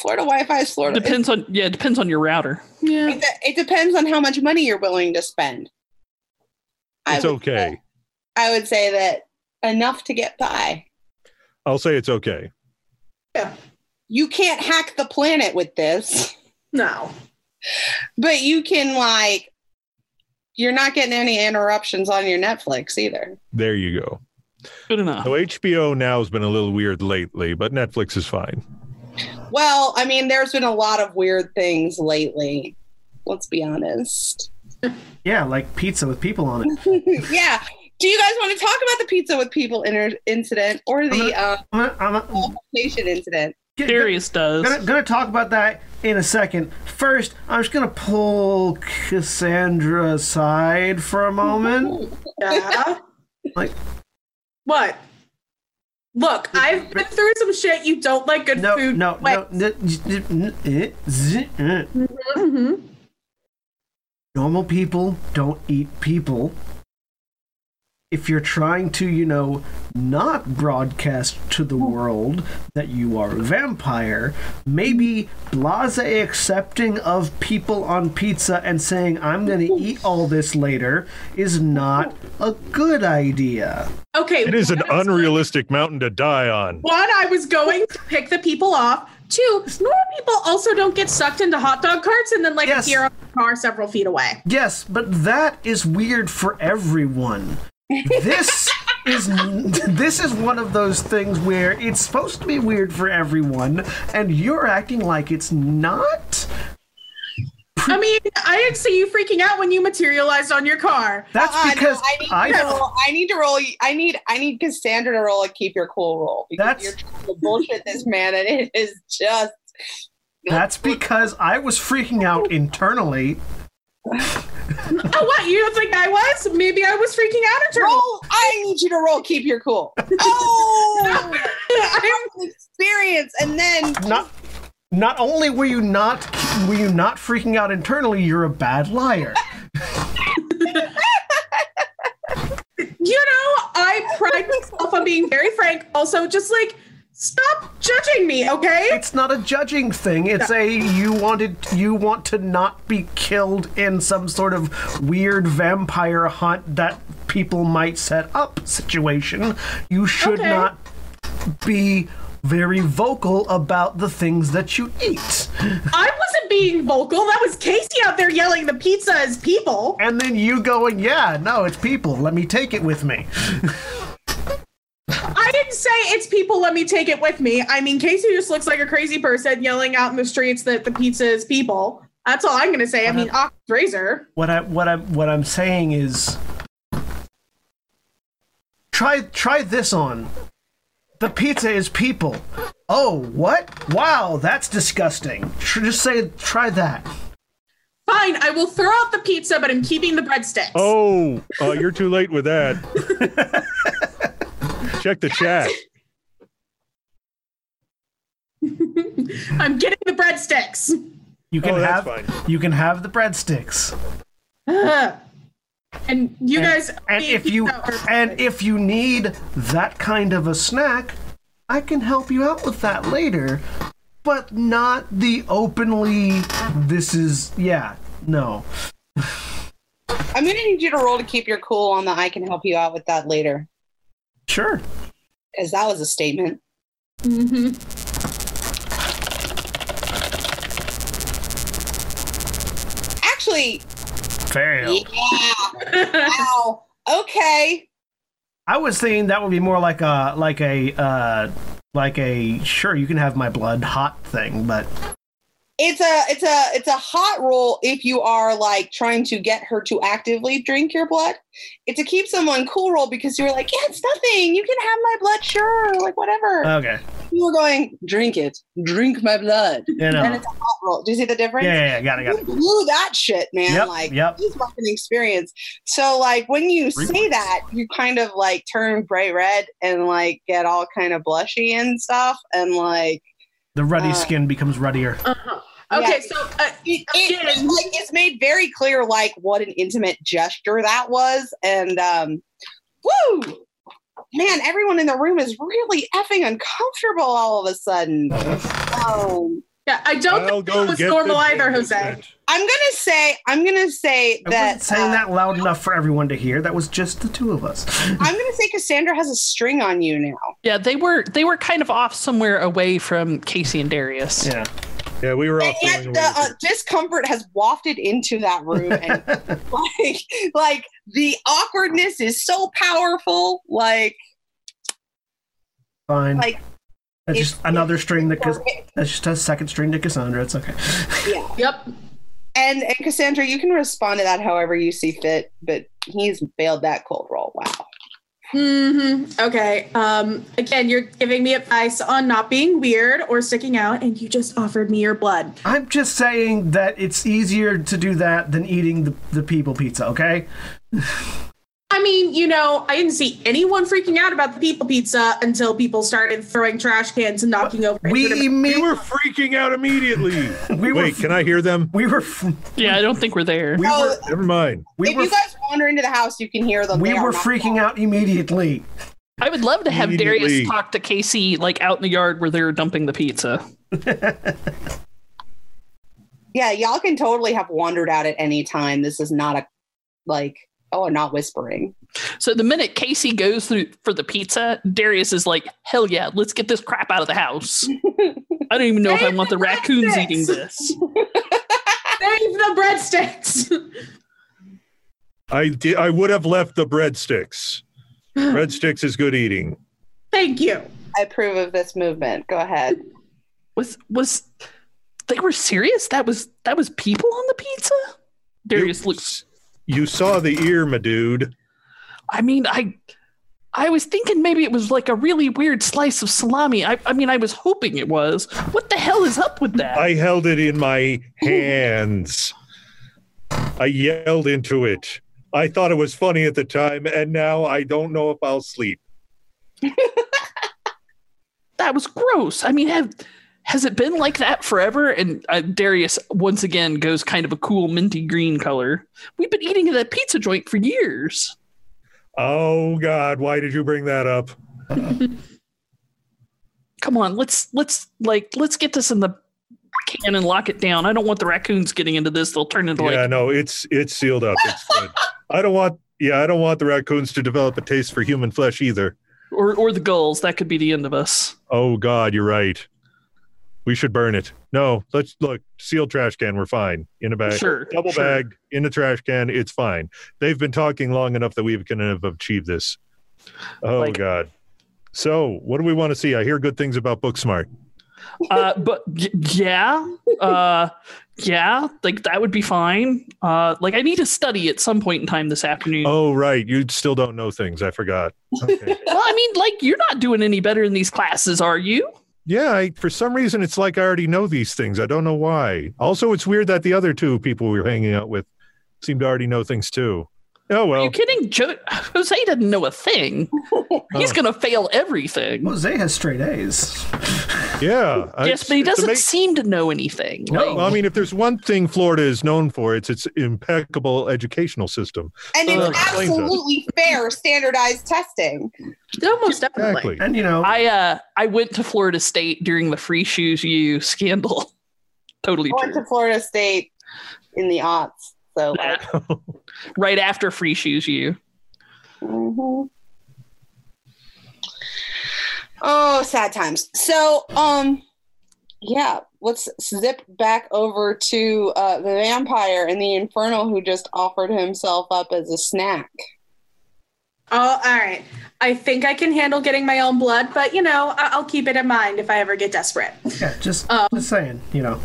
Speaker 2: Florida Wi Fi is Florida.
Speaker 5: Depends on yeah, it depends on your router. Yeah.
Speaker 2: It, de- it depends on how much money you're willing to spend.
Speaker 4: It's
Speaker 2: would
Speaker 4: okay.
Speaker 2: say- I would say that enough to get by.
Speaker 4: I'll say it's okay.
Speaker 2: You can't hack the planet with this,
Speaker 3: No.
Speaker 2: but you can like. You're not getting any interruptions on your Netflix either.
Speaker 4: There you go.
Speaker 5: Good enough.
Speaker 4: So HBO now has been a little weird lately, but Netflix is fine.
Speaker 2: Well, I mean, there's been a lot of weird things lately. Let's be honest.
Speaker 1: yeah, like pizza with people on it.
Speaker 2: yeah. Do you guys want to talk about the pizza with people inter- incident or the uh,
Speaker 1: I'm gonna, I'm gonna-
Speaker 2: nation incident?
Speaker 1: get- get-
Speaker 5: Darius does.
Speaker 1: gonna, gonna talk about that in a second. First, I'm just gonna pull Cassandra aside for a moment.
Speaker 6: Yeah.
Speaker 1: Like-
Speaker 3: What? Look, I've been through some shit. You don't like good
Speaker 1: No,
Speaker 3: food.
Speaker 1: no, no, no, n- n- n- n-
Speaker 3: Mhm.
Speaker 1: normal people don't eat people. If you're trying to, you know, not broadcast to the world that you are a vampire, maybe blase accepting of people on pizza and saying, I'm going to eat all this later is not a good idea.
Speaker 3: Okay.
Speaker 4: It is an
Speaker 3: what I was-
Speaker 4: unrealistic mountain to die on.
Speaker 3: One, I was going to pick the people off. Two, normal people also don't get sucked into hot dog carts and then like
Speaker 1: Yes.
Speaker 3: appear on a car several feet away.
Speaker 1: Yes, but that is weird for everyone. This is this is one of those things where it's supposed to be weird for everyone and you're acting like it's not.
Speaker 3: I mean, I didn't see you freaking out when you materialized on your car.
Speaker 1: That's
Speaker 2: Uh-uh, no,
Speaker 1: because
Speaker 2: I need,
Speaker 1: I,
Speaker 2: to roll, I need to roll. I need. I need Cassandra to roll a keep your cool roll because
Speaker 1: That's-
Speaker 2: you're trying to bullshit this man, and it is just.
Speaker 1: that's because I was freaking out internally.
Speaker 3: Oh, what? You don't think I was? Maybe I was freaking out internally.
Speaker 2: Roll. I need you to roll. Keep your cool. Oh,
Speaker 3: I'm
Speaker 2: experience, and then
Speaker 1: Not not only were you not were you not freaking out internally, you're a bad liar.
Speaker 3: you know, I pride myself on being very frank. Also, just like, stop judging me, okay?
Speaker 1: It's not a judging thing. It's a you wanted you want to not be killed in some sort of weird vampire hunt that people might set up situation. You should
Speaker 3: Okay.
Speaker 1: not be very vocal about the things that you eat.
Speaker 3: I wasn't being vocal. That was Casey out there yelling the pizza is people.
Speaker 1: And then you going, yeah, no, it's people. Let me take it with me.
Speaker 3: I didn't say it's people, let me take it with me. I mean, Casey just looks like a crazy person yelling out in the streets that the pizza is people. That's all I'm going to say. I
Speaker 1: Uh-huh.
Speaker 3: mean, Ox Razor.
Speaker 1: What I what I what I'm saying is try try this on. The pizza is people. Oh, what? Wow, that's disgusting. Should just say try that.
Speaker 3: Fine, I will throw out the pizza, but I'm keeping the breadsticks.
Speaker 4: Oh, uh, you're too late with that. Check the chat.
Speaker 3: I'm getting the breadsticks.
Speaker 1: You can
Speaker 4: Oh,
Speaker 1: have
Speaker 4: that's fine.
Speaker 1: you can have the breadsticks.
Speaker 3: Ugh. and you guys.
Speaker 1: And if you and if you need that kind of a snack, I can help you out with that later, but not the openly this is yeah, no.
Speaker 2: I'm gonna need you to roll to keep your cool on the. I can help you out with that later.
Speaker 1: Sure.
Speaker 2: As that was a statement.
Speaker 3: Mm-hmm.
Speaker 2: Actually,
Speaker 1: Fail.
Speaker 2: yeah. Wow. Okay.
Speaker 1: I was thinking that would be more like a like a uh, like a sure you can have my blood hot thing, but
Speaker 2: It's a it's a it's a hot roll if you are like trying to get her to actively drink your blood. It's a keep someone cool roll because you were like, yeah, it's nothing. You can have my blood, sure, like whatever.
Speaker 1: okay,
Speaker 2: you were going, drink it, drink my blood.
Speaker 1: you know,
Speaker 2: And
Speaker 1: yeah,
Speaker 2: it's a hot roll. Do you see the difference?
Speaker 1: yeah, yeah, got it, got
Speaker 2: you
Speaker 1: it.
Speaker 2: blew that shit, man.
Speaker 1: Yep,
Speaker 2: like
Speaker 1: yep.
Speaker 2: this fucking experience. So like when you
Speaker 4: Three
Speaker 2: say that, you kind of like turn bright red and like get all kind of blushy and stuff, and like
Speaker 1: The ruddy
Speaker 2: Uh,
Speaker 1: skin becomes ruddier.
Speaker 3: Uh-huh. Okay,
Speaker 2: Yeah.
Speaker 3: so uh,
Speaker 2: it, it-
Speaker 3: Again.
Speaker 2: like it's made very clear like what an intimate gesture that was, and um, woo. Man, everyone in the room is really effing uncomfortable all of a sudden. Um,
Speaker 3: yeah, I don't
Speaker 4: I'll
Speaker 3: think
Speaker 4: go
Speaker 3: that was
Speaker 4: get the
Speaker 3: normal either,
Speaker 4: damage
Speaker 3: Jose.
Speaker 4: set.
Speaker 2: I'm gonna say, I'm gonna say
Speaker 1: I
Speaker 2: that
Speaker 1: wasn't saying
Speaker 2: uh,
Speaker 1: that loud enough for everyone to hear. That was just the two of us.
Speaker 2: I'm gonna say Cassandra has a string on you now.
Speaker 5: Yeah, they were they were kind of off somewhere away from Casey and Darius.
Speaker 1: yeah.
Speaker 4: Yeah, we were off.
Speaker 2: and yet
Speaker 4: doing
Speaker 2: the
Speaker 4: what we
Speaker 2: uh,
Speaker 4: did.
Speaker 2: discomfort has wafted into that room and like like the awkwardness is so powerful like
Speaker 1: Fine.
Speaker 2: Like,
Speaker 1: that's
Speaker 2: it's-
Speaker 1: just another string that Cass- that's just a second string to Cassandra. It's okay.
Speaker 3: Yep.
Speaker 2: and and cassandra you can respond to that however you see fit but he's failed that cold roll wow
Speaker 3: Mm-hmm. Okay. Um, again, you're giving me advice on not being weird or sticking out, and you just offered me your blood.
Speaker 1: I'm just saying that it's easier to do that than eating the, the people pizza. Okay.
Speaker 3: I mean, you know, I didn't see anyone freaking out about the people pizza until people started throwing trash cans and knocking over.
Speaker 1: We
Speaker 3: instruments.
Speaker 1: me
Speaker 4: we were freaking out immediately.
Speaker 1: We were
Speaker 4: Wait, can I hear them?
Speaker 1: we were f-
Speaker 5: Yeah, I don't think we're there.
Speaker 1: we
Speaker 2: Oh,
Speaker 1: were
Speaker 4: Never mind.
Speaker 1: we
Speaker 2: if
Speaker 1: were
Speaker 2: you guys wander into the house you can hear them
Speaker 1: we
Speaker 2: They are
Speaker 1: were
Speaker 2: not-
Speaker 1: freaking out immediately.
Speaker 5: I would love to have
Speaker 4: Immediately.
Speaker 5: Darius talk to Casey like out in the yard where they're dumping the pizza.
Speaker 2: yeah y'all can totally have wandered out at any time this is not a like oh I'm not whispering
Speaker 5: So the minute Casey goes through for the pizza, Darius is like, "Hell yeah, let's get this crap out of the house." I don't even know if I
Speaker 3: Save
Speaker 5: want the
Speaker 3: the
Speaker 5: raccoons
Speaker 3: breadsticks.
Speaker 5: eating this.
Speaker 3: Save the breadsticks.
Speaker 4: I did, I would have left the breadsticks. Breadsticks is good eating.
Speaker 3: Thank you.
Speaker 2: i approve of this movement go ahead
Speaker 5: Was was they were serious? That was that was people on the pizza. Darius
Speaker 4: You-
Speaker 5: looks.
Speaker 4: You saw the ear, my dude.
Speaker 5: I mean, I I was thinking maybe it was like a really weird slice of salami. I I mean, I was hoping it was. What the hell is up with that?
Speaker 4: I held it in my hands. I yelled into it. I thought it was funny at the time, and now I don't know if I'll sleep.
Speaker 5: that was gross. I mean, have has it been like that forever? And uh, Darius once again goes kind of a cool minty green color. We've been eating at that pizza joint for years.
Speaker 4: Oh God, why did you bring that up?
Speaker 5: Come on, let's let's like let's get this in the can and lock it down. I don't want the raccoons getting into this. They'll turn into
Speaker 4: Yeah,
Speaker 5: like
Speaker 4: no, it's it's sealed up. It's good. I don't want yeah, I don't want the raccoons to develop a taste for human flesh either.
Speaker 5: or or the gulls. That could be the end of us.
Speaker 4: Oh God, you're right. We should burn it. No, let's look. Sealed trash can. We're fine. In a bag.
Speaker 5: Sure,
Speaker 4: Double
Speaker 5: sure.
Speaker 4: bag in the trash can. It's fine. They've been talking long enough that we can have achieved this. Oh
Speaker 5: Like-
Speaker 4: God. So, what do we want to see? I hear good things about Booksmart.
Speaker 5: Uh, but y- yeah, uh, yeah, like that would be fine. Uh, like I need to study at some point in time this afternoon.
Speaker 4: Oh, right. You still don't know things. I forgot. Okay.
Speaker 5: Well, I mean, like you're not doing any better in these classes, are you?
Speaker 4: yeah. I, for some reason, it's like I already know these things. I don't know why. Also, it's weird that the other two people we were hanging out with seemed to already know things too. Oh
Speaker 5: Are
Speaker 4: well.
Speaker 5: you kidding? Jo- Jose doesn't know a thing. He's
Speaker 4: Oh.
Speaker 5: going to fail everything.
Speaker 1: Jose has straight A's.
Speaker 4: Yeah. I-
Speaker 5: yes, but he
Speaker 4: it's
Speaker 5: doesn't
Speaker 4: ama-
Speaker 5: seem to know anything.
Speaker 1: No.
Speaker 5: Like,
Speaker 4: Well, I mean, if there's one thing Florida is known for, it's its impeccable educational system.
Speaker 2: and
Speaker 5: Ugh.
Speaker 2: it's absolutely fair standardized testing
Speaker 3: Almost definitely.
Speaker 4: Exactly.
Speaker 1: And you know,
Speaker 5: I uh, I went to Florida State during the free shoes you scandal. totally
Speaker 2: Oh, I went
Speaker 5: true.
Speaker 2: to Florida State in the aughts. So like,
Speaker 5: That- right
Speaker 2: mm-hmm.
Speaker 5: after free shoes you.
Speaker 2: mhm. Oh, sad times. So, um, yeah, let's zip back over to uh, the vampire and the infernal who just offered himself up as a snack.
Speaker 3: Oh, all right. I think I can handle getting my own blood, but you know, I- I'll keep it in mind if I ever get desperate.
Speaker 1: Yeah, just
Speaker 2: Oh.
Speaker 3: Um,
Speaker 1: just saying, you know,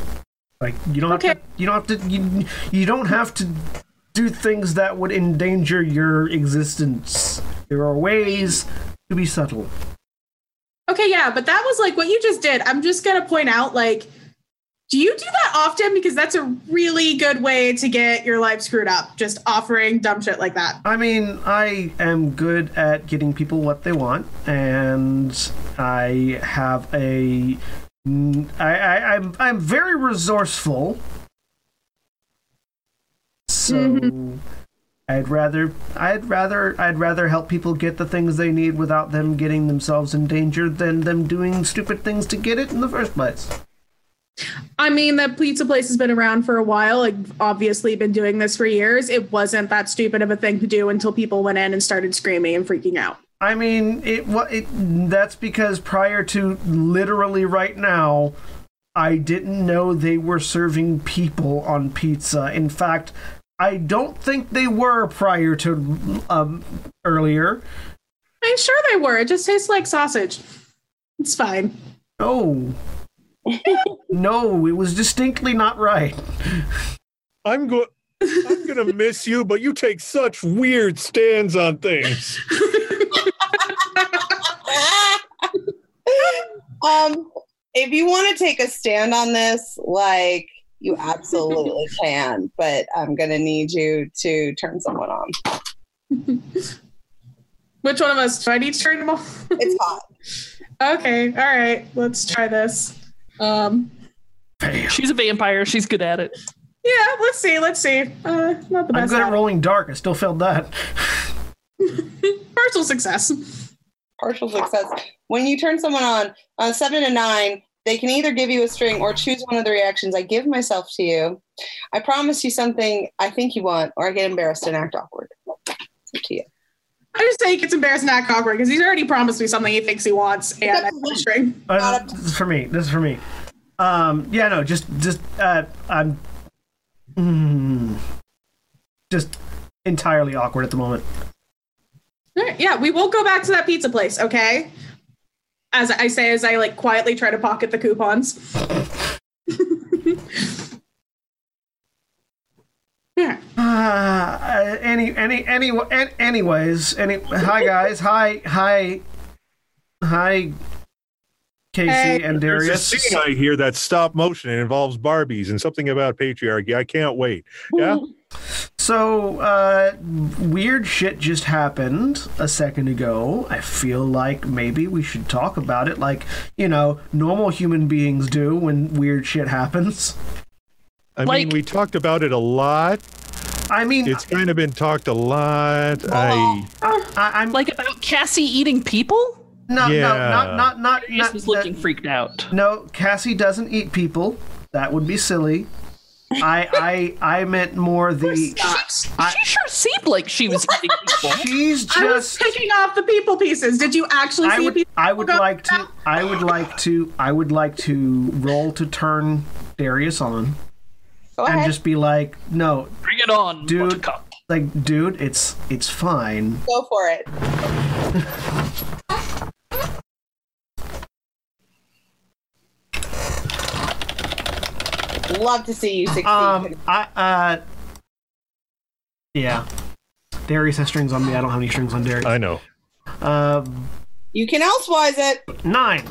Speaker 1: like you don't have
Speaker 3: Okay.
Speaker 1: to, you don't have to you, you don't have to do things that would endanger your existence. There are ways to be subtle.
Speaker 3: Okay, yeah, but that was like what you just did. I'm just gonna point out, like, do you do that often? Because that's a really good way to get your life screwed up, just offering dumb shit like that.
Speaker 1: I mean, I am good at getting people what they want, and I have a. I, I, I'm, I'm very resourceful. So I'd rather I'd rather I'd rather help people get the things they need without them getting themselves in danger than them doing stupid things to get it in the first place.
Speaker 3: I mean, the pizza place has been around for a while. Like, obviously, been doing this for years. It wasn't that stupid of a thing to do until people went in and started screaming and freaking out.
Speaker 1: I mean, it, wa- it that's because prior to literally right now, I didn't know they were serving people on pizza. In fact, I don't think they were prior to um, earlier.
Speaker 3: I'm sure they were. It just tastes like sausage. It's fine.
Speaker 1: No. no, it was distinctly not right.
Speaker 4: I'm going. I'm gonna miss you, but you take such weird stands on things.
Speaker 2: um, if you want to take a stand on this, like you absolutely can, but I'm gonna need you to turn someone on.
Speaker 3: Which one of us do I need to turn them off?
Speaker 2: It's hot.
Speaker 3: okay, all right. Let's try this. Um,
Speaker 5: She's a vampire. She's good at it.
Speaker 3: yeah, let's see. Let's see. Uh, not the
Speaker 1: I'm
Speaker 3: best.
Speaker 1: good
Speaker 3: at
Speaker 1: at
Speaker 3: it.
Speaker 1: rolling dark. I still failed that.
Speaker 3: Partial success.
Speaker 2: partial success. When you turn someone on, on seven and nine, they can either give you a string or choose one of the reactions. I give myself to you. I promise you something I think you want, or I get embarrassed and act awkward. It's up to you.
Speaker 3: I just think it's embarrassing not awkward because he's already promised me something he thinks he wants, and I'm wondering.
Speaker 1: Uh,
Speaker 2: Not
Speaker 1: this is for me. This is for me. Um, yeah, no, just, just, uh, I'm, mm, just entirely awkward at the moment.
Speaker 3: All right, Yeah, we will go back to that pizza place, okay? As I say, as I like quietly try to pocket the coupons. yeah.
Speaker 1: Uh, any, any, any, an- anyways, any. Hi guys. hi, hi, hi. Casey
Speaker 3: Hey.
Speaker 1: and
Speaker 4: There's a
Speaker 1: Darius.
Speaker 4: scene I hear that stop motion. It involves Barbies and something about patriarchy. I can't wait. Yeah,
Speaker 1: So, uh, weird shit just happened a second ago. I feel like maybe we should talk about it like, you know, normal human beings do when weird shit happens.
Speaker 4: I mean
Speaker 5: Like-
Speaker 4: we talked about it a lot.
Speaker 1: I mean,
Speaker 4: It's kind of been talked a lot. I
Speaker 1: I, I'm
Speaker 5: Like about Cassie eating people?
Speaker 1: no,
Speaker 4: Yeah.
Speaker 1: no, not, not, not,
Speaker 5: She
Speaker 1: not,
Speaker 5: was looking freaked out.
Speaker 1: no, Cassie doesn't eat people. That would be silly. I, I, I meant more the,
Speaker 5: She, she sure seemed like she was eating people.
Speaker 1: she's
Speaker 3: I was
Speaker 1: just,
Speaker 3: picking off the people pieces. Did you actually
Speaker 1: I
Speaker 3: see
Speaker 1: would,
Speaker 3: people?
Speaker 1: I would
Speaker 3: go
Speaker 1: like to, I would like to, I would like to roll to turn Darius on.
Speaker 2: Go
Speaker 1: and
Speaker 2: ahead.
Speaker 1: just be like, no,
Speaker 5: Bring it on,
Speaker 1: Dude.
Speaker 5: Buttercup.
Speaker 1: like, dude, it's it's fine.
Speaker 2: go for it. Love to see you succeed.
Speaker 1: Um, I uh, yeah. Darius has strings on me. I don't have any strings on Darius.
Speaker 4: I know.
Speaker 1: Uh,
Speaker 2: you can elsewise it.
Speaker 1: nine.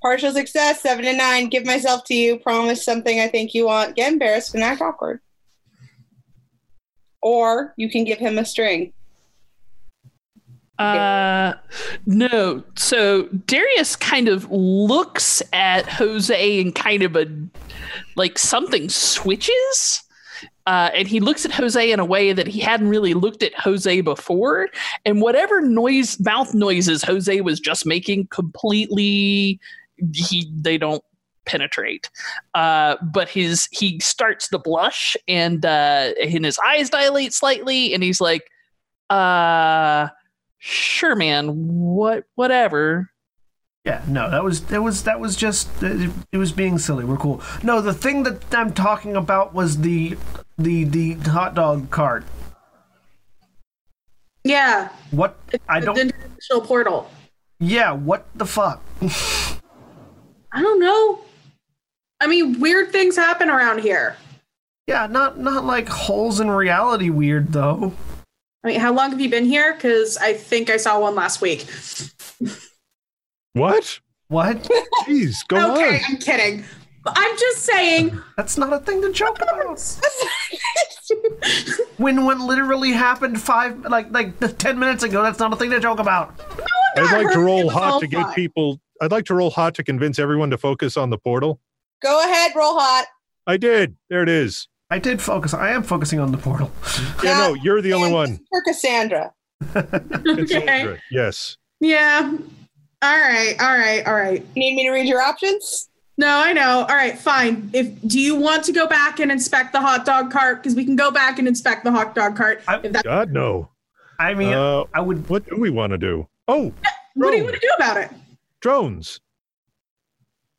Speaker 2: Partial success, seven to nine. Give myself to you. Promise something I think you want. Get embarrassed and act awkward. Or you can give him a string.
Speaker 5: Uh, no. So Darius kind of looks at Jose and kind of a like something switches. Uh, and he looks at Jose in a way that he hadn't really looked at Jose before. And whatever noise, mouth noises Jose was just making, completely he they don't penetrate. Uh, but his he starts to blush and uh, and his eyes dilate slightly, and he's like, uh sure man what whatever
Speaker 1: Yeah, no, that was that was that was just it, it was being silly. We're cool. No, the thing that I'm talking about was the the the hot dog cart.
Speaker 3: Yeah.
Speaker 1: What I
Speaker 3: the
Speaker 1: don't.
Speaker 3: dimensional portal.
Speaker 1: Yeah, what the fuck?
Speaker 3: I don't know. I mean, weird things happen around here.
Speaker 1: Yeah, not not like holes in reality weird though.
Speaker 3: I mean, how long have you been here? Because I think I saw one last week.
Speaker 4: What?
Speaker 1: What?
Speaker 4: Jeez, go
Speaker 6: okay,
Speaker 4: on.
Speaker 6: I'm kidding.
Speaker 3: But I'm just saying.
Speaker 1: That's not a thing to joke about. when one literally happened five like like the ten minutes ago, that's not a thing to joke about.
Speaker 4: I'd like to roll
Speaker 3: was all
Speaker 4: hot to get
Speaker 3: fun.
Speaker 4: people. I'd like to roll hot to convince everyone to focus on the portal.
Speaker 2: Go ahead, roll hot.
Speaker 4: I did. There it is.
Speaker 1: I did focus. I am focusing on the portal.
Speaker 4: Yeah, no, you're the only
Speaker 2: And
Speaker 4: one.
Speaker 2: For Cassandra.
Speaker 4: It's
Speaker 3: okay.
Speaker 4: Aldra. Yes.
Speaker 3: Yeah. All right. All right. All right.
Speaker 2: You need me to read your options?
Speaker 3: No, I know. All right, fine. If do you want to go back and inspect the hot dog cart? Because we can go back and inspect the hot dog cart.
Speaker 1: I-
Speaker 3: if that,
Speaker 4: God no.
Speaker 1: I mean,
Speaker 4: Uh,
Speaker 1: I would
Speaker 4: what do we want to do? Oh,
Speaker 3: what do you want to do about it?
Speaker 4: drones.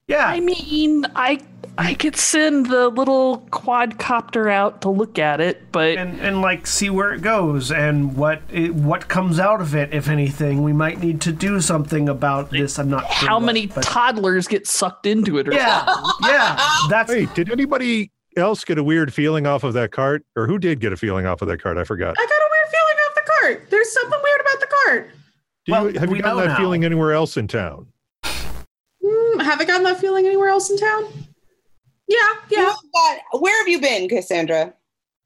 Speaker 1: yeah.
Speaker 5: I mean, I I could send the little quadcopter out to look at it, but
Speaker 1: and and like see where it goes and what it, what comes out of it if anything we might need to do something about this i'm not sure
Speaker 5: how
Speaker 1: what,
Speaker 5: many
Speaker 1: but-
Speaker 5: toddlers get sucked into it or
Speaker 1: yeah yeah that's
Speaker 4: Hey, did anybody else get a weird feeling off of that cart? Or who did get a feeling off of that cart? I forgot.
Speaker 3: I got a weird feeling off the cart. There's something weird about the cart.
Speaker 4: Do
Speaker 1: Well,
Speaker 4: you, have
Speaker 1: we
Speaker 4: you gotten
Speaker 1: know
Speaker 4: that
Speaker 1: now.
Speaker 4: feeling anywhere else in town?
Speaker 3: Hmm, have I gotten that feeling anywhere else in town? Yeah,
Speaker 2: You
Speaker 3: yeah.
Speaker 2: have got- where have you been, Cassandra?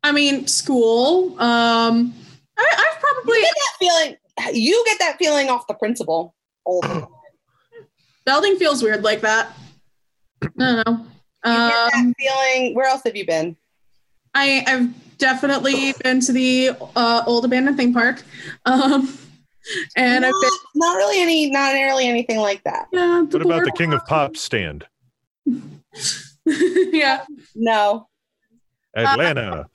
Speaker 3: I mean, school. Um, I, I've probably
Speaker 2: You get that feeling. You get that feeling off the principal. all the time.
Speaker 3: Belding feels weird like that. I don't know.
Speaker 2: You get
Speaker 3: Um,
Speaker 2: that feeling. Where else have you been?
Speaker 3: I, I've definitely been to the uh, old abandoned thing park, um, and I've
Speaker 2: not,
Speaker 3: been. uh,
Speaker 2: not really any. Not really anything like that.
Speaker 3: Yeah,
Speaker 4: What about the King of Pop stand?
Speaker 3: the- yeah,
Speaker 2: No.
Speaker 4: Atlanta.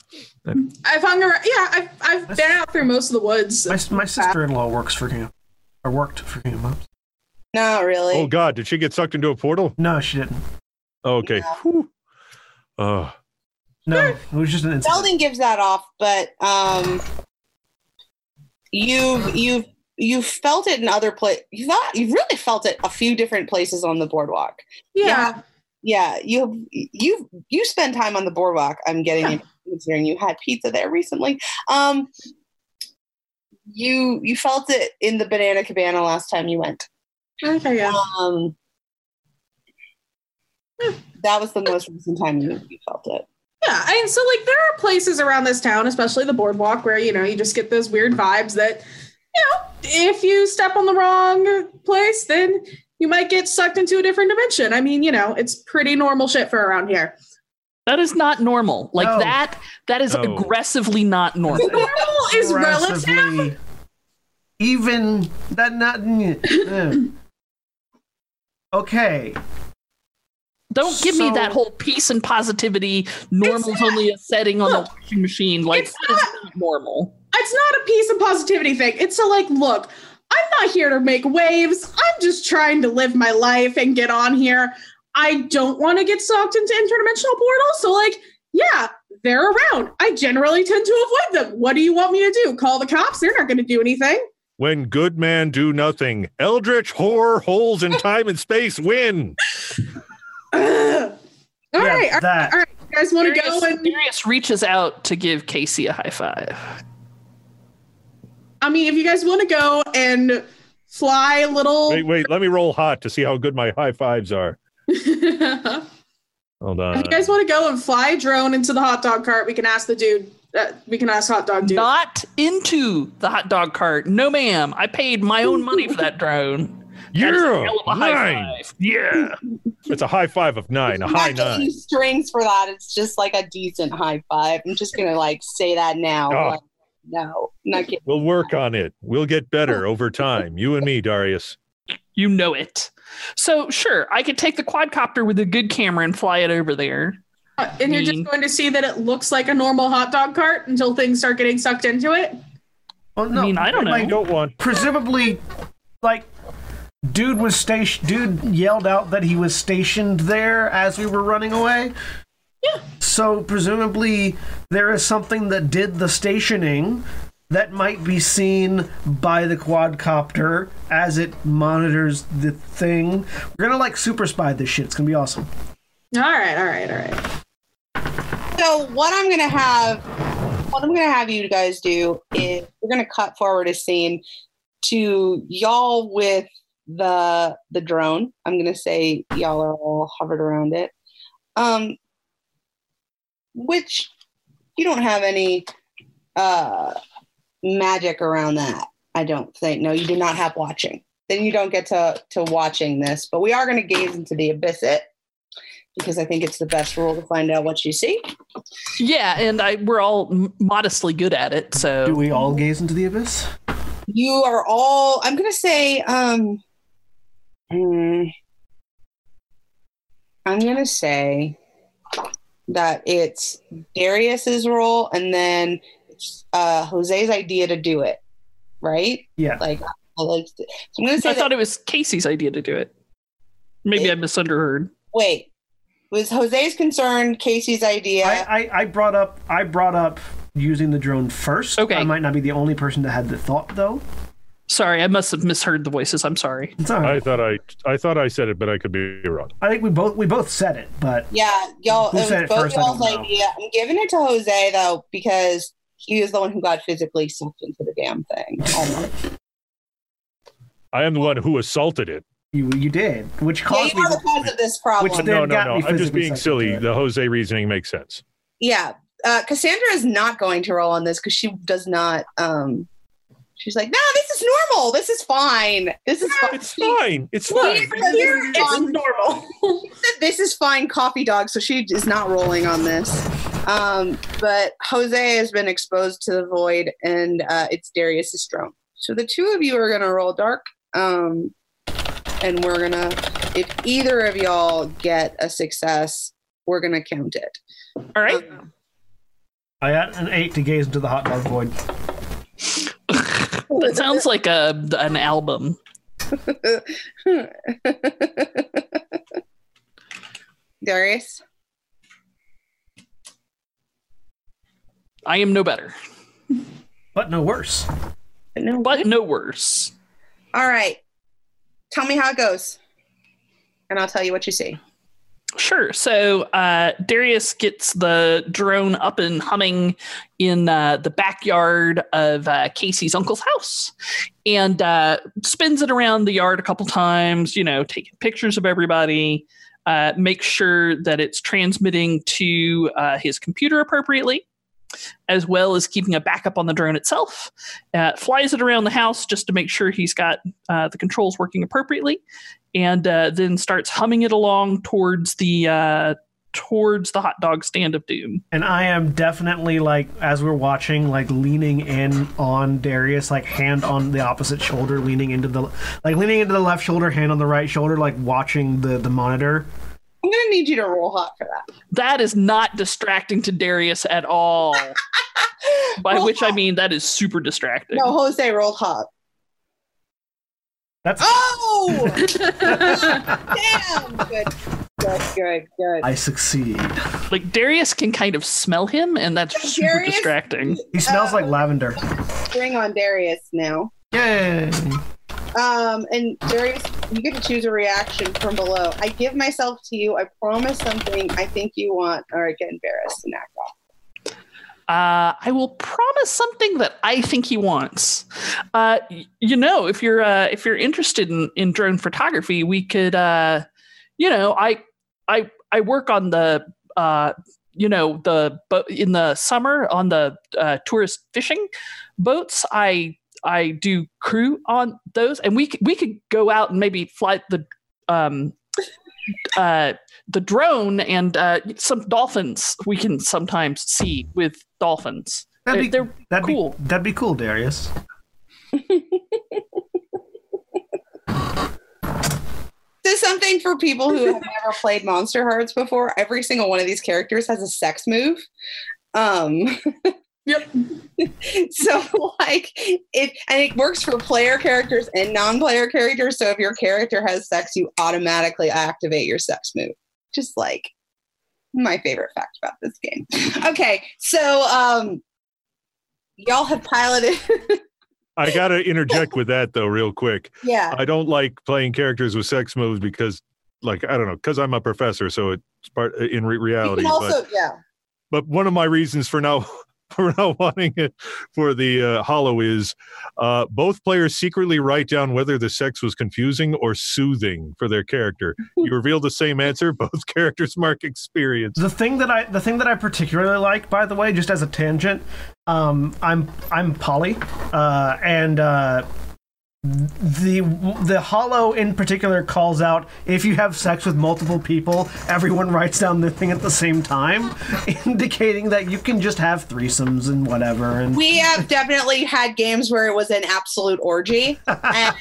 Speaker 3: I've hung around. Yeah, I've I've
Speaker 1: That's-
Speaker 3: been out through most of the woods.
Speaker 1: my, my sister-in-law works for King of- or worked for King of Pops.
Speaker 2: Not really.
Speaker 4: Oh God, did she get sucked into a portal?
Speaker 1: no she didn't
Speaker 4: Oh, okay. Whew. Uh,
Speaker 1: no it was just an incident
Speaker 2: Belding gives that off, but um, you've you've you felt it in other places. You thought you really felt it a few different places on the boardwalk.
Speaker 3: Yeah,
Speaker 2: Yeah, you you you spend time on the boardwalk. I'm getting
Speaker 3: Yeah.
Speaker 2: considering you had pizza there recently. Um, you you felt it in the banana cabana last time you went.
Speaker 3: okay, yeah.
Speaker 2: Um,
Speaker 3: Hmm.
Speaker 2: that was the most recent time you, you felt it.
Speaker 3: Yeah, and so like there are places around this town, especially the boardwalk, where you know you just get those weird vibes that, you know, if you step on the wrong place, then you might get sucked into a different dimension. I mean, you know, it's pretty normal shit for around here.
Speaker 5: that is not normal. Like
Speaker 1: No.
Speaker 5: that that is
Speaker 4: No.
Speaker 5: aggressively not normal.
Speaker 3: Normal is relative.
Speaker 1: Relatively- even that not eh. okay
Speaker 5: Don't give me
Speaker 1: So-
Speaker 5: that whole peace and positivity. Normal's only a setting on
Speaker 3: Look,
Speaker 5: the washing machine. Like
Speaker 3: it's
Speaker 5: that is not normal.
Speaker 3: It's not a piece of positivity thing. It's a like, look, I'm not here to make waves. I'm just trying to live my life and get on here. I don't want to get sucked into interdimensional portals. So like, yeah, they're around. I generally tend to avoid them. What do you want me to do? Call the cops? They're not going to do anything.
Speaker 4: when good man do nothing, eldritch horror holes in time and space win.
Speaker 3: Ugh. All
Speaker 1: yeah,
Speaker 3: right, all right,
Speaker 1: that
Speaker 3: all right. You guys want to go
Speaker 5: Darius,
Speaker 3: and
Speaker 5: Darius reaches out to give Casey a high five.
Speaker 3: I mean, if you guys want to go and fly little.
Speaker 4: Wait, wait, let me roll hot to see how good my high fives are. Hold on.
Speaker 3: if you guys want to go and fly a drone into the hot dog cart, we can ask the dude. Uh, we can ask hot dog dude.
Speaker 5: Not into the hot dog cart. No, ma'am. I paid my own money for that drone. That is a
Speaker 4: yeah,
Speaker 5: hell of a high
Speaker 4: nine.
Speaker 5: five.
Speaker 4: Yeah, it's a high five of nine, a
Speaker 2: I'm
Speaker 4: high
Speaker 2: not getting
Speaker 4: nine.
Speaker 2: strings for that. It's just like a decent high five. I'm just gonna like say that now.
Speaker 4: Oh.
Speaker 2: Like, no, not getting.
Speaker 4: We'll work on it. We'll get better over time. You and me, Darius.
Speaker 5: You know it. So sure, I could take the quadcopter with a good camera and fly it over there.
Speaker 3: Uh, and you're just
Speaker 5: Mean.
Speaker 3: going to see that it looks like a normal hot dog cart until things start getting sucked into it.
Speaker 1: well, no,
Speaker 5: I mean, I don't
Speaker 1: like,
Speaker 5: know.
Speaker 4: Don't want.
Speaker 1: presumably like Dude was station. Dude yelled out that he was stationed there as we were running away.
Speaker 3: Yeah.
Speaker 1: So presumably there is something that did the stationing that might be seen by the quadcopter as it monitors the thing. We're gonna like super spy this shit. It's gonna be awesome.
Speaker 3: All right, all right, all right.
Speaker 2: So what I'm gonna have, what I'm gonna have you guys do is we're gonna cut forward a scene to y'all with the the drone. I'm gonna say y'all are all hovered around it, um, which you don't have any uh, magic around that. I don't think. No, you do not have watching. Then you don't get to to watching this. But we are gonna gaze into the abyss it because I think it's the best rule to find out what you see.
Speaker 5: Yeah, and I we're all m- modestly good at it.
Speaker 1: Do
Speaker 5: So
Speaker 1: we all gaze into the abyss?
Speaker 2: you are all i'm gonna say um mm, i'm gonna say that it's darius's role and then it's uh jose's idea to do it right
Speaker 1: Yeah.
Speaker 2: like I like to- so i'm gonna say
Speaker 5: I
Speaker 2: that-
Speaker 5: thought it was Casey's idea to do it. Maybe I misunderstood.
Speaker 2: wait was jose's concern casey's idea
Speaker 1: I, I, I brought up I brought up using the drone first.
Speaker 5: Okay.
Speaker 1: I might not be the only person that had the thought though.
Speaker 5: Sorry, I must have misheard the voices. I'm sorry.
Speaker 1: It's all right.
Speaker 4: I thought I I thought I said it, but I could be wrong.
Speaker 1: I think we both we both said it, but
Speaker 2: Yeah, y'all.
Speaker 1: Who
Speaker 2: it was
Speaker 1: said it
Speaker 2: both
Speaker 1: first? I
Speaker 2: y'all's
Speaker 1: don't know.
Speaker 2: idea. I'm giving it to Jose though because he was the one who got physically sucked into the damn thing. Oh,
Speaker 4: I am the one who assaulted it.
Speaker 1: you you did, which
Speaker 2: yeah,
Speaker 1: caused
Speaker 2: you are
Speaker 1: me.
Speaker 2: the cause of this problem.
Speaker 1: Which then
Speaker 4: No, no,
Speaker 1: got
Speaker 4: no.
Speaker 1: me
Speaker 4: I'm just
Speaker 1: physically
Speaker 4: being
Speaker 1: sucked
Speaker 4: silly.
Speaker 1: into it.
Speaker 4: The Jose reasoning makes sense.
Speaker 2: yeah, uh, Cassandra is not going to roll on this because she does not. um She's like, no, this is normal. This is fine. This is fine.
Speaker 4: It's fine. It's fine.
Speaker 2: This is fine.
Speaker 6: normal.
Speaker 2: this is fine coffee dog so she is not rolling on this um, but jose has been exposed to the void and uh, it's darius's drone so the two of you are going to roll dark um, and we're going to if either of y'all get a success we're going to count it
Speaker 5: All right.
Speaker 1: I got an eight to gaze into the hot dog void.
Speaker 5: That sounds like a an album.
Speaker 2: darius
Speaker 5: I am no better,
Speaker 1: But no worse.
Speaker 2: no
Speaker 5: but no worse.
Speaker 2: all right tell me how it goes and i'll tell you what you see
Speaker 5: Sure. So uh, Darius gets the drone up and humming in uh, the backyard of uh, Casey's uncle's house and uh, spins it around the yard a couple times, you know, taking pictures of everybody, uh, make sure that it's transmitting to uh, his computer appropriately. As well as keeping a backup on the drone itself, uh, flies it around the house just to make sure he's got uh, the controls working appropriately, and uh, then starts humming it along towards the uh, towards the hot dog stand of doom.
Speaker 1: And I am definitely like as we're watching, like leaning in on Darius, like hand on the opposite shoulder, leaning into the like leaning into the left shoulder, hand on the right shoulder, like watching the the monitor.
Speaker 2: i'm going to need you to roll hot for that
Speaker 5: That is not distracting to Darius at all. By
Speaker 2: Roll
Speaker 5: which I
Speaker 2: hot.
Speaker 5: mean that is super distracting.
Speaker 2: no jose rolled hot
Speaker 1: That's
Speaker 2: Oh, damn! Good, good, good, good.
Speaker 1: I succeed.
Speaker 5: Like Darius can kind of smell him, and that's
Speaker 2: Yeah,
Speaker 5: super
Speaker 2: Darius-
Speaker 5: distracting.
Speaker 1: He smells like
Speaker 2: Uh,
Speaker 1: lavender.
Speaker 2: Bring on Darius now.
Speaker 1: Yay!
Speaker 2: Um, and Darius, you get to choose a reaction from below. I give myself to you. I promise something I think you want, or I get embarrassed and act off.
Speaker 5: Uh, I will promise something that I think he wants. Uh, y- you know, if you're uh, if you're interested in, in drone photography, we could, uh, you know, I I I work on the uh, you know the bo- in the summer on the uh, tourist fishing boats. I I do crew on those, and we c- we could go out and maybe fly the um, uh, the drone and uh, some dolphins we can sometimes see with dolphins.
Speaker 1: That'd be,
Speaker 5: They're- they're
Speaker 1: that'd
Speaker 5: cool.
Speaker 1: be that'd be cool, Darius.
Speaker 2: This is something for people who have never played Monster Hearts before. Every single one of these characters has a sex move. Um,
Speaker 3: Yep.
Speaker 2: so like it and it works for player characters and non-player characters so if your character has sex you automatically activate your sex move just like my favorite fact about this game okay so um y'all have piloted
Speaker 4: I got to interject with that though, real quick.
Speaker 2: yeah
Speaker 4: I don't like playing characters with sex moves because, like, I don't know, because I'm a professor, so it's part in re-
Speaker 2: you
Speaker 4: reality.
Speaker 2: can
Speaker 4: but,
Speaker 2: also yeah
Speaker 4: but one of my reasons for now for not wanting it for the uh, hollow is uh, both players secretly write down whether the sex was confusing or soothing for their character. You reveal the same answer, both characters mark experience.
Speaker 1: The thing that I the thing that I particularly like, by the way, just as a tangent, um, I'm I'm Polly, uh, and uh, the the Hollow in particular calls out if you have sex with multiple people, everyone writes down their thing at the same time, indicating that you can just have threesomes and whatever. And
Speaker 2: we have definitely had games where it was an absolute orgy and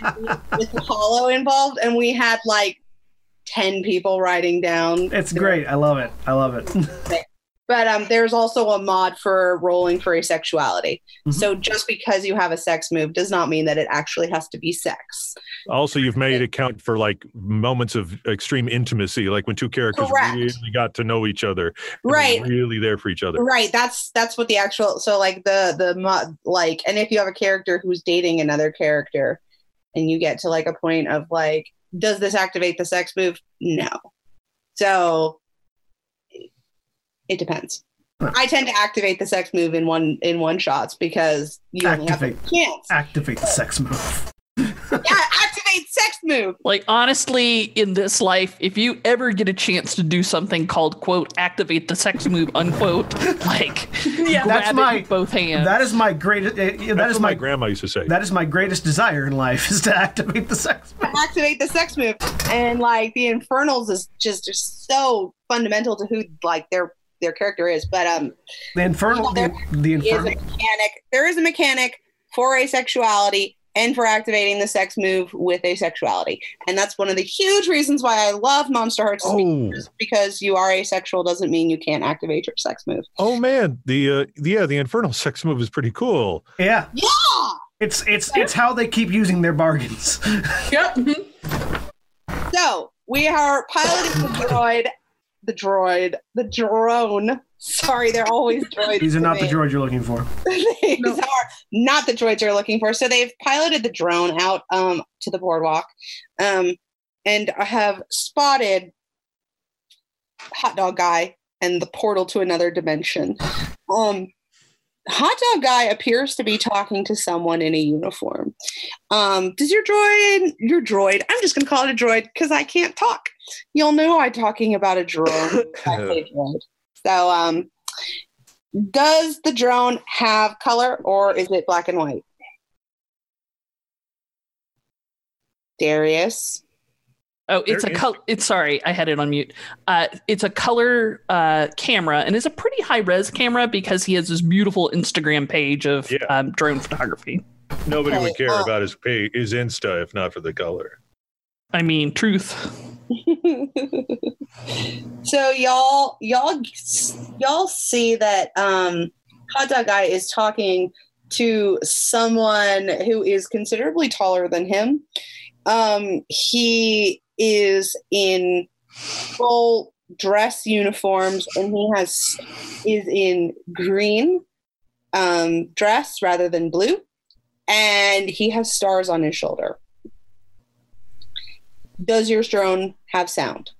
Speaker 2: with the hollow involved and we had like 10 people writing down
Speaker 1: it's great. I love it. I love it.
Speaker 2: But um, there's also a mod for rolling for asexuality.
Speaker 1: Mhm.
Speaker 2: So just because you have a sex move does not mean that it actually has to be sex.
Speaker 4: Also, you've made it count for like moments of extreme intimacy, like when two characters
Speaker 2: Correct.
Speaker 4: really got to know each other, and were
Speaker 2: Right.
Speaker 4: Really there for each other.
Speaker 2: Right. That's that's what the actual so like the the mod like and if you have a character who's dating another character and you get to like a point of like does this activate the sex move? No. So it depends.
Speaker 1: Huh.
Speaker 2: I tend to activate the sex move in one in one shots because you only have
Speaker 1: Activate.
Speaker 2: a chance.
Speaker 1: Activate the sex move.
Speaker 2: yeah, activate sex move.
Speaker 5: Like, honestly, in this life, if you ever get a chance to do something called, quote, activate the sex move, unquote, like,
Speaker 3: Yeah.
Speaker 5: grab
Speaker 1: That's
Speaker 5: it
Speaker 1: my-
Speaker 5: with both hands.
Speaker 1: That is my greatest. Uh, that
Speaker 4: That's
Speaker 1: is
Speaker 4: what my,
Speaker 1: my.
Speaker 4: grandma used to say.
Speaker 1: that is my greatest desire in life is to activate the sex move.
Speaker 2: activate the sex move and like the infernals is just are so fundamental to who like their their character is but um
Speaker 1: The infernal, the, the
Speaker 2: is a
Speaker 1: infernal.
Speaker 2: mechanic there is a mechanic for asexuality and for activating the sex move with asexuality and that's one of the huge reasons why i love monster hearts is
Speaker 4: oh,
Speaker 2: because- because you are asexual doesn't mean you can't activate your sex move
Speaker 4: oh man, the uh, yeah, the infernal sex move is pretty cool.
Speaker 1: Yeah,
Speaker 2: yeah
Speaker 1: it's it's it's how they keep using their bargains.
Speaker 3: Yep. Mhm.
Speaker 2: So we are piloting the droid, the droid, the drone. Sorry, they're always droids.
Speaker 1: These are
Speaker 2: to
Speaker 1: not the
Speaker 2: me.
Speaker 1: droids you're looking for.
Speaker 2: These
Speaker 3: No.
Speaker 2: are not the droids you're looking for. So they've piloted the drone out um, to the boardwalk, um, and have spotted hot dog guy and the portal to another dimension. Um, hot dog guy appears to be talking to someone in a uniform. Um, does your droid, your droid? I'm just gonna call it a droid because I can't talk. You'll know I'm talking about a drone. I say droid. So um, does the drone have color or is it black and white? Darius.
Speaker 5: Oh, it's
Speaker 4: There
Speaker 5: a
Speaker 4: is-
Speaker 5: color. It's sorry, I had it on mute. Uh, it's a color uh, camera, and it's a pretty high res camera because he has this beautiful Instagram page of
Speaker 4: Yeah.
Speaker 5: um, drone photography.
Speaker 4: Nobody
Speaker 2: Okay,
Speaker 4: would care
Speaker 2: uh,
Speaker 4: about his pay, his Insta if not for the color.
Speaker 5: I mean, truth.
Speaker 2: so y'all y'all y'all see that um hot dog guy is talking to someone who is considerably taller than him. Um he is in full dress uniforms and he has is in green um dress rather than blue and he has stars on his shoulder. Does your drone have sound?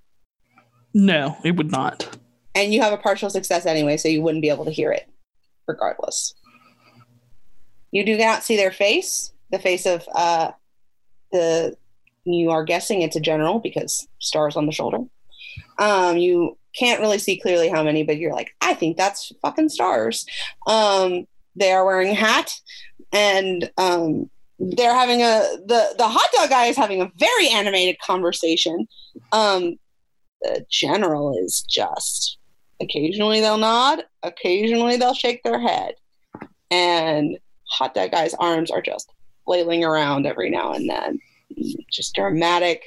Speaker 5: No, it would not.
Speaker 2: and you have a partial success anyway, so you wouldn't be able to hear it regardless. You do not see their face, the face of uh, the. You are guessing it's a general because stars on the shoulder. Um, you can't really see clearly how many, but you're like, I think that's fucking stars. Um, they are wearing a hat, and um, they're having a the the hot dog guy is having a very animated conversation. Um, the general is just occasionally they'll nod, occasionally they'll shake their head. And hot dog guy's arms are just flailing around every now and then. Just dramatic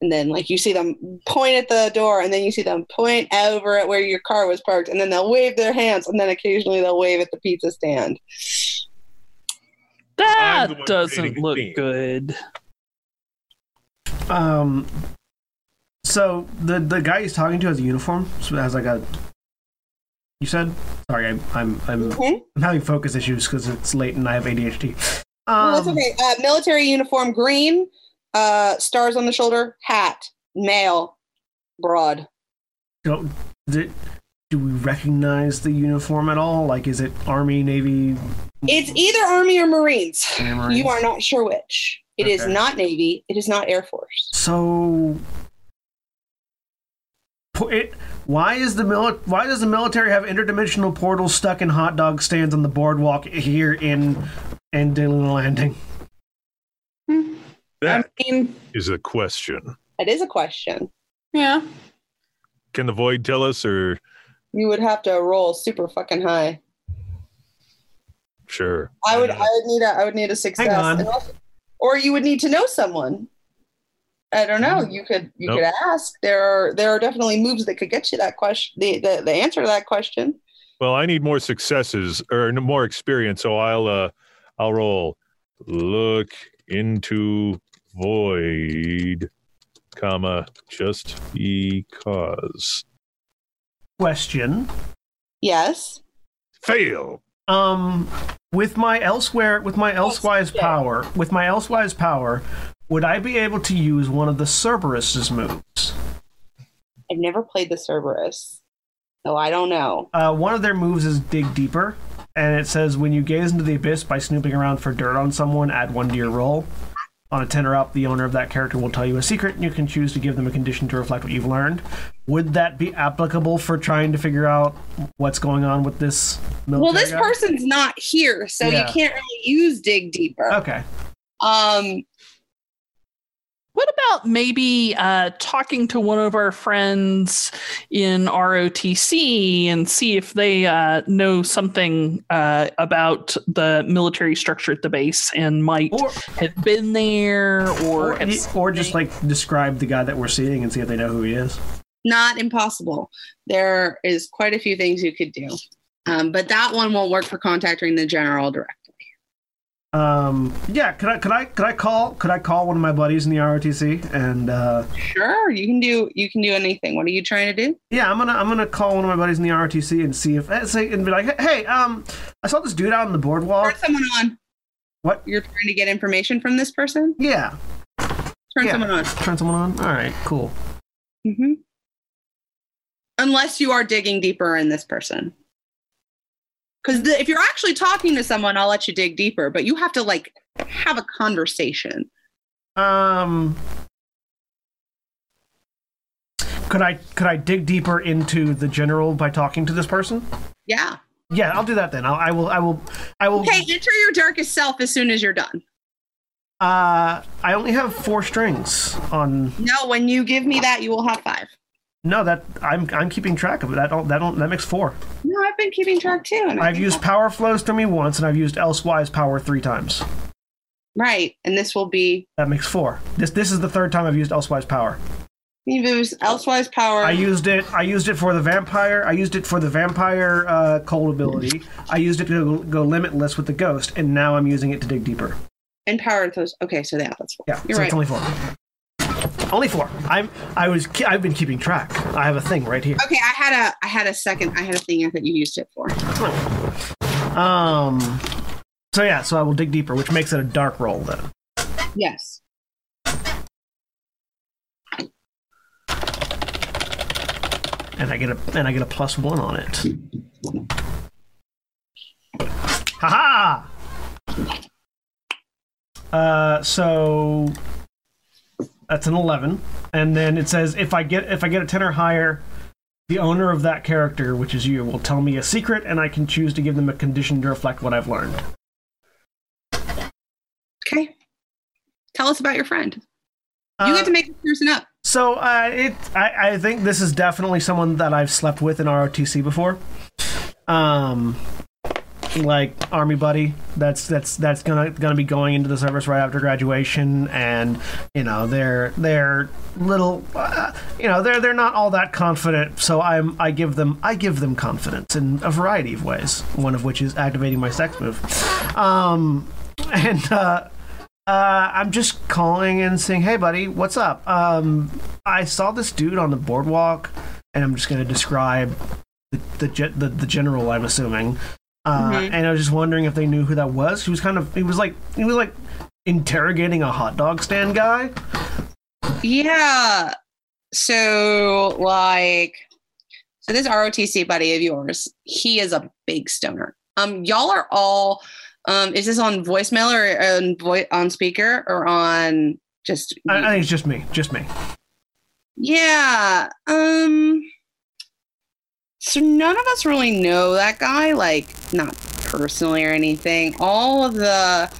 Speaker 2: and then like you see them point at the door and then you see them point over at where your car was parked and then they'll wave their hands and then occasionally they'll wave at the pizza stand
Speaker 4: I'm the
Speaker 5: That
Speaker 4: one
Speaker 5: doesn't
Speaker 4: creating
Speaker 5: look
Speaker 4: the theme.
Speaker 5: good.
Speaker 1: Um. So the the guy he's talking to has a uniform. So it has like a. You said sorry. I'm I'm I'm,
Speaker 2: Mhm.
Speaker 1: I'm having focus issues because it's late and I have ADHD.
Speaker 2: Well,
Speaker 1: Um,
Speaker 2: that's okay uh, military uniform green uh, stars on the shoulder hat male broad
Speaker 1: do, do, do we recognize the uniform at all? Like, is it Army, Navy?
Speaker 2: it's either army or marines
Speaker 1: Marines?
Speaker 2: you are not sure which It is
Speaker 1: Okay.
Speaker 2: not navy it is not air force
Speaker 1: So, po- it, why is the mili- why does the military have interdimensional portals stuck in hot dog stands on the boardwalk here in in Dillon Landing?
Speaker 3: I
Speaker 4: That
Speaker 3: mean,
Speaker 4: is a question.
Speaker 2: that is a question
Speaker 3: yeah.
Speaker 4: Can the void tell us, or
Speaker 2: you would have to roll super fucking high
Speaker 4: sure?
Speaker 2: I would I would need a I would need a success.
Speaker 1: Hang on.
Speaker 2: And also- or you would need to know someone. I don't know.
Speaker 1: Mm.
Speaker 2: You could you could ask. There are there are definitely moves that could get you that question the, the, the answer to that question.
Speaker 4: Well, I need more successes or n- more experience, so I'll uh, I'll roll. Look into void, comma just because.
Speaker 1: Question.
Speaker 2: Yes.
Speaker 4: Fail.
Speaker 1: Um, with my elsewhere, with my elsewise power, with my elsewise power, would I be able to use one of the Cerberus's moves?
Speaker 2: I've never played the Cerberus. So I don't know.
Speaker 1: Uh, one of their moves is dig deeper, and it says when you gaze into the abyss by snooping around for dirt on someone, add one to your roll. On a 10 or up, the owner of that character will tell you a secret, and you can choose to give them a condition to reflect what you've learned. Would that be applicable for trying to figure out what's going on with this military
Speaker 2: Well, this
Speaker 1: guy?
Speaker 2: person's not here, so
Speaker 1: Yeah.
Speaker 2: you can't really use dig deeper.
Speaker 1: Okay.
Speaker 2: Um
Speaker 5: What about maybe uh, talking to one of our friends in ROTC and see if they uh, know something uh, about the military structure at the base and might
Speaker 1: Or,
Speaker 5: have been there or,
Speaker 1: or,
Speaker 5: have
Speaker 1: y- or just like describe the guy that we're seeing and see if they know who he is.
Speaker 2: not impossible. There is quite a few things you could do. Um, but that one won't work for contacting the general directly.
Speaker 1: Um, yeah, could I could I could I call could I call one of my buddies in the ROTC and uh,
Speaker 2: Sure, you can do you can do anything. What are you trying to do?
Speaker 1: yeah, I'm gonna I'm gonna call one of my buddies in the ROTC and see if eh, say and be like, hey, um, I saw this dude out on the
Speaker 2: Turn
Speaker 1: boardwalk.
Speaker 2: someone on.
Speaker 1: What?
Speaker 2: You're trying to get information from this person?
Speaker 1: Yeah,
Speaker 2: Turn
Speaker 1: Yeah.
Speaker 2: someone on.
Speaker 1: turn someone on. All right, cool.
Speaker 2: hmm Unless you are digging deeper in this person. Because if you're actually talking to someone, I'll let you dig deeper, but you have to like have a conversation.
Speaker 1: Um, could I could I dig deeper into the general by talking to this person?
Speaker 2: Yeah.
Speaker 1: Yeah, I'll do that then. I'll, I will I will I will.
Speaker 2: Okay, enter your darkest self as soon as you're done.
Speaker 1: Uh, I only have four strings on.
Speaker 2: No, when you give me that, you will have five.
Speaker 1: No, that I'm I'm keeping track of it. That don't that don't that makes four.
Speaker 2: No, I've been keeping track too. And I
Speaker 1: I've
Speaker 2: think
Speaker 1: used
Speaker 2: that's
Speaker 1: power flows to me once, and I've used elsewise power three times.
Speaker 2: right, and this will be
Speaker 1: That makes four. This this is the third time I've used elsewise power.
Speaker 2: you use elsewise power.
Speaker 1: I used it. I used it for the vampire. I used it for the vampire uh, cold ability. I used it to go, go limitless with the ghost, and now I'm using it to dig deeper.
Speaker 2: and power those. Okay, so yeah, that's
Speaker 1: Yeah,
Speaker 2: You're
Speaker 1: so
Speaker 2: right.
Speaker 1: it's only four. Only four. I'm. I was. ki- I've been keeping track. I have a thing right here.
Speaker 2: okay. I had a I had a second. I had a thing that you used it for.
Speaker 1: Um. So yeah. So I will dig deeper, which makes it a dark roll then.
Speaker 2: Yes.
Speaker 1: and I get a and I get a plus one on it. Haha. Uh, so that's an eleven, and then it says if I get if I get a ten or higher, the owner of that character, which is you, will tell me a secret, and I can choose to give them a condition to reflect what I've learned.
Speaker 2: Okay. Tell us about your friend. You
Speaker 1: Uh,
Speaker 2: get to make this person up.
Speaker 1: So uh, it, I, I think this is definitely someone that I've slept with in ROTC before. Um, like army buddy that's that's that's gonna gonna be going into the service right after graduation and you know they're they're little uh, you know they're they're not all that confident so i'm i give them i give them confidence in a variety of ways one of which is activating my sex move um and uh uh, I'm just calling and saying, "Hey, buddy, what's up?" Um, I saw this dude on the boardwalk, and I'm just going to describe the the, ge- the the general. I'm assuming, uh, and I was just wondering if they knew who that was. He was kind of he was like he was like interrogating a hot dog stand guy.
Speaker 2: Yeah. So like so this ROTC buddy of yours, he is a big stoner. Um y'all are all um is this on voicemail or uh, on voi- on speaker or on just
Speaker 1: I, I think it's just me, just me.
Speaker 2: Yeah. Um so none of us really know that guy, like not personally or anything. All of the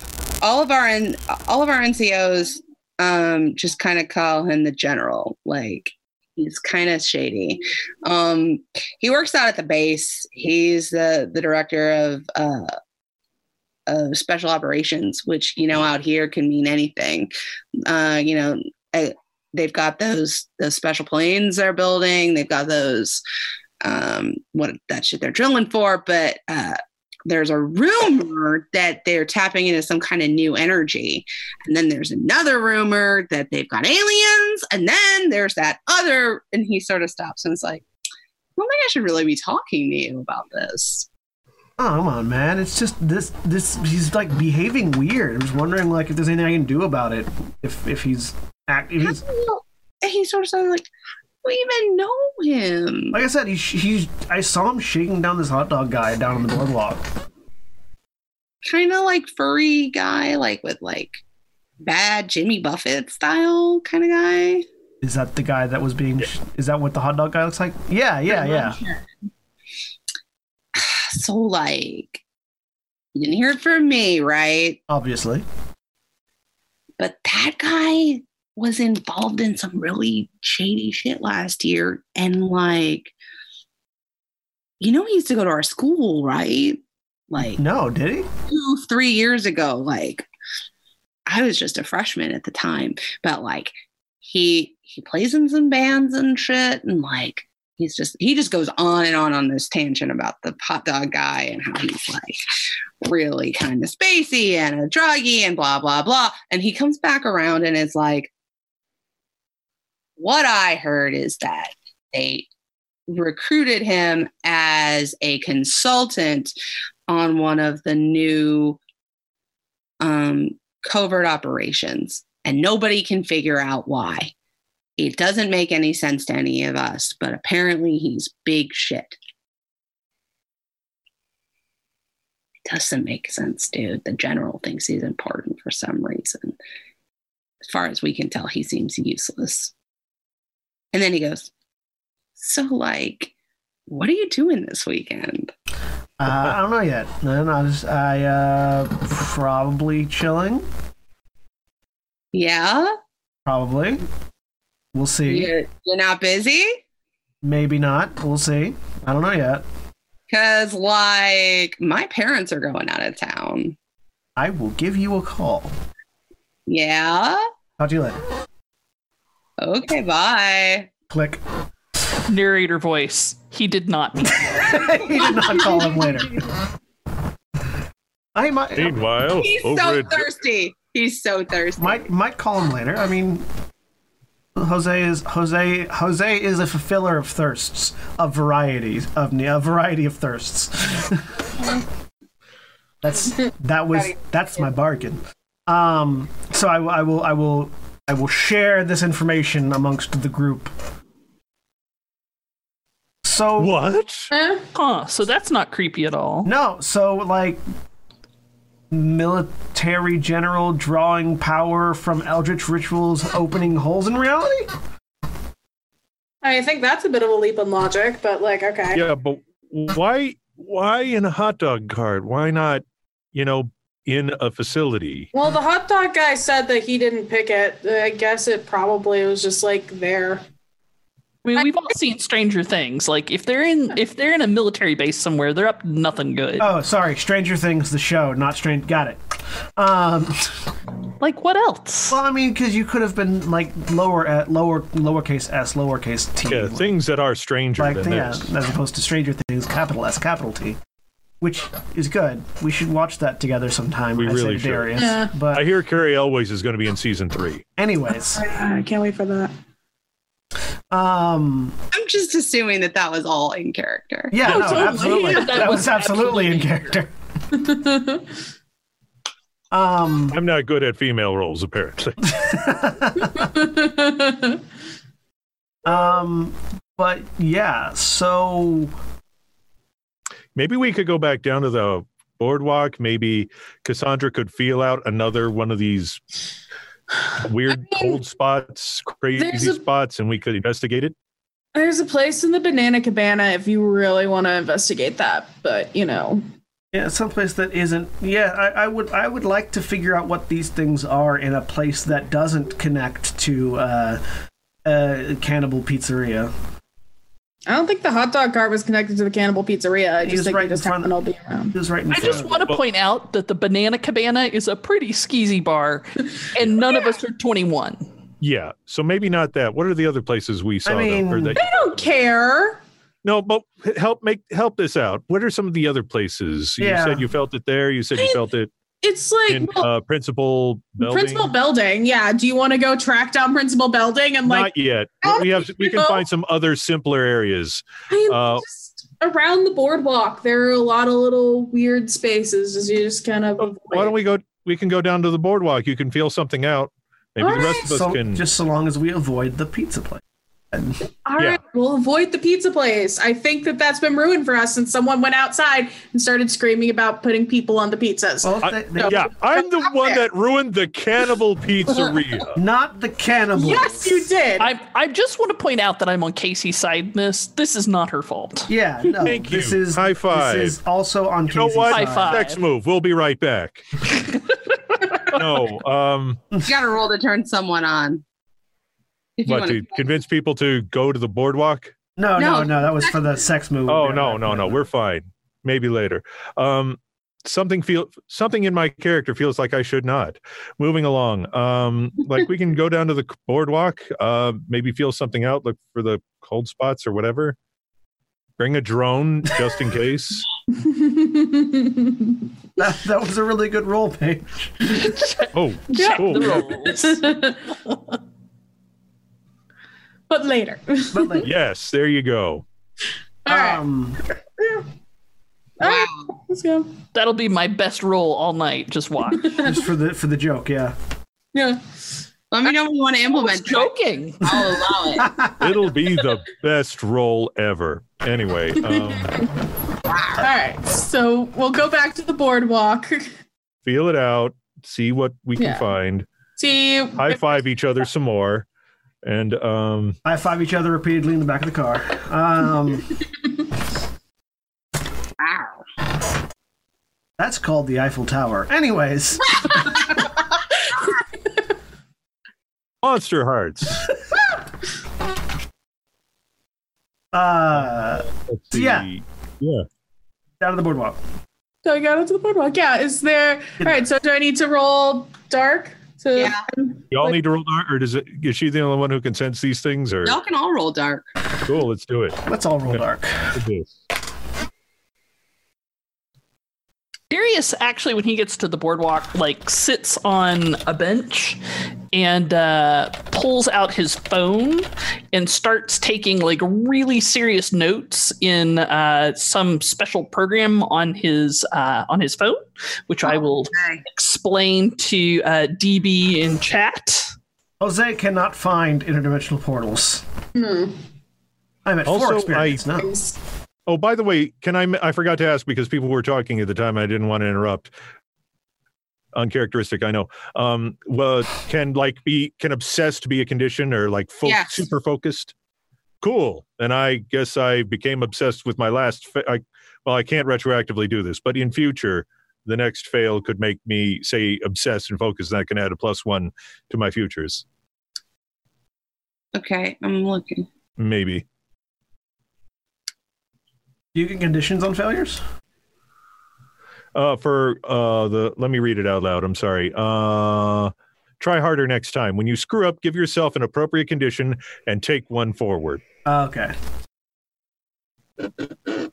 Speaker 2: all of our N- all of our NCOs um just kind of call him the general. Like he's kind of shady. Um he works out at the base. He's the the director of uh of special operations, which you know out here can mean anything. Uh, you know, they've got those those special planes they're building. They've got those um, what that shit they're drilling for. But uh, there's a rumor that they're tapping into some kind of new energy, and then there's another rumor that they've got aliens, and then there's that other. And he sort of stops and is like, "I don't think I should really be talking to you about this."
Speaker 1: Oh, come on, man! It's just this this he's like behaving weird. I'm just wondering like if there's anything I can do about it. If if he's act if
Speaker 2: How
Speaker 1: he's
Speaker 2: do you- And he sort of sounds like, "How do we even know him?"
Speaker 1: like I said, he he's I saw him shaking down this hot dog guy down on the boardwalk.
Speaker 2: kind of like furry guy, like with like bad Jimmy Buffett style kind of guy.
Speaker 1: Is that the guy that was being? Sh- is that what the hot dog guy looks like? Yeah, yeah, yeah.
Speaker 2: So like, you didn't hear it from me, right?
Speaker 1: Obviously.
Speaker 2: But that guy was involved in some really shady shit last year, and like, you know, he used to go to our school, right? Like
Speaker 1: No, did he?
Speaker 2: two, three years ago, like I was just a freshman at the time, but like he he plays in some bands and shit, and like he's just he just goes on and on on this tangent about the hot dog guy and how he's like really kind of spacey and a druggie and blah blah blah, and he comes back around and is like, what I heard is that they recruited him as a consultant on one of the new um, covert operations, and nobody can figure out why. It doesn't make any sense to any of us, but apparently he's big shit. It doesn't make sense, dude. The general thinks he's important for some reason. As far as we can tell, he seems useless. And then he goes, So, like, what are you doing this weekend?
Speaker 1: Uh, I don't know yet. I don't know. I, was, I uh, probably chilling.
Speaker 2: Yeah?
Speaker 1: Probably. We'll see.
Speaker 2: You're, you're not busy?
Speaker 1: Maybe not. We'll see. I don't know yet.
Speaker 2: Because, like, my parents are going out of town.
Speaker 1: I will give you a call.
Speaker 2: Yeah.
Speaker 1: Talk to you later.
Speaker 2: Okay, bye.
Speaker 1: Click.
Speaker 5: Narrator voice. He did not. mean it.
Speaker 1: he did not call him later. I might,
Speaker 4: Meanwhile,
Speaker 2: He's
Speaker 4: over
Speaker 2: so
Speaker 4: at
Speaker 2: thirsty. He's so thirsty.
Speaker 1: might might call him later. I mean, Jose is Jose Jose is a fulfiller of thirsts, of varieties of a variety of thirsts. that's that was that's my bargain. Um, so I, will- I will I will I will share this information amongst the group. So
Speaker 4: what?
Speaker 3: Eh?
Speaker 5: Huh, so that's not creepy at all.
Speaker 1: No, so like military general drawing power from eldritch rituals opening holes in reality?
Speaker 3: I mean, I think that's a bit of a leap in logic, but like, okay.
Speaker 4: Yeah, but why? Why in a hot dog cart? Why not? You know, in a facility.
Speaker 3: Well, the hot dog guy said that he didn't pick it. I guess it probably was just like there.
Speaker 5: We, we've all seen Stranger Things. Like if they're in if they're in a military base somewhere, they're up to nothing good.
Speaker 1: Oh, sorry. Stranger Things, the show, not Strange. Got it. Um,
Speaker 5: Like what else?
Speaker 1: well, I mean, because you could have been like lower at lower lowercase s, lowercase t,
Speaker 4: Yeah, things that are stranger
Speaker 1: like
Speaker 4: than
Speaker 1: yeah,
Speaker 4: this.
Speaker 1: as opposed to Stranger Things, capital S, capital T, which is good. We should watch that together sometime.
Speaker 4: We
Speaker 1: I say
Speaker 4: really
Speaker 1: to
Speaker 4: should.
Speaker 1: Darius.
Speaker 3: Yeah.
Speaker 1: But
Speaker 4: I hear Carrie Elways is going to be in season three.
Speaker 1: anyways,
Speaker 3: I can't wait for that.
Speaker 1: um,
Speaker 2: I'm just assuming that that was all in character.
Speaker 1: yeah, no,
Speaker 3: totally.
Speaker 1: absolutely,
Speaker 5: Yeah,
Speaker 1: that, was, absolutely in character. um,
Speaker 4: I'm not good at female roles, apparently.
Speaker 1: um, but yeah, so
Speaker 4: Maybe we could go back down to the boardwalk. Maybe Cassandra could feel out another one of these weird
Speaker 3: I mean,
Speaker 4: cold spots,
Speaker 3: there's
Speaker 4: crazy
Speaker 3: a-
Speaker 4: spots, and we could investigate it.
Speaker 3: There's a place in the Banana Cabana if you really want to investigate that, but you know.
Speaker 1: Yeah, someplace that isn't. Yeah, I, I would. I would like to figure out what these things are in a place that doesn't connect to uh, uh, Cannibal Pizzeria.
Speaker 3: I don't think the hot dog cart was connected to the Cannibal Pizzeria. I
Speaker 1: He
Speaker 3: just
Speaker 1: was
Speaker 3: think
Speaker 1: right
Speaker 3: they
Speaker 1: in
Speaker 3: just
Speaker 1: front-
Speaker 3: happened all be around.
Speaker 1: It was right in
Speaker 5: I
Speaker 1: front.
Speaker 5: just
Speaker 1: of
Speaker 5: want to
Speaker 4: Well-
Speaker 5: point out that the Banana Cabana is a pretty skeezy bar, and none of us are 21.
Speaker 4: Yeah. So maybe not that. What are the other places we saw? though,
Speaker 1: mean-
Speaker 4: or that,
Speaker 3: I don't care.
Speaker 4: no, but help make help this out. What are some of the other places? You
Speaker 1: Yeah.
Speaker 4: said you felt it there. You said
Speaker 3: I
Speaker 4: you
Speaker 3: mean,
Speaker 4: felt it
Speaker 3: It's like
Speaker 4: in
Speaker 3: well,
Speaker 4: uh, Principal Belding.
Speaker 3: Principal Belding. Yeah. Do you want to go track down Principal Belding and like
Speaker 4: not yet. But we have we can
Speaker 3: No.
Speaker 4: find some other simpler areas.
Speaker 3: I mean,
Speaker 4: uh,
Speaker 3: just around the boardwalk? There are a lot of little weird spaces as you just kind of. avoid.
Speaker 4: Oh, Why don't we go? We can go down to the boardwalk. You can feel something out. Maybe the rest
Speaker 3: Alright.
Speaker 4: of us
Speaker 1: so,
Speaker 4: can.
Speaker 1: just so long as we avoid the pizza place.
Speaker 3: All
Speaker 4: Yeah.
Speaker 3: right, we'll avoid the pizza place. I think that that's been ruined for us since someone went outside and started screaming about putting people on the pizzas.
Speaker 1: Well,
Speaker 4: I-
Speaker 1: they, they,
Speaker 4: yeah, I'm the
Speaker 3: Up
Speaker 4: one
Speaker 3: there.
Speaker 4: that ruined the cannibal pizzeria.
Speaker 1: not the cannibals.
Speaker 3: yes, you did.
Speaker 5: I I just want to point out that I'm on Casey's side in this. This is not her fault.
Speaker 1: Yeah, no.
Speaker 4: Thank
Speaker 1: this
Speaker 4: you.
Speaker 1: is
Speaker 4: High five.
Speaker 1: This is also on.
Speaker 4: You know
Speaker 1: Casey's
Speaker 4: what?
Speaker 5: High
Speaker 1: side.
Speaker 5: five.
Speaker 4: Next move. We'll be right back. no, um,
Speaker 2: You got to roll to turn someone on. If you
Speaker 4: what
Speaker 2: want
Speaker 4: to convince people to go to the boardwalk?
Speaker 1: No, no,
Speaker 2: No.
Speaker 1: no. That was for the sex move.
Speaker 4: Oh no, no, no. We're fine. Maybe later. Um, something feel something in my character feels like I should not. Moving along. Um, like we can go down to the boardwalk. Uh, maybe feel something out. Look for the cold spots or whatever. Bring a drone just in case.
Speaker 1: That, that was a really good role, Paige.
Speaker 4: Oh,
Speaker 5: Check
Speaker 4: cool.
Speaker 5: the rules.
Speaker 3: but later. All
Speaker 1: But like,
Speaker 4: Yes, there you go.
Speaker 3: right.
Speaker 1: um,
Speaker 3: All right.
Speaker 2: Wow.
Speaker 3: Let's go.
Speaker 5: That'll be my best role all night. Just watch.
Speaker 1: just for the for the joke, yeah.
Speaker 3: Yeah.
Speaker 2: Let me know if you want to implement that. Oh,
Speaker 5: Joking.
Speaker 2: I'll allow it.
Speaker 4: It'll be the best role ever. Anyway, um,
Speaker 3: All right. So we'll go back to the boardwalk.
Speaker 4: feel it out. See what we can
Speaker 3: Yeah.
Speaker 4: find.
Speaker 3: See.
Speaker 4: High five each other some more, and um,
Speaker 1: High five each other repeatedly in the back of the car. Um,
Speaker 2: Wow.
Speaker 1: that's called the Eiffel Tower. Anyways,
Speaker 4: Monster Hearts.
Speaker 1: uh,
Speaker 4: Let's
Speaker 1: So, yeah.
Speaker 4: see.
Speaker 1: down to the boardwalk.
Speaker 3: So I got onto the boardwalk. Yeah. Is there? All right. So do I need to roll dark? To,
Speaker 2: Yeah.
Speaker 4: Y'all need to roll dark, or does it? Is she the only one who can sense these things? Or
Speaker 2: Y'all can all roll dark.
Speaker 4: cool, let's do it.
Speaker 1: Let's all roll dark.
Speaker 4: Let's do this.
Speaker 5: Darius actually, when he gets to the boardwalk, like sits on a bench and uh, pulls out his phone and starts taking like really serious notes in uh, some special program on his uh, on his phone, which I will
Speaker 2: Okay.
Speaker 5: explain to uh, DB in chat.
Speaker 1: Jose cannot find interdimensional portals.
Speaker 3: Hmm.
Speaker 1: I'm at four
Speaker 4: Also,
Speaker 1: experience now.
Speaker 4: Oh, by the way, can I? I forgot to ask because people were talking at the time. I didn't want to interrupt. Uncharacteristic, I know. Um, well, can like be can obsessed be a condition or like fo-
Speaker 2: Yes.
Speaker 4: super focused? Cool. And I guess I became obsessed with my last. Fa- I, well, I can't retroactively do this, but in future, the next fail could make me say obsessed and focused, and I can add a plus one to my futures.
Speaker 2: Okay, I'm looking.
Speaker 4: Maybe.
Speaker 1: Do you get conditions on failures?
Speaker 4: Uh, for uh, the let me read it out loud. I'm sorry. Uh, try harder next time. When you screw up, give yourself an appropriate condition and take one forward.
Speaker 1: Uh, Okay.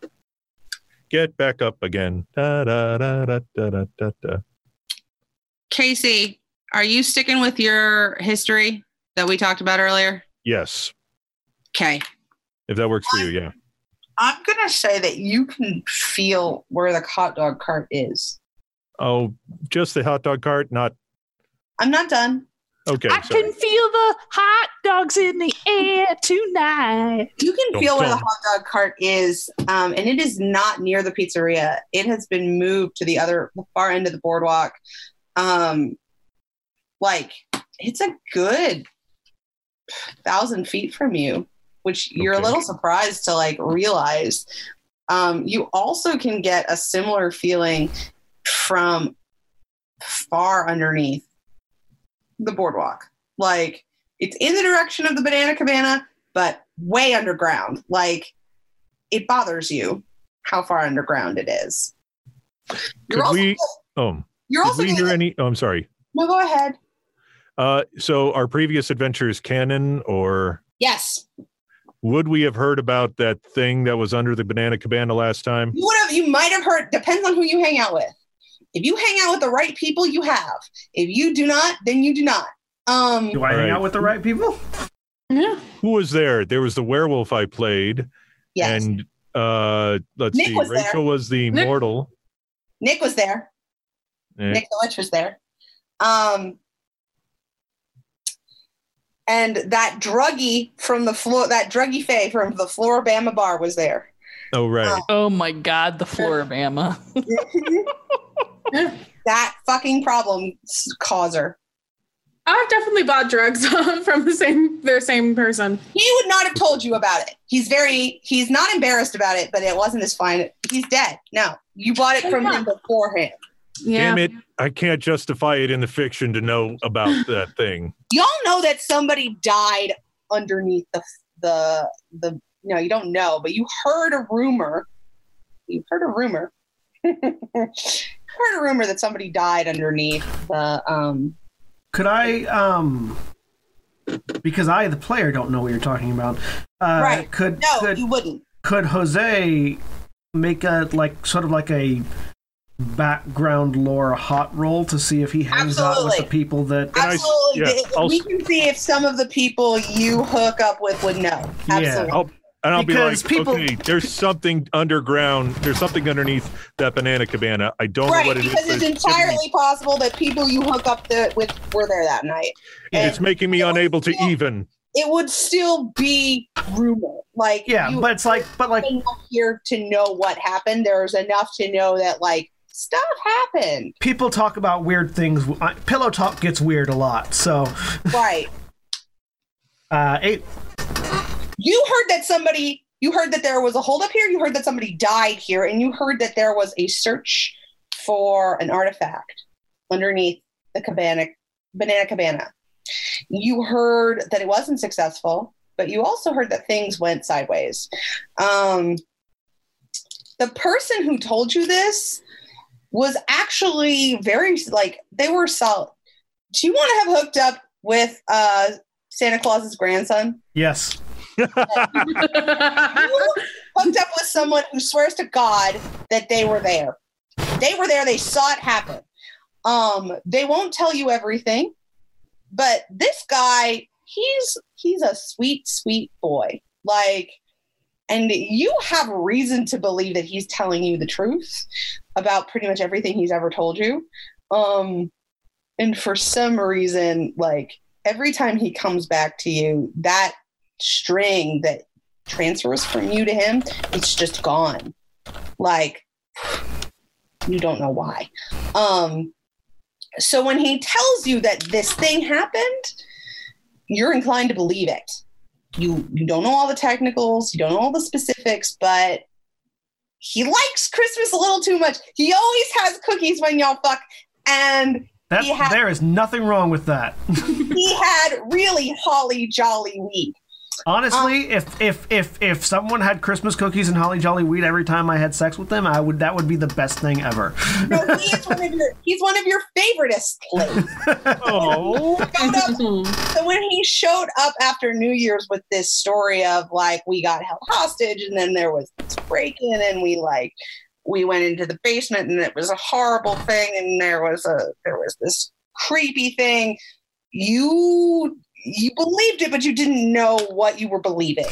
Speaker 4: Get back up again. Da, da, da, da, da, da, da, da.
Speaker 2: Casey, are you sticking with your history that we talked about earlier?
Speaker 4: Yes,
Speaker 2: Okay.
Speaker 4: if that works for you. Yeah.
Speaker 2: I'm gonna say that you can feel where the hot dog cart is.
Speaker 4: Oh, just the hot dog cart. Not
Speaker 2: I'm not done.
Speaker 4: okay.
Speaker 5: I
Speaker 4: sorry.
Speaker 5: can feel the hot dogs in the air tonight.
Speaker 2: You can
Speaker 4: Dum,
Speaker 2: feel where the
Speaker 4: dum.
Speaker 2: hot dog cart is, um, and it is not near the pizzeria. It has been moved to the other the far end of the boardwalk. Um, like it's a good thousand feet from you, which you're
Speaker 4: Okay.
Speaker 2: a little surprised to like realize. Um, you also can get a similar feeling from far underneath the boardwalk. Like it's in the direction of the banana cabana, but way underground. Like it bothers you how far underground it is. You're
Speaker 4: Could
Speaker 2: also,
Speaker 4: we- Um,
Speaker 2: you're
Speaker 4: did
Speaker 2: also
Speaker 4: we
Speaker 2: gonna-
Speaker 4: hear any? Oh, I'm sorry.
Speaker 2: no, go ahead.
Speaker 4: Uh, so our previous adventures canon, or
Speaker 2: Yes,
Speaker 4: would we have heard about that thing that was under the banana cabana last time?
Speaker 2: you would have. You might have heard. Depends on who you hang out with. If you hang out with the right people, you have. If you do not, then you do not. Um,
Speaker 1: Do I
Speaker 4: All
Speaker 1: hang
Speaker 4: right.
Speaker 1: out with the right people?
Speaker 6: Yeah.
Speaker 4: Who was there? There was the werewolf I played,
Speaker 2: yes,
Speaker 4: and uh, let's
Speaker 2: Nick
Speaker 4: see,
Speaker 2: was there.
Speaker 4: Rachel was the
Speaker 6: Nick-
Speaker 4: mortal.
Speaker 2: Nick was there.
Speaker 4: Eh,
Speaker 2: Nick Delich was there. Um, and that druggie from the floor, that druggie Faye from the Floribama bar was there.
Speaker 4: Oh right,
Speaker 5: Oh my God, the Floribama.
Speaker 2: That fucking problem s- causer.
Speaker 3: I've definitely bought drugs from the same their same person.
Speaker 2: He would not have told you about it. He's very, he's not embarrassed about it, but it wasn't his fine. He's dead. No, you bought it from him beforehand.
Speaker 4: damn it! I can't justify it in the fiction to know about that thing.
Speaker 2: Y'all know that somebody died underneath the the the. No, you don't know, but you heard a rumor. You heard a rumor. heard a rumor that somebody died underneath the. Um,
Speaker 1: Could I, um, because I, the player, don't know what you're talking about. Uh,
Speaker 2: Right.
Speaker 1: Could
Speaker 2: no,
Speaker 1: could
Speaker 2: you wouldn't.
Speaker 1: could Jose make a like sort of like a background lore hot roll to see if he hangs out with the
Speaker 2: Absolutely.
Speaker 1: people that?
Speaker 4: I-
Speaker 2: Absolutely,
Speaker 4: yeah,
Speaker 2: Th-
Speaker 4: I'll-
Speaker 2: we can see if some of the people you hook up with would know.
Speaker 1: Yeah.
Speaker 2: Absolutely.
Speaker 4: And I'll
Speaker 1: Because
Speaker 4: be like,
Speaker 1: people-
Speaker 4: okay, there's something underground. There's something underneath that banana cabana. I don't know
Speaker 2: Right,
Speaker 4: what it is.
Speaker 2: because
Speaker 4: but
Speaker 2: it's
Speaker 4: it's giving me-
Speaker 2: entirely possible that people you hook up the, with were there that night.
Speaker 4: It's making me unable to even.
Speaker 2: It would still be rumor. Like
Speaker 1: yeah,
Speaker 2: you-
Speaker 1: but it's like, but like,
Speaker 2: enough here to know what happened. There's enough to know that like stuff happened.
Speaker 1: people talk about weird things. I, pillow talk gets weird a lot. So,
Speaker 2: Right.
Speaker 1: uh, eight.
Speaker 2: You heard that somebody you heard that there was a holdup here, you heard that somebody died here, and you heard that there was a search for an artifact underneath the cabana banana cabana. You heard that it wasn't successful, but you also heard that things went sideways. Um the person who told you this was actually very like they were solid. Do you want to have hooked up with uh Santa Claus's grandson?
Speaker 1: Yes.
Speaker 2: You were hooked up with someone who swears to God that they were there. They were there. They saw it happen. Um, they won't tell you everything, but this guy, he's he's a sweet, sweet boy. Like, and you have reason to believe that he's telling you the truth about pretty much everything he's ever told you. Um, and for some reason, like every time he comes back to you, that string that transfers from you to him, it's just gone. Like you don't know why. Um so when he tells you that this thing happened, you're inclined to believe it. You you don't know all the technicals, you don't know all the specifics, but he likes Christmas a little too much. He always has cookies when y'all fuck and
Speaker 1: That,
Speaker 2: He had-
Speaker 1: there is nothing wrong with that.
Speaker 2: he had really holly jolly weed.
Speaker 1: Honestly, if if if if someone had Christmas cookies and holly jolly weed every time I had sex with them, I would that would be the best thing ever.
Speaker 2: No, he is one of your he's one of your favoritists. Lee.
Speaker 4: Oh,
Speaker 2: Showed up- so when he showed up after New Year's with this story of like we got held hostage and then there was this break in and we like we went into the basement and it was a horrible thing and there was a there was this creepy thing. You you believed it, but you didn't know what you were believing.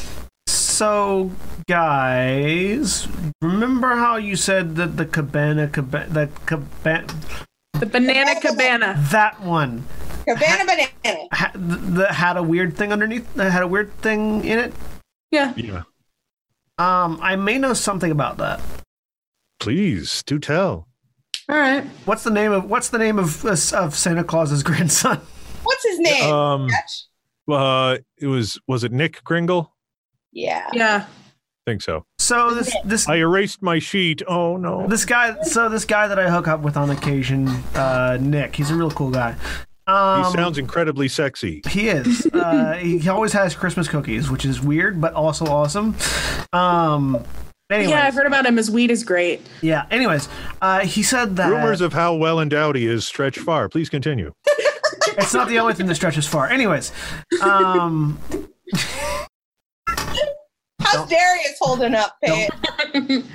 Speaker 1: So, guys, remember how you said that the cabana, cabana, the cabana,
Speaker 3: The banana cabana.
Speaker 1: that one
Speaker 2: Cabana banana.
Speaker 1: ha- that had a weird thing underneath, that had a weird thing in it?
Speaker 3: Yeah.
Speaker 4: yeah.
Speaker 1: Um, I may know something about that.
Speaker 4: Please do tell.
Speaker 3: All right.
Speaker 1: What's the name of What's the name of of Santa Claus's grandson?
Speaker 2: What's his name?
Speaker 4: Um,
Speaker 2: Dutch?
Speaker 4: uh, it was was it Nick Kringle?
Speaker 2: yeah.
Speaker 3: Yeah.
Speaker 4: think so.
Speaker 1: So this this
Speaker 4: I erased my sheet. Oh no.
Speaker 1: this guy, so this guy that I hook up with on occasion, uh, Nick. He's a real cool guy. Um,
Speaker 4: he sounds incredibly sexy.
Speaker 1: He is. Uh, he always has Christmas cookies, which is weird but also awesome. Um. Anyways,
Speaker 3: Yeah,
Speaker 1: yeah.
Speaker 3: I've heard about him. His weed is great.
Speaker 1: Anyways, uh, he said that
Speaker 4: Rumors of how well endowed he is stretch far. Please continue.
Speaker 1: it's not the only thing that stretches far. Anyways, um,
Speaker 2: How's Darius holding up, Paige?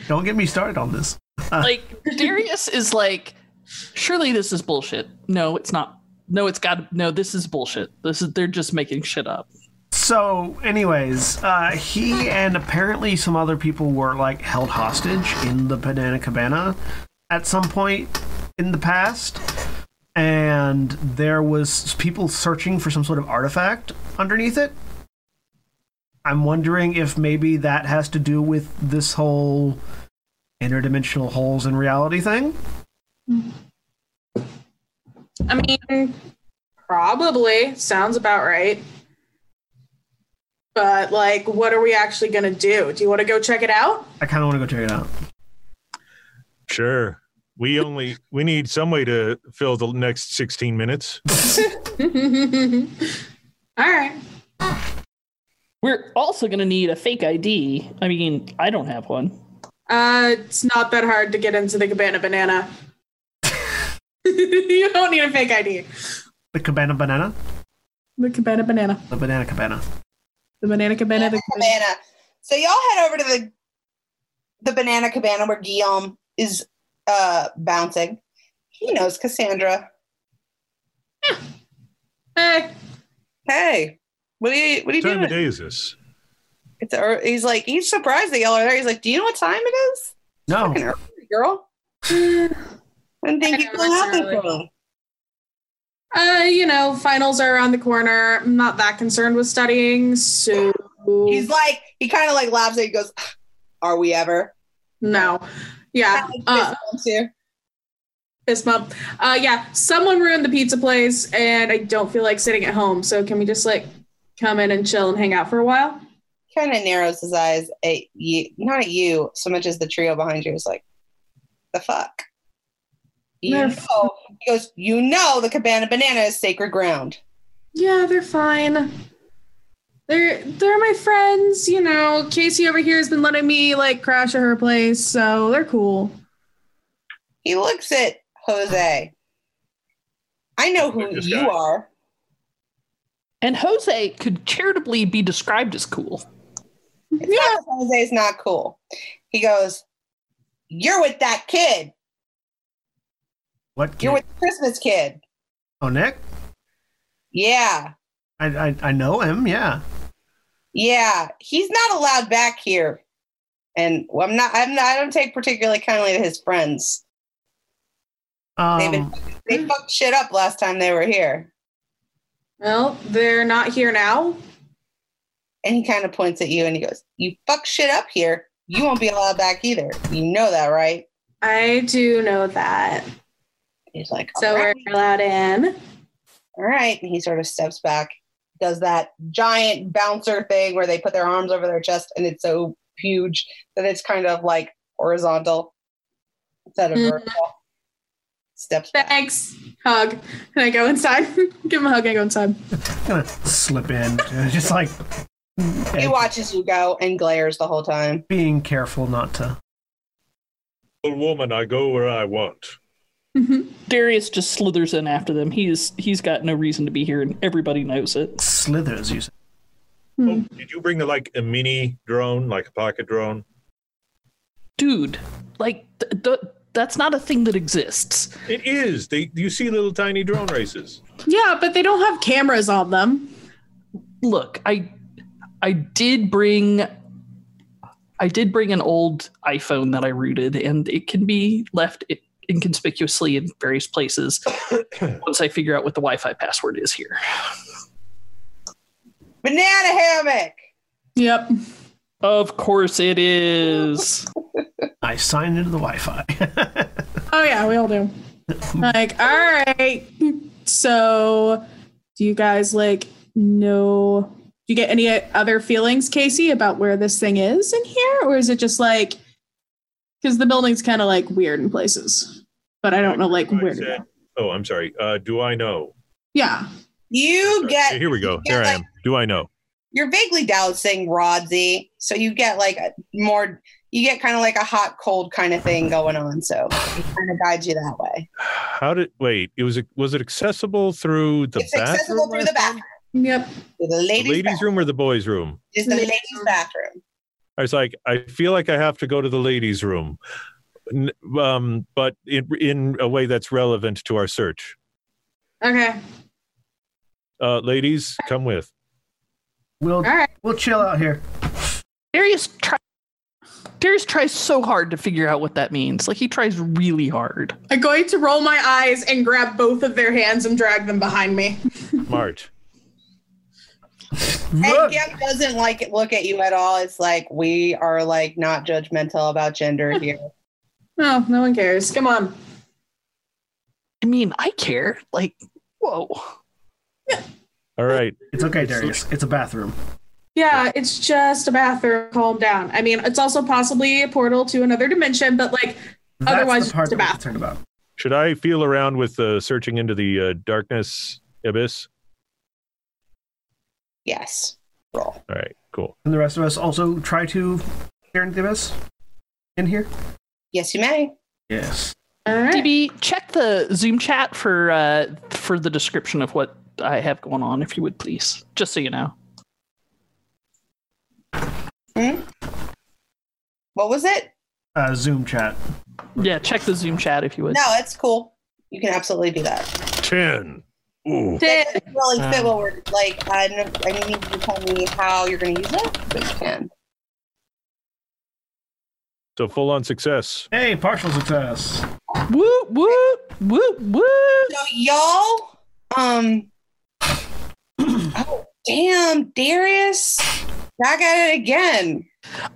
Speaker 1: don't get me started on this.
Speaker 5: like Darius is like, surely this is bullshit. No, it's not. No, it's got. No, this is bullshit. This is they're just making shit up.
Speaker 1: So, anyways, uh, he and apparently some other people were like held hostage in the Banana Cabana at some point in the past, and there was people searching for some sort of artifact underneath it. I'm wondering if maybe that has to do with this whole interdimensional holes in reality thing.
Speaker 3: I mean, probably sounds about right. But like, what are we actually gonna do? Do you want to go check it out?
Speaker 1: I kind of want to go check it out.
Speaker 4: Sure. We only we need some way to fill the next 16 minutes.
Speaker 3: All right.
Speaker 5: We're also gonna need a fake ID. I mean, I don't have one.
Speaker 3: Uh, it's not that hard to get into the cabana banana. you don't need a fake ID.
Speaker 1: The Cabana Banana,
Speaker 3: The cabana banana.
Speaker 1: the Banana Cabana.
Speaker 3: The banana cabana. The cabana.
Speaker 2: Cabana. So y'all head over to the the banana cabana where Guillaume is uh bouncing. He knows Cassandra.
Speaker 3: Hey,
Speaker 2: Hey, what are you what are you
Speaker 4: What time of
Speaker 2: doing?
Speaker 4: day is this?
Speaker 2: It's ear- he's like he's surprised that y'all are there. He's like, do you know what time it is?
Speaker 1: No,
Speaker 2: Fucking early, girl. I didn't think
Speaker 3: I
Speaker 2: you
Speaker 3: know,
Speaker 2: going out
Speaker 3: it's
Speaker 2: that
Speaker 3: early.
Speaker 2: early.
Speaker 3: uh, you know, finals are around the corner. I'm not that concerned with studying, so
Speaker 2: He's like he kind of like laughs at you. Goes, are we ever?
Speaker 3: no. Yeah. Uh,
Speaker 2: Too.
Speaker 3: fist bump. Uh, yeah, someone ruined the pizza place, and I don't feel like sitting at home. So can we just like come in and chill and hang out for a while?
Speaker 2: kind of narrows his eyes at you, not at you, so much as the trio behind you is like, the fuck. You
Speaker 3: They're
Speaker 2: know, he goes, you know, the cabana banana is sacred ground.
Speaker 3: Yeah, they're fine. They're they're my friends, you know. Casey over here has been letting me like crash at her place, so they're cool.
Speaker 2: He looks at Jose. I know who
Speaker 4: This
Speaker 2: you
Speaker 4: guy.
Speaker 2: are.
Speaker 5: And Jose could charitably be described as cool.
Speaker 2: It's not that Jose's not cool. He goes, you're with that kid.
Speaker 1: what?
Speaker 2: You're
Speaker 1: Kid?
Speaker 2: with the Christmas kid.
Speaker 1: Oh, Nick.
Speaker 2: Yeah,
Speaker 1: I, I I know him. Yeah.
Speaker 2: yeah. He's not allowed back here. And well, I'm not, I'm not, I don't take particularly kindly to his friends.
Speaker 1: Um,
Speaker 2: They've been- They
Speaker 3: Hmm.
Speaker 2: fucked shit up last time they were here.
Speaker 3: Well, they're not here now.
Speaker 2: And he kind of points at you and he goes, You fuck shit up here. You won't be allowed back either. You know that, right?
Speaker 3: I do know that.
Speaker 2: He's like,
Speaker 3: So
Speaker 2: all
Speaker 3: we're
Speaker 2: right.
Speaker 3: allowed in.
Speaker 2: all right. And he sort of steps back, does that giant bouncer thing where they put their arms over their chest and it's so huge that it's kind of like horizontal instead of
Speaker 3: Mhm.
Speaker 2: vertical. Steps back.
Speaker 3: Thanks. Hug. And I go inside. Give him a hug. I go inside.
Speaker 1: gonna slip in, just like
Speaker 2: He watches you go and glares the whole time.
Speaker 1: being careful not to.
Speaker 4: Old woman, I go where I want.
Speaker 5: Darius just slithers in after them. He's he's got no reason to be here, and everybody knows it.
Speaker 1: Slithers, you say.
Speaker 4: Oh, did you bring the, like a mini drone, like a pocket drone?
Speaker 5: Dude, like th- th- that's not a thing that exists.
Speaker 4: It is. They you see little tiny drone races.
Speaker 3: Yeah, but they don't have cameras on them.
Speaker 5: Look, I I did bring I did bring an old iPhone that I rooted, and it can be left i- inconspicuously in various places once I figure out what the Wi-Fi password is here.
Speaker 2: Banana hammock.
Speaker 3: Yep.
Speaker 5: Of course, it is.
Speaker 1: I signed into the Wi-Fi.
Speaker 3: Oh yeah, we all do. Like, all right. So, do you guys like know? Do you get any other feelings, Casey, about where this thing is in here, or is it just like? Because the building's kind of like weird in places, but I don't know like
Speaker 4: I
Speaker 3: where. To
Speaker 4: said-
Speaker 3: go.
Speaker 4: Oh, I'm sorry. Uh, do I know?
Speaker 3: Yeah.
Speaker 2: You get
Speaker 4: Here we go.
Speaker 2: Yeah,
Speaker 4: There I
Speaker 2: like-
Speaker 4: am. Do I know?
Speaker 2: you're vaguely dousing Rodsy, so you get like a more you get kind of like a hot cold kind of thing going on. So it kind of guides you that way.
Speaker 4: How did wait? It was was it accessible through the
Speaker 2: it's
Speaker 4: bathroom?
Speaker 2: accessible through the bathroom,
Speaker 3: Yep.
Speaker 2: through the
Speaker 4: The
Speaker 2: ladies',
Speaker 4: ladies'
Speaker 2: bathroom.
Speaker 4: room or the boys' room?
Speaker 2: It's the
Speaker 3: Ladies'
Speaker 2: ladies' bathroom.
Speaker 4: I was like, I feel like I have to go to the ladies' room, N- um, but in in a way that's relevant to our search.
Speaker 3: Okay.
Speaker 4: Uh, ladies, come with.
Speaker 1: we'll
Speaker 3: right.
Speaker 1: we'll chill out here.
Speaker 5: Darius try- Darius tries so hard to figure out what that means. Like he tries really hard.
Speaker 3: I'm going to roll my eyes and grab both of their hands and drag them behind me.
Speaker 4: Smart.
Speaker 1: Look,
Speaker 2: And Gem doesn't like it, look at you at all. It's like we are like not judgmental about gender here.
Speaker 3: No, Oh, no one cares. Come on.
Speaker 5: I mean, I care. Like, whoa.
Speaker 4: All right.
Speaker 1: it's okay, Darius. It's a bathroom.
Speaker 3: Yeah, it's just a bathroom. Calm down. I mean, it's also possibly a portal to another dimension, but like,
Speaker 1: That's
Speaker 3: Otherwise,
Speaker 1: the part
Speaker 3: it's a
Speaker 1: that we're concerned about.
Speaker 4: Should I feel around with uh, searching into the uh, darkness abyss?
Speaker 2: Yes. Roll.
Speaker 4: All right, cool.
Speaker 1: And the rest of us also try to guarantee us in here.
Speaker 2: Yes, you may.
Speaker 1: Yes.
Speaker 3: all right.
Speaker 5: DB, check the Zoom chat for uh for the description of what I have going on, if you would please. Just so you know.
Speaker 2: What was it?
Speaker 1: Uh, Zoom chat.
Speaker 5: Yeah, check the Zoom chat if you would.
Speaker 2: No, it's cool. You can absolutely do that.
Speaker 4: Ten. Ooh.
Speaker 2: That doesn't really fit what we're like. I, don't, I need you to tell me how you're going to use it, but you can.
Speaker 4: So full on success.
Speaker 1: Hey, partial success.
Speaker 5: Whoop, whoop, whoop, whoop.
Speaker 2: So y'all, um, oh damn, Darius, back at it again.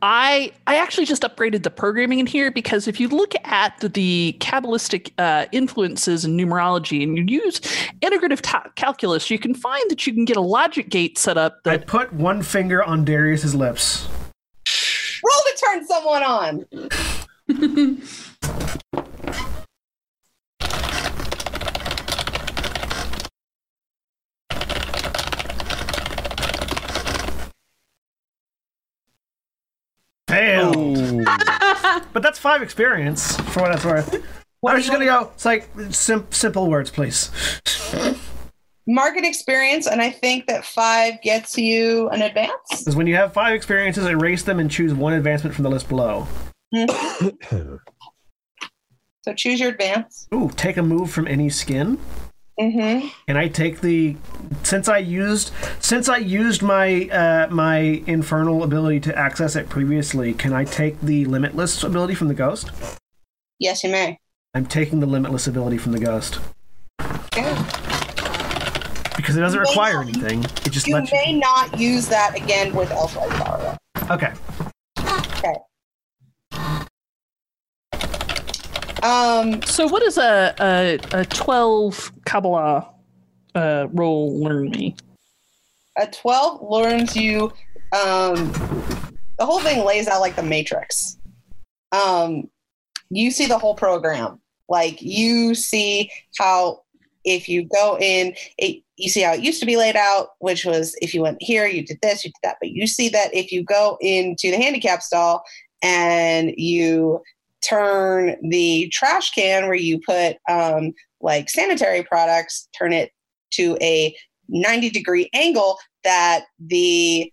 Speaker 5: I I actually just upgraded the programming in here because if you look at the Kabbalistic uh, influences in numerology and you use integrative ta- calculus, you can find that you can get a logic gate set up
Speaker 1: I
Speaker 5: that
Speaker 1: put one finger on Darius's lips.
Speaker 2: Roll to turn someone on.
Speaker 1: Fail.
Speaker 4: Ooh.
Speaker 1: But that's five experience, for what that's worth. I was just gonna go. It's like sim- simple words, please.
Speaker 2: Market experience, and I think that five gets you an advance.
Speaker 1: Because when you have five experiences, erase them and choose one advancement from the list below.
Speaker 2: So choose your advance.
Speaker 1: Ooh, take a move from any skin.
Speaker 2: Mm-hmm.
Speaker 1: and I take the since I used since I used my uh, my infernal ability to access it previously. Can I take the limitless ability from the ghost?
Speaker 2: Yes, you may.
Speaker 1: I'm taking the limitless ability from the ghost
Speaker 2: Okay.
Speaker 1: because it doesn't
Speaker 2: You may
Speaker 1: require
Speaker 2: not-
Speaker 1: anything. It just
Speaker 2: You
Speaker 1: lets you.
Speaker 2: may not use that again with Elflight Power.
Speaker 1: Okay,
Speaker 2: Um,
Speaker 5: So, what does a, a, a 12 Kabbalah uh, roll learn me?
Speaker 2: a twelve learns you. Um, the whole thing lays out like the Matrix. Um, you see the whole program. Like you see how if you go in, it, you see how it used to be laid out, which was if you went here, you did this, you did that. But you see that if you go into the handicap stall and you turn the trash can where you put um, like sanitary products, turn it to a 90 degree angle, that the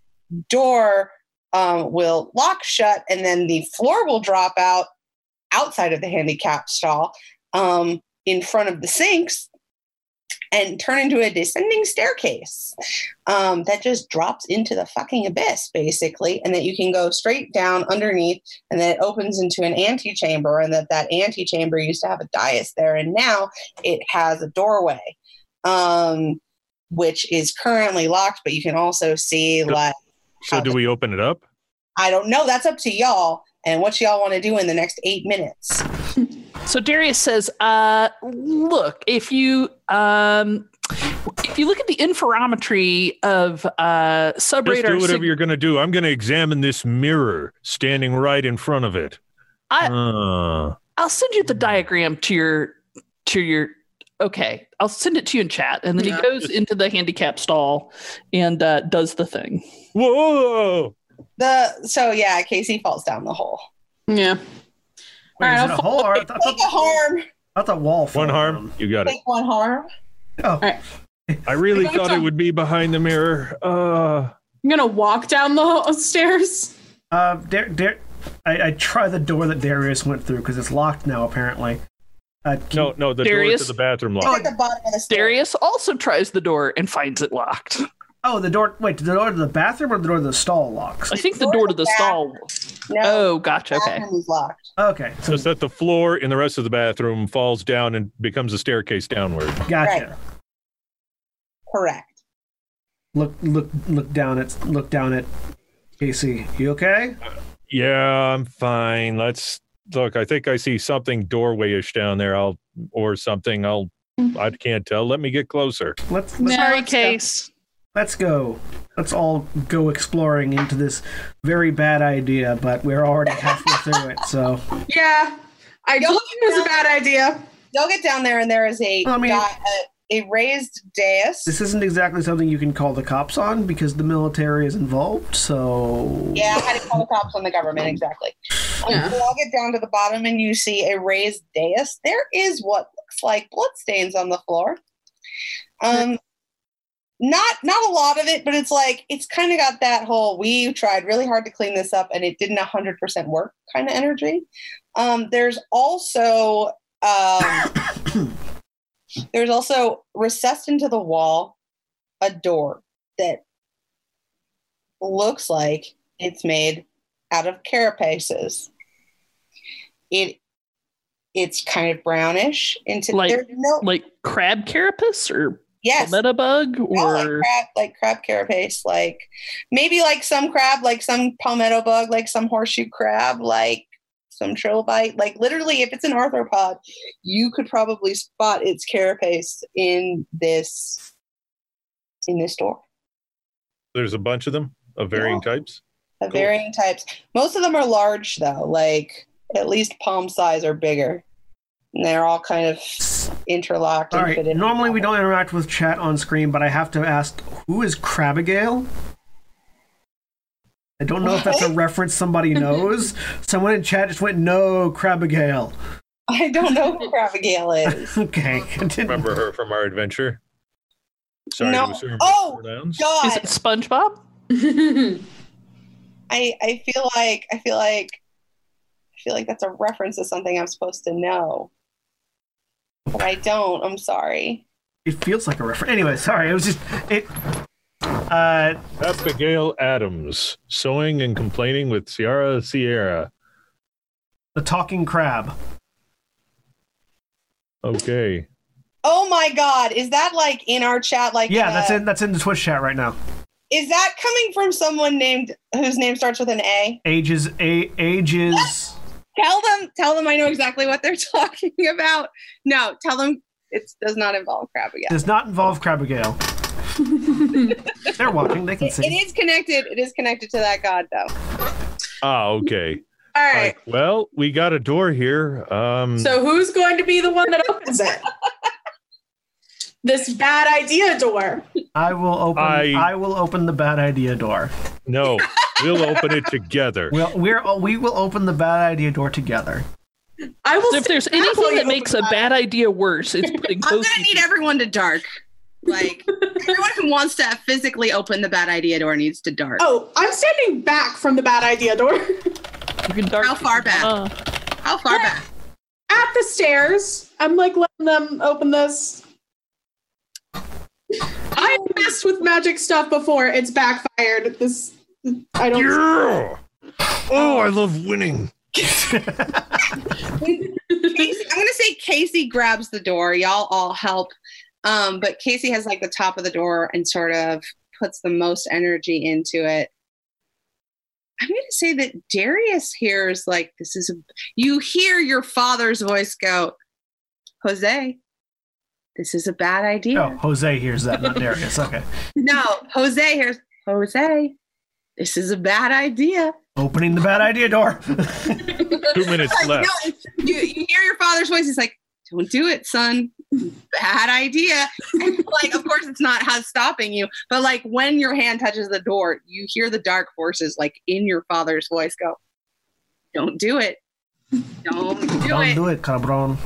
Speaker 2: door um, will lock shut and then the floor will drop out outside of the handicap stall um, in front of the sinks and turn into a descending staircase um, that just drops into the fucking abyss, basically, and that you can go straight down underneath, and then it opens into an antechamber, and that that antechamber used to have a dais there, and now it has a doorway, um, which is currently locked, but you can also see
Speaker 4: Yep.
Speaker 2: like
Speaker 4: So do we open it up?
Speaker 2: I don't know, that's up to y'all, and what y'all want to do in the next eight minutes.
Speaker 5: So Darius says, uh, "Look, if you um, if you look at the interferometry of uh,
Speaker 4: Just
Speaker 5: subradar,
Speaker 4: do whatever
Speaker 5: sig-
Speaker 4: you're going to do. I'm going to examine this mirror standing right in front of it.
Speaker 5: I-
Speaker 4: Uh,
Speaker 5: I'll send you the diagram to your to your." Okay, I'll send it to you in chat, and then
Speaker 3: Yeah.
Speaker 5: he goes into the handicap stall and uh, does the thing.
Speaker 4: whoa!
Speaker 2: The so yeah, Casey falls down the hole.
Speaker 3: Yeah.
Speaker 1: Wait, is it
Speaker 3: Alright,
Speaker 1: a
Speaker 3: I'll
Speaker 1: hole? Or I, th- I,
Speaker 2: Take a
Speaker 1: thought,
Speaker 2: harm.
Speaker 1: I thought wall.
Speaker 4: One
Speaker 1: fell
Speaker 4: harm.
Speaker 1: down.
Speaker 4: You got it.
Speaker 2: Take one harm.
Speaker 4: I really
Speaker 3: Go
Speaker 4: thought
Speaker 3: to-
Speaker 4: it would be behind the mirror. Uh,
Speaker 3: I'm gonna walk down the ho- stairs.
Speaker 1: Uh, Dar- Dar- I, I try the door that Darius went through because it's locked now, apparently. Uh, can-
Speaker 4: no, no, the
Speaker 5: Darius?
Speaker 4: door to the bathroom
Speaker 2: It's
Speaker 4: lock.
Speaker 2: at the bottom of the stairs.
Speaker 5: Darius also tries the door and finds it locked.
Speaker 1: Oh, the door. Wait, the door to the bathroom or the door to the stall locks?
Speaker 5: I think the door to the stall.
Speaker 2: No,
Speaker 5: Oh, gotcha.
Speaker 2: the
Speaker 5: Okay.
Speaker 2: bathroom is locked.
Speaker 1: Okay, so
Speaker 4: Just that the floor in the rest of the bathroom falls down and becomes a staircase downward.
Speaker 1: gotcha.
Speaker 2: Right. Correct.
Speaker 1: Look, look, look down at, look down at Casey. You okay?
Speaker 4: Yeah, I'm fine. Let's look. I think I see something doorwayish down there. I'll or something. I'll. I can't tell. Let me get closer.
Speaker 1: Let's
Speaker 3: No,
Speaker 1: let's,
Speaker 5: Sorry,
Speaker 3: let's go.
Speaker 5: Case.
Speaker 1: let's go. Let's all go exploring into this very bad idea, but we're already halfway through it. So
Speaker 3: Yeah. I
Speaker 2: Yo,
Speaker 3: told you it was a bad idea.
Speaker 2: They'll get down there, and there is a,
Speaker 1: I mean-
Speaker 2: di- a, a raised dais.
Speaker 1: this isn't exactly something you can call the cops on because the military is involved. So
Speaker 2: yeah, how do you call the cops on the government exactly?
Speaker 3: Yeah.
Speaker 2: They'll get down to the bottom, and you see a raised dais. There is what looks like bloodstains on the floor. Um. Not not a lot of it, but it's like it's kind of got that whole we tried really hard to clean this up and it didn't hundred percent work kind of energy. Um, there's also um, there's also recessed into the wall a door that looks like it's made out of carapaces. It it's kind of brownish into
Speaker 5: Like-
Speaker 2: there's no
Speaker 5: Like crab carapace or
Speaker 2: yes
Speaker 5: palmetto bug
Speaker 2: no,
Speaker 5: or
Speaker 2: like crab like crab carapace like maybe like some crab like some palmetto bug like some horseshoe crab like some trilobite like literally if it's an arthropod you could probably spot its carapace in this in this door
Speaker 4: There's a bunch of them of varying types.
Speaker 2: of
Speaker 4: Cool.
Speaker 2: varying types most of them are large though like at least palm size or bigger and they're all kind of interlocked
Speaker 1: All
Speaker 2: and
Speaker 1: right.
Speaker 2: fit in
Speaker 1: Normally we don't interact with chat on screen, but I have to ask, who is Crabigale? I don't know if that's a reference somebody knows. Someone in chat just went, "No, Crabigale."
Speaker 2: i don't know who crabigale is
Speaker 1: Okay, continue.
Speaker 4: Remember her from our adventure? Sorry
Speaker 2: No.
Speaker 4: to assume
Speaker 2: Oh,
Speaker 4: pronouns.
Speaker 2: god
Speaker 5: is it SpongeBob?
Speaker 2: I I feel like I feel like I feel like that's a reference to something I'm supposed to know. But I don't. I'm sorry.
Speaker 1: It feels like a reference. Anyway, sorry. It was just it. Uh,
Speaker 4: Abigail Adams, sewing and complaining with Ciara Sierra.
Speaker 1: the talking crab.
Speaker 4: Okay.
Speaker 2: Oh my god, is that like in our chat like
Speaker 1: Yeah,
Speaker 2: uh,
Speaker 1: that's in that's in the Twitch chat right now.
Speaker 2: Is that coming from someone named whose name starts with an A?
Speaker 1: Ages, a, ages.
Speaker 2: Tell them tell them I know exactly what they're talking about. No, tell them it does not involve crab again.
Speaker 1: does not involve Crabigale. They're watching. They can
Speaker 2: It, it
Speaker 1: see.
Speaker 2: is connected. It is connected to that god though.
Speaker 4: Ah, okay.
Speaker 3: All right.
Speaker 4: Like, well, we got a door here. Um,
Speaker 3: So who's going to be the one that opens it? this bad idea door.
Speaker 1: I will open. I,
Speaker 4: I-
Speaker 1: will open the bad idea door.
Speaker 4: No, we'll open it together.
Speaker 1: We'll, we're oh, we will open the bad idea door together.
Speaker 3: I will.
Speaker 5: So if
Speaker 3: sit
Speaker 5: there's
Speaker 3: back while
Speaker 5: anything
Speaker 3: you
Speaker 5: that makes a
Speaker 3: open
Speaker 5: bad idea worse, it's putting
Speaker 2: I'm
Speaker 5: close.
Speaker 2: gonna need everyone to dark. Like everyone who wants to physically open the bad idea door needs to dark.
Speaker 3: that- Oh, I'm standing back from the bad idea door at
Speaker 5: you can dark
Speaker 2: How far back?
Speaker 5: Uh,
Speaker 2: How far back?
Speaker 3: the stairs. I'm like letting them open this. I messed with magic stuff before. It's backfired. This I don't.
Speaker 4: Yeah! Oh, I love winning.
Speaker 2: Casey, I'm gonna say Casey grabs the door. Y'all all help. Um, but Casey has like the top of the door and sort of puts the most energy into it. I'm gonna say that Darius hears like this is a you hear your father's voice go, Jose, this is a bad idea.
Speaker 1: Oh, Jose hears that, not Darius. Okay,
Speaker 2: No, Jose hears Jose, this is a bad idea.
Speaker 1: opening the bad idea door.
Speaker 4: Two minutes
Speaker 2: Like,
Speaker 4: left.
Speaker 2: no, it's- you, you hear your father's voice. He's like, "Don't do it, son. Bad idea." And like, of course, it's not how stopping you, but like when your hand touches the door, you hear the dark forces like in your father's voice go, "Don't do it. Don't do
Speaker 1: Don't
Speaker 2: it.
Speaker 1: do it, cabron.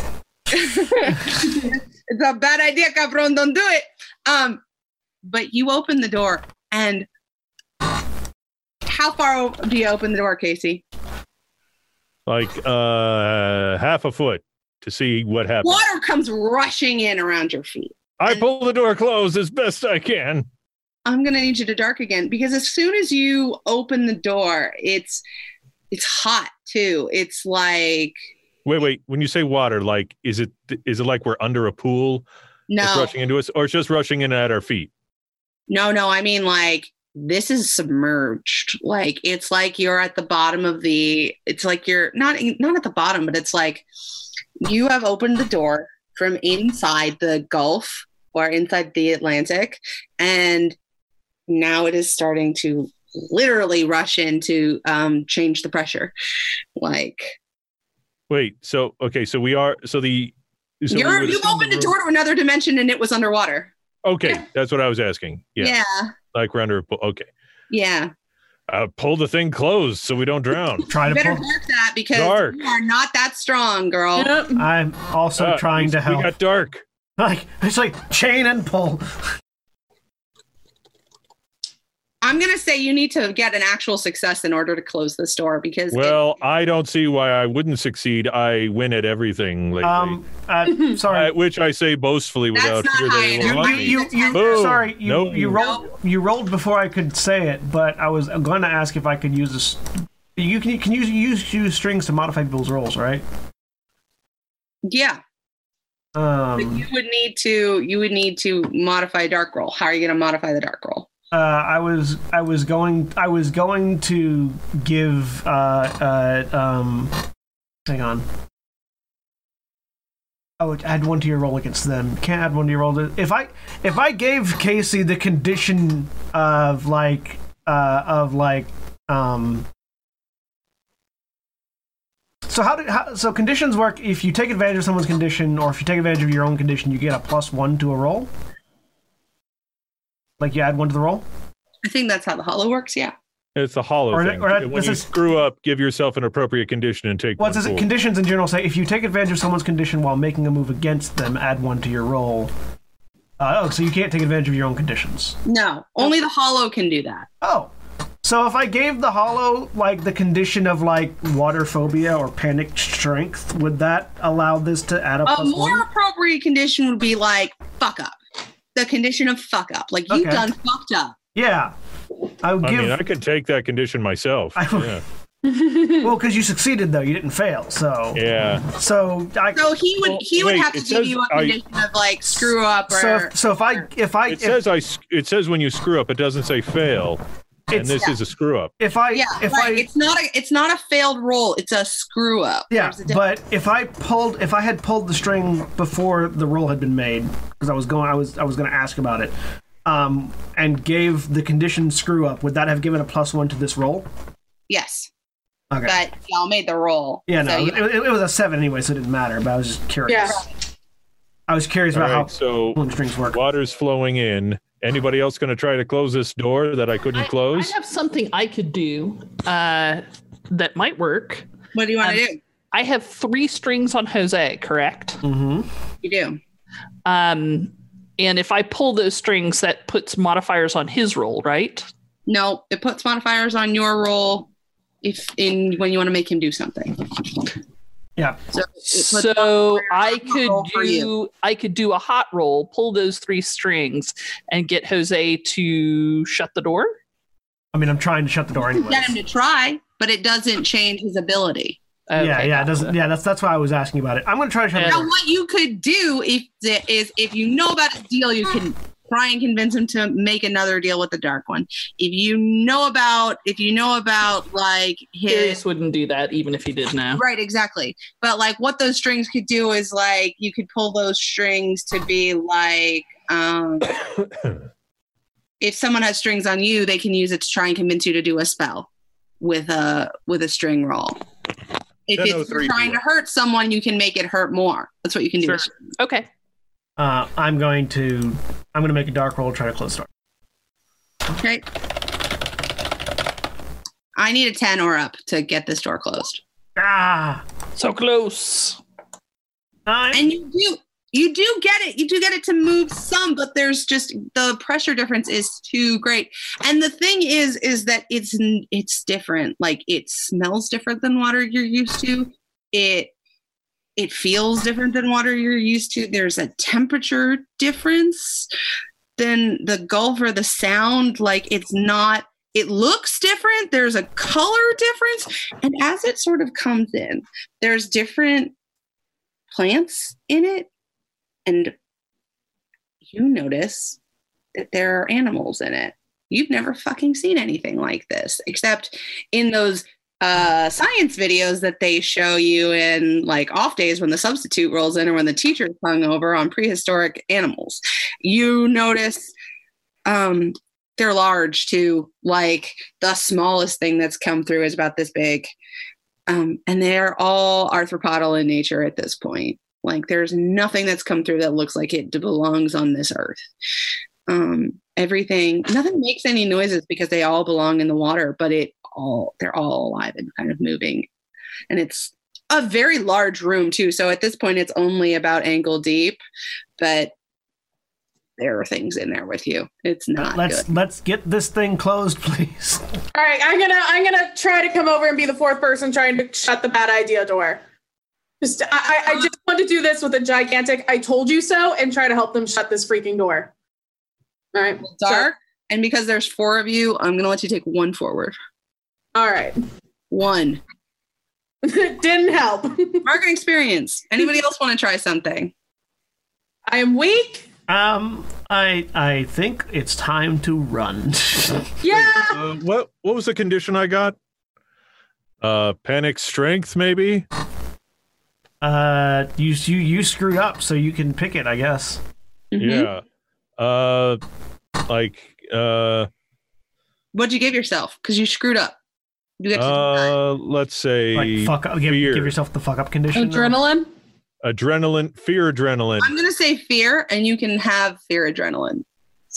Speaker 2: it's a bad idea, cabron. Don't do it." Um, but you open the door, and how far o- do you open the door, Casey?
Speaker 4: Like uh half a foot to see what happens.
Speaker 2: Water comes rushing in around your feet.
Speaker 4: I pull the door closed as best I can.
Speaker 2: I'm gonna need you to dark again because as soon as you open the door, it's it's hot too. It's like
Speaker 4: Wait, wait. When you say water, like is it is it like we're under a pool? It's
Speaker 2: no,
Speaker 4: rushing into us, or it's just rushing in at our feet?
Speaker 2: no, no. I mean like this is submerged. Like it's like you're at the bottom of the. It's like you're not not at the bottom, but it's like you have opened the door from inside the Gulf or inside the Atlantic, and now it is starting to literally rush in to um, change the pressure, like.
Speaker 4: Wait, so okay, so we are so the so we
Speaker 2: You're,
Speaker 4: would
Speaker 2: you
Speaker 4: assume
Speaker 2: opened
Speaker 4: the
Speaker 2: a
Speaker 4: room-
Speaker 2: door to another dimension and it was underwater.
Speaker 4: Okay, that's what I was asking. Yeah,
Speaker 2: Yeah.
Speaker 4: like we're under a pool. Okay,
Speaker 2: Yeah.
Speaker 4: uh, pull the thing closed so we don't drown.
Speaker 1: Try
Speaker 2: You
Speaker 1: to
Speaker 2: better
Speaker 1: pull.
Speaker 2: mark that because
Speaker 4: Dark.
Speaker 2: you are not that strong, girl.
Speaker 3: Yep.
Speaker 1: I'm also
Speaker 4: Uh,
Speaker 1: trying
Speaker 4: we-
Speaker 1: to help.
Speaker 4: We got dark.
Speaker 1: Like it's like chain and pull.
Speaker 2: I'm going to say you need to get an actual success in order to close this door because. it-
Speaker 4: Well, I don't see why I wouldn't succeed. I win at everything lately,
Speaker 1: Um, uh, sorry.
Speaker 4: I- which I say boastfully
Speaker 2: That's
Speaker 4: without
Speaker 2: not
Speaker 4: fear
Speaker 2: high
Speaker 4: they will
Speaker 2: enough.
Speaker 4: haunt
Speaker 1: you,
Speaker 4: me.
Speaker 1: you, you,
Speaker 4: Boom.
Speaker 1: sorry, you,
Speaker 4: No.
Speaker 1: you rolled you rolled before I could say it, but I was going to ask if I could use this. You can can use use, use strings to modify people's rolls, right?
Speaker 2: yeah. But
Speaker 1: Um,
Speaker 2: you would need to you would need to modify a dark roll. How are you going to modify the dark roll?
Speaker 1: uh, I was I was going I was going to give uh, uh, um, hang on. Oh, add one to your roll against them. Can't add one to your roll. to- If I if I gave Casey the condition of like uh, of like um. So how do how, so conditions work? If you take advantage of someone's condition, or if you take advantage of your own condition, you get a plus one to a roll. Like you add one to the roll.
Speaker 2: I think that's how the hollow works. Yeah.
Speaker 4: It's the hollow
Speaker 1: Or-
Speaker 4: thing.
Speaker 1: or that-
Speaker 4: when
Speaker 1: this
Speaker 4: you
Speaker 1: is-
Speaker 4: screw up, give yourself an appropriate condition and take.
Speaker 1: Well, it
Speaker 4: one
Speaker 1: says
Speaker 4: forward.
Speaker 1: conditions in general say if you take advantage of someone's condition while making a move against them, add one to your roll. Uh, oh, so you can't take advantage of your own conditions.
Speaker 2: No, only the hollow can do that.
Speaker 1: Oh. So if I gave the hollow like the condition of like water phobia or panic strength, would that allow this to add up?
Speaker 2: A
Speaker 1: plus
Speaker 2: more
Speaker 1: one?
Speaker 2: appropriate condition would be like fuck up. The condition of fuck up. Like you've
Speaker 1: Okay.
Speaker 2: done fucked up.
Speaker 1: Yeah. I would
Speaker 4: I
Speaker 1: give
Speaker 4: mean, I could take that condition myself.
Speaker 1: I would-
Speaker 4: yeah.
Speaker 1: well because you succeeded though you didn't fail so
Speaker 4: yeah.
Speaker 1: so I
Speaker 2: So he would
Speaker 4: Well,
Speaker 2: he would
Speaker 4: wait,
Speaker 2: have to
Speaker 4: it
Speaker 2: give
Speaker 4: says
Speaker 2: you a
Speaker 4: I-
Speaker 2: condition of like screw up or
Speaker 1: so if, so if I if I
Speaker 4: It
Speaker 1: if,
Speaker 4: says I. s- It says when you screw up, it doesn't say fail, and
Speaker 1: it's-
Speaker 4: this is a screw up.
Speaker 1: if I
Speaker 2: yeah,
Speaker 1: if
Speaker 2: right.
Speaker 1: I
Speaker 2: it's not a it's not a failed roll. It's a screw up.
Speaker 1: Yeah,
Speaker 2: There's a difference.
Speaker 1: but if I pulled, if I had pulled the string before the roll had been made, because I was going, I was, I was going to ask about it, um, and gave the condition screw up, would that have given a plus one to this roll?
Speaker 2: yes,
Speaker 1: Okay.
Speaker 2: but y'all made the roll.
Speaker 1: yeah, no,
Speaker 2: So you-
Speaker 1: it, it was a seven anyway, so it didn't matter. But I was just curious.
Speaker 3: Yeah.
Speaker 1: I was curious
Speaker 4: All
Speaker 1: about
Speaker 4: right,
Speaker 1: how Hmm.
Speaker 4: so
Speaker 1: pulling strings work.
Speaker 4: water's flowing in. Anybody else going to try to close this door that I couldn't
Speaker 5: I
Speaker 4: close?
Speaker 5: have something I could do uh, that might work.
Speaker 2: What do you
Speaker 1: Um,
Speaker 2: want to do?
Speaker 5: I have three strings on Jose, correct?
Speaker 1: Mm-hmm.
Speaker 2: You do.
Speaker 5: Um, and if I pull those strings, that puts modifiers on his roll, right?
Speaker 2: No, it puts modifiers on your roll if in when you want to make him do something.
Speaker 1: Yeah.
Speaker 2: So, it puts
Speaker 5: so I
Speaker 2: roll for
Speaker 5: could do
Speaker 2: you.
Speaker 5: I could do a hot roll, pull those three strings, and get Jose to shut the door.
Speaker 1: I mean, I'm trying to shut the door
Speaker 2: you
Speaker 1: anyway.
Speaker 2: get him to try, but it doesn't change his ability.
Speaker 1: yeah,
Speaker 5: Okay,
Speaker 1: yeah, it
Speaker 5: gotcha.
Speaker 1: doesn't. Yeah, that's that's why I was asking about it. I'm gonna try to shut the
Speaker 5: Yeah.
Speaker 2: Now,
Speaker 1: door.
Speaker 2: what you could do if the, is if you know about his deal, you can try and convince him to make another deal with the dark one. If you know about, if you know about like his
Speaker 5: Darius wouldn't do that even if he did now.
Speaker 2: right, exactly. But like what those strings could do is like you could pull those strings to be like. um If someone has strings on you, they can use it to try and convince you to do a spell with a with a string roll. If
Speaker 4: Then
Speaker 2: it's
Speaker 4: O3
Speaker 2: trying to hurt someone, you can make it hurt more. That's what you can do.
Speaker 5: Sure.
Speaker 2: with
Speaker 5: Okay.
Speaker 1: Uh, I'm going to I'm gonna make a dark roll, try to close the door.
Speaker 2: Okay. I need a 10 or up to get this door closed.
Speaker 1: Ah,
Speaker 5: So close.
Speaker 1: nine.
Speaker 2: And you do you do get it. You do get it to move some, but there's just the pressure difference is too great. And the thing is is that it's n- it's different. Like it smells different than water you're used to. It it feels different than water you're used to. There's a temperature difference than the gulf or the sound. Like it's not, it looks different. There's a color difference. And as it sort of comes in, there's different plants in it. And you notice that there are animals in it. You've never fucking seen anything like this, except in those uh, science videos that they show you in like off days when the substitute rolls in or when the teacher's hung over on prehistoric animals. You notice um, they're large too. Like the smallest thing that's come through is about this big. Um, and they're all arthropodal in nature at this point. Like there's nothing that's come through that looks like it belongs on this earth. Um, everything, nothing makes any noises because they all belong in the water, but it all they're all alive and kind of moving. And it's a very large room too. So at this point it's only about ankle deep, but there are things in there with you. It's not
Speaker 1: Let's
Speaker 2: good.
Speaker 1: let's get this thing closed, please.
Speaker 3: All right, I'm gonna I'm gonna try to come over and be the fourth person trying to shut the bad idea door. Just I, I, I just want to do this with a gigantic "I told you so" and try to help them shut this freaking door. All right,
Speaker 2: Dark. And because there's four of you, I'm gonna let you take one forward.
Speaker 3: all right.
Speaker 2: One.
Speaker 3: Didn't help.
Speaker 2: Market experience. Anybody else want to try something?
Speaker 3: I am weak.
Speaker 1: Um, I I think it's time to run.
Speaker 3: Yeah.
Speaker 4: Uh, what What was the condition I got? Uh, panic strength, maybe.
Speaker 1: uh, you you you screwed up, so you can pick it, I guess.
Speaker 4: Mm-hmm.
Speaker 2: Mm-hmm.
Speaker 4: Yeah. Uh, like uh,
Speaker 2: What'd you give yourself? Because you screwed up. You get to decide.
Speaker 4: uh, let's say
Speaker 1: Like fuck up, give, give
Speaker 4: fear.
Speaker 1: yourself the fuck up condition.
Speaker 3: Adrenaline.
Speaker 4: adrenaline, fear, adrenaline.
Speaker 2: I'm gonna say fear, and you can have fear adrenaline.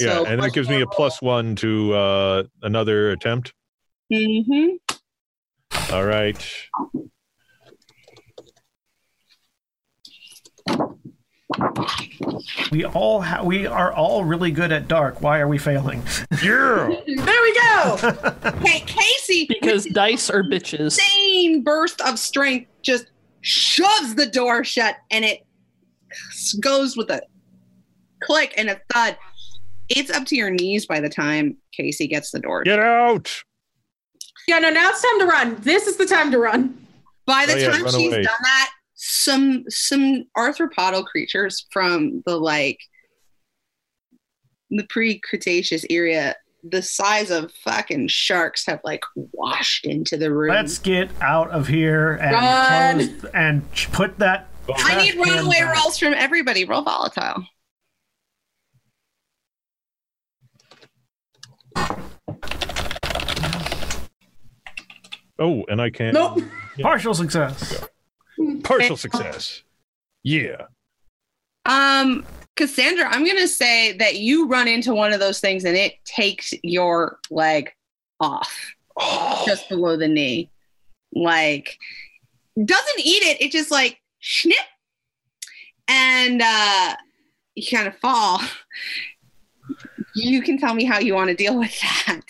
Speaker 4: yeah, and that gives me a plus one to uh, another attempt.
Speaker 2: Mm-hmm.
Speaker 4: All right.
Speaker 1: We all ha- we are all really good at dark. Why are we failing?
Speaker 4: Yeah.
Speaker 3: There we go.
Speaker 2: Okay, Casey,
Speaker 5: Because
Speaker 2: with
Speaker 5: dice are bitches.
Speaker 2: insane burst of strength just shoves the door shut, and it goes with a click and a thud. It's up to your knees by the time Casey gets the door.
Speaker 4: Get out.
Speaker 3: Yeah. No. Now it's time to run. This is the time to run.
Speaker 2: By the
Speaker 4: Oh, yeah,
Speaker 2: time
Speaker 4: run
Speaker 2: she's
Speaker 4: away.
Speaker 2: done that, some some arthropodal creatures from the like the pre-Cretaceous area, the size of fucking sharks, have like washed into the room.
Speaker 1: Let's get out of here and
Speaker 3: Run.
Speaker 1: close- and ch- put that.
Speaker 2: I need
Speaker 1: trash can
Speaker 2: runaway
Speaker 1: back.
Speaker 2: rolls from everybody. Roll volatile.
Speaker 4: Oh, and I can't.
Speaker 3: Nope.
Speaker 1: Partial success.
Speaker 4: Partial success. Yeah.
Speaker 2: Um, Cassandra, I'm gonna say that you run into one of those things and it takes your leg off just below the knee. Like doesn't eat it, it just like snip and uh you kind of fall. You can tell me how you want to deal with that.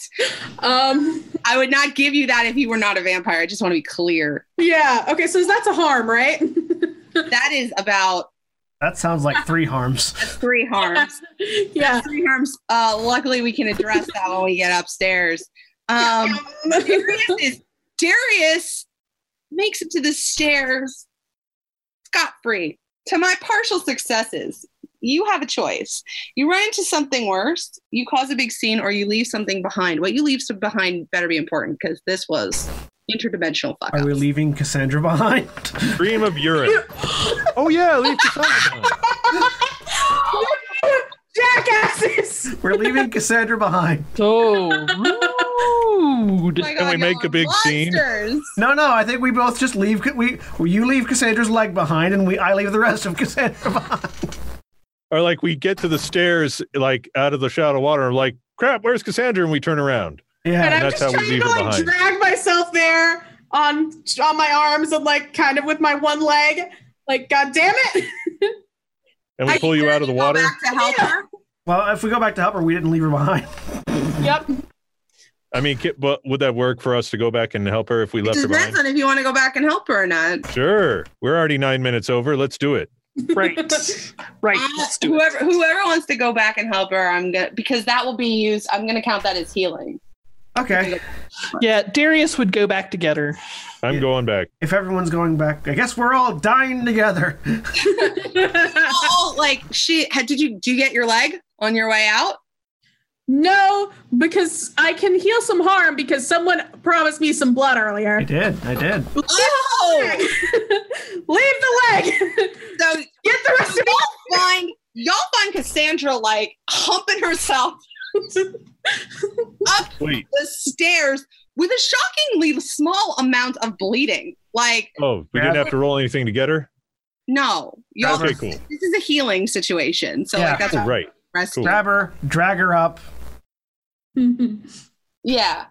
Speaker 3: Um,
Speaker 2: I would not give you that if you were not a vampire. I just want to be clear.
Speaker 3: yeah. Okay, so that's a harm, right?
Speaker 2: That is about
Speaker 1: That sounds like three harms.
Speaker 2: three harms.
Speaker 3: yeah.
Speaker 2: three harms. Uh, luckily, we can address that when we get upstairs. Um, Darius, is, Darius makes it to the stairs scot free. To my partial successes, you have a choice. You run into something worse, you cause a big scene, or you leave something behind. What you leave some- behind better be important because this was interdimensional fuck
Speaker 1: Are
Speaker 2: up.
Speaker 1: we leaving Cassandra behind?
Speaker 4: Stream of urine. oh yeah, leave the side behind.
Speaker 3: Jackasses.
Speaker 1: We're leaving Cassandra behind.
Speaker 5: So
Speaker 2: Oh
Speaker 5: rude.
Speaker 2: my
Speaker 4: Can we
Speaker 2: God,
Speaker 4: make
Speaker 2: y'all
Speaker 4: a big
Speaker 2: are
Speaker 4: scene?
Speaker 2: monsters.
Speaker 1: No, no. I think we both just leave. We well, you leave Cassandra's leg behind, and we I leave the rest of Cassandra behind.
Speaker 4: Or like we get to the stairs, like out of the shadow water, and like crap. Where's Cassandra? And we turn around.
Speaker 3: And
Speaker 1: Yeah.
Speaker 3: I'm
Speaker 4: that's
Speaker 3: just
Speaker 4: how we
Speaker 3: trying
Speaker 4: leave
Speaker 3: to
Speaker 4: her
Speaker 3: like
Speaker 4: behind.
Speaker 3: drag myself there on on my arms and like kind of with my one leg. Like, god damn it.
Speaker 4: And we
Speaker 2: I
Speaker 4: pull you out of the
Speaker 2: Go
Speaker 4: water.
Speaker 2: back to help her.
Speaker 1: Well, if we go back to help her, we didn't leave her behind.
Speaker 3: yep.
Speaker 4: I mean, ki- but would that work for us to go back and help her if we
Speaker 2: It
Speaker 4: left her
Speaker 2: depends on
Speaker 4: behind?
Speaker 2: if you want to go back and help her or not.
Speaker 4: Sure. We're already nine minutes over. Let's do it.
Speaker 5: Right. Right.
Speaker 2: Uh,
Speaker 5: Let's do it.
Speaker 2: whoever whoever wants to go back and help her, I'm gonna because that will be used. I'm gonna count that as healing.
Speaker 1: Okay.
Speaker 5: Yeah, Darius would go back to get her.
Speaker 4: I'm
Speaker 1: Yeah.
Speaker 4: going back.
Speaker 1: If everyone's going back, I guess we're all dying together.
Speaker 2: oh, like she had? Did you do you get your leg on your way out?
Speaker 3: no, because I can heal some harm because someone promised me some blood earlier.
Speaker 1: I did. I did.
Speaker 2: Oh,
Speaker 3: Leave the leg.
Speaker 2: so
Speaker 3: Get the rest of
Speaker 2: y'all find y'all find Cassandra like humping herself up
Speaker 4: Wait.
Speaker 2: the stairs with a shockingly small amount of bleeding. Like
Speaker 4: Oh, we didn't have to roll anything to get her?
Speaker 2: no, y'all.
Speaker 4: Okay, cool.
Speaker 2: This is a healing situation, so
Speaker 1: Yeah.
Speaker 2: like that's
Speaker 4: All right.
Speaker 2: rest.
Speaker 4: Cool.
Speaker 1: Grab her, drag her up.
Speaker 2: Yeah.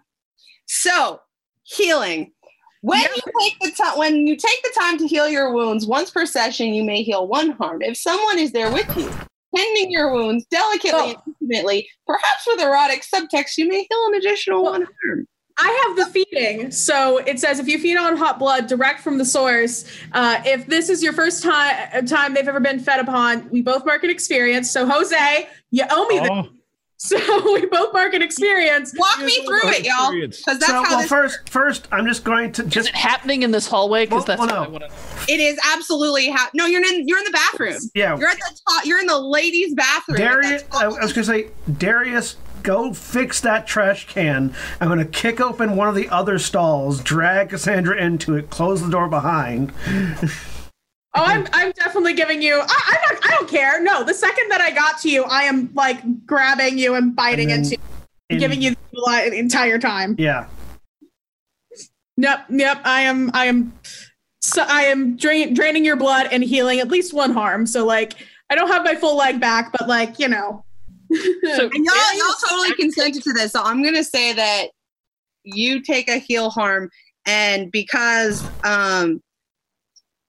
Speaker 2: So healing. When you take the time when you take the time to heal your wounds once per session, you may heal one harm. If someone is there with you, tending your wounds delicately and intimately, perhaps with erotic subtext, you may heal an additional
Speaker 3: Well-
Speaker 2: one harm.
Speaker 3: I have the feeding. So it says if you feed on hot blood direct from the source, uh, if this is your first time time they've ever been fed upon, we both mark an experience. So Jose, you owe me this.
Speaker 4: Oh,
Speaker 3: So we both mark an experience.
Speaker 2: Walk me through it, y'all.
Speaker 4: Experience.
Speaker 2: Because that's
Speaker 1: so,
Speaker 2: how
Speaker 1: well,
Speaker 2: this
Speaker 1: first, first, I'm just going to
Speaker 5: Is
Speaker 1: just
Speaker 5: it happening in this hallway? Because
Speaker 1: Well,
Speaker 5: that's
Speaker 1: well,
Speaker 5: what I
Speaker 1: no.
Speaker 5: want to
Speaker 2: it is absolutely how no, you're in you're in the bathroom.
Speaker 1: yeah. uh,
Speaker 2: You're at the top you're in the ladies' bathroom. at the
Speaker 1: Darius,
Speaker 2: top.
Speaker 1: I, I was gonna say, Darius, go fix that trash can. I'm gonna kick open one of the other stalls, drag Cassandra into it, close the door behind.
Speaker 3: Oh, I'm, I'm definitely giving you. I, I'm not, I don't care. No, the second that I got to you, I am like grabbing you and biting
Speaker 1: And then-
Speaker 3: into you,
Speaker 1: in-
Speaker 3: giving you the li- the entire time.
Speaker 1: Yeah,
Speaker 3: Yep, yep. I am. I am. So I am drain, draining your blood and healing at least one harm. So like, I don't have my full leg back, but like, you know,
Speaker 5: know. So
Speaker 2: And y'all,
Speaker 5: Darius-
Speaker 2: y'all totally consented to this. So I'm going to say that you take a heel harm. And because um,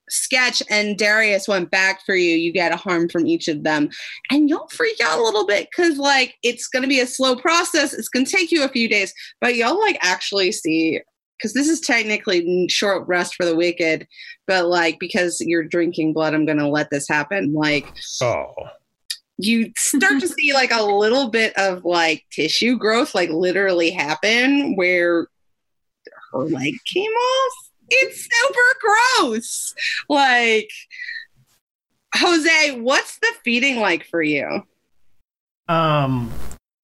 Speaker 2: Sketch and Darius went back for you, you get a harm from each of them. And you'll freak out a little bit because, like, it's going to be a slow process. It's going to take you a few days. But y'all, like, actually see, because this is technically n- short rest for the wicked. But, like, because you're drinking blood, I'm going to let this happen. Like,
Speaker 4: Oh,
Speaker 2: you start to see like a little bit of like tissue growth like literally happen where her leg came off it's super gross like jose what's the feeding like for you
Speaker 1: um,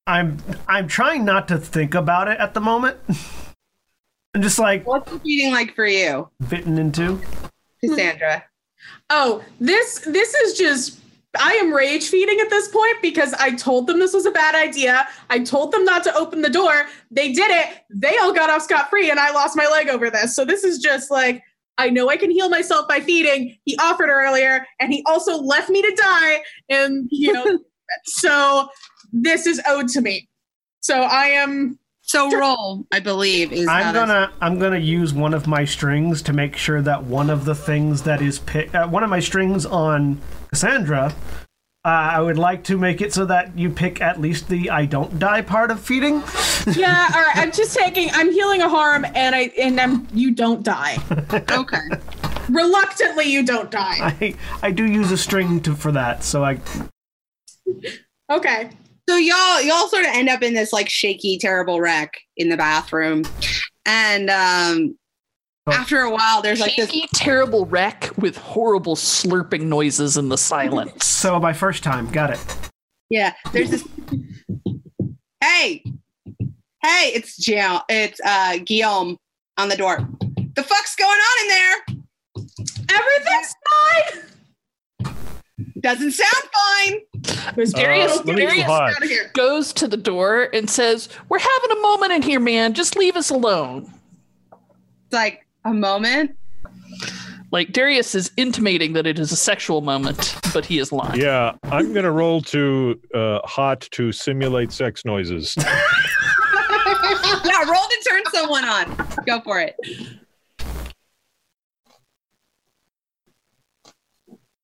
Speaker 1: I'm I'm trying not to think about it at the moment. I'm just like
Speaker 2: what's the feeding like for you
Speaker 1: bitten into.
Speaker 2: cassandra
Speaker 3: Oh, this this is just I am rage feeding at this point because I told them this was a bad idea. I told them not to open the door. They did it. They all got off scot free and I lost my leg over this. So this is just like I know I can heal myself by feeding. He offered earlier, and he also left me to die. And you know, so this is owed to me. So I am.
Speaker 2: So roll, I believe, is
Speaker 1: I'm
Speaker 2: how this-
Speaker 1: gonna I'm gonna use one of my strings to make sure that one of the things that is picked, uh, one of my strings on Cassandra. Uh, I would like to make it so that you pick at least the I don't die part of feeding.
Speaker 3: Yeah. All right. I'm just taking. I'm healing a harm, and I and I'm. You don't die.
Speaker 2: okay.
Speaker 3: Reluctantly, you don't die.
Speaker 1: I, I do use a string to, for that, so I
Speaker 3: Okay.
Speaker 2: So y'all y'all sort of end up in this like shaky, terrible wreck in the bathroom. And um
Speaker 1: Oh.
Speaker 2: after a while there's like this
Speaker 5: Shaky, terrible wreck with horrible slurping noises in the silence.
Speaker 1: so my first time got it.
Speaker 2: yeah, there's this Hey. Hey, it's Gian, it's uh Guillaume on the door. The fuck's going on in there?
Speaker 3: Everything's fine.
Speaker 2: Doesn't sound fine.
Speaker 3: There's
Speaker 5: Uh, Darius-
Speaker 4: let me
Speaker 5: Darius
Speaker 4: survive.
Speaker 3: out of here.
Speaker 5: Goes to the door and says, We're having a moment in here, man. Just leave us alone.
Speaker 2: It's like a moment.
Speaker 5: Like Darius is intimating that it is a sexual moment, but he is lying.
Speaker 4: Yeah, I'm gonna roll to uh, hot to simulate sex noises.
Speaker 2: yeah, roll to turn someone on. Go for it.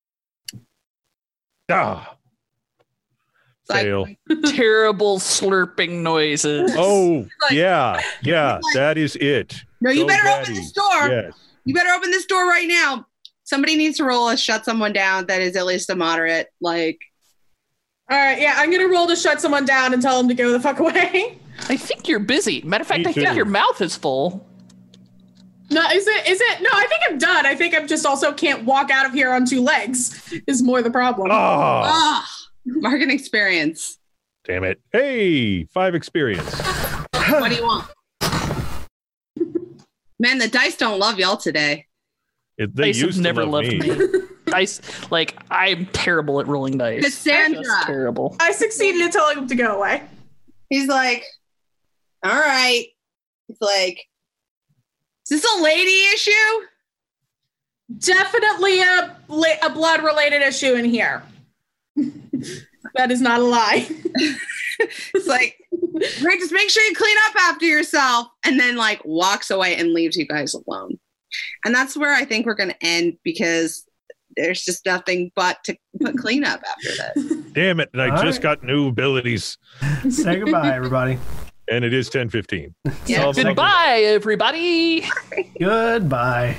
Speaker 4: ah,
Speaker 2: It's like-
Speaker 4: fail.
Speaker 5: Terrible slurping noises.
Speaker 4: Oh
Speaker 2: like-
Speaker 4: yeah, yeah,
Speaker 2: like-
Speaker 4: that is it.
Speaker 2: no, you
Speaker 4: So
Speaker 2: better open
Speaker 4: ratty.
Speaker 2: this door.
Speaker 4: Yes.
Speaker 2: You better open this door right now. Somebody needs to roll us shut someone down that is at least a moderate. Like,
Speaker 3: All right. Yeah. I'm gonna roll to shut someone down and tell them to go the fuck away.
Speaker 5: I think you're busy. Matter of fact,
Speaker 4: Me
Speaker 5: I think
Speaker 4: too.
Speaker 5: your mouth is full.
Speaker 3: No, is it? Is it? No, I think I'm done. I think I'm just also can't walk out of here on two legs. Is more the problem.
Speaker 4: Ah,
Speaker 2: ah, mark an experience.
Speaker 4: damn it. Hey, five experience.
Speaker 2: What do you want? Man, the dice don't love y'all today.
Speaker 4: If they
Speaker 5: Dice have
Speaker 4: used to
Speaker 5: never
Speaker 4: love
Speaker 5: loved me. Dice, like I'm terrible at rolling dice.
Speaker 2: Cassandra.
Speaker 5: Just terrible.
Speaker 3: I succeeded in telling them to go away.
Speaker 2: He's like, all right. He's like, is this a lady issue?
Speaker 3: Definitely a bla- a blood related issue in here. that is not a lie.
Speaker 2: It's like, great, just make sure you clean up after yourself. And then, like, walks away and leaves you guys alone. And that's where I think we're going to end because there's just nothing but to put cleanup after this.
Speaker 4: Damn it! And I
Speaker 1: All
Speaker 4: just got new abilities,
Speaker 1: Say goodbye, everybody.
Speaker 4: and it is ten fifteen.
Speaker 2: Yeah.
Speaker 5: Goodbye, everybody.
Speaker 1: Goodbye.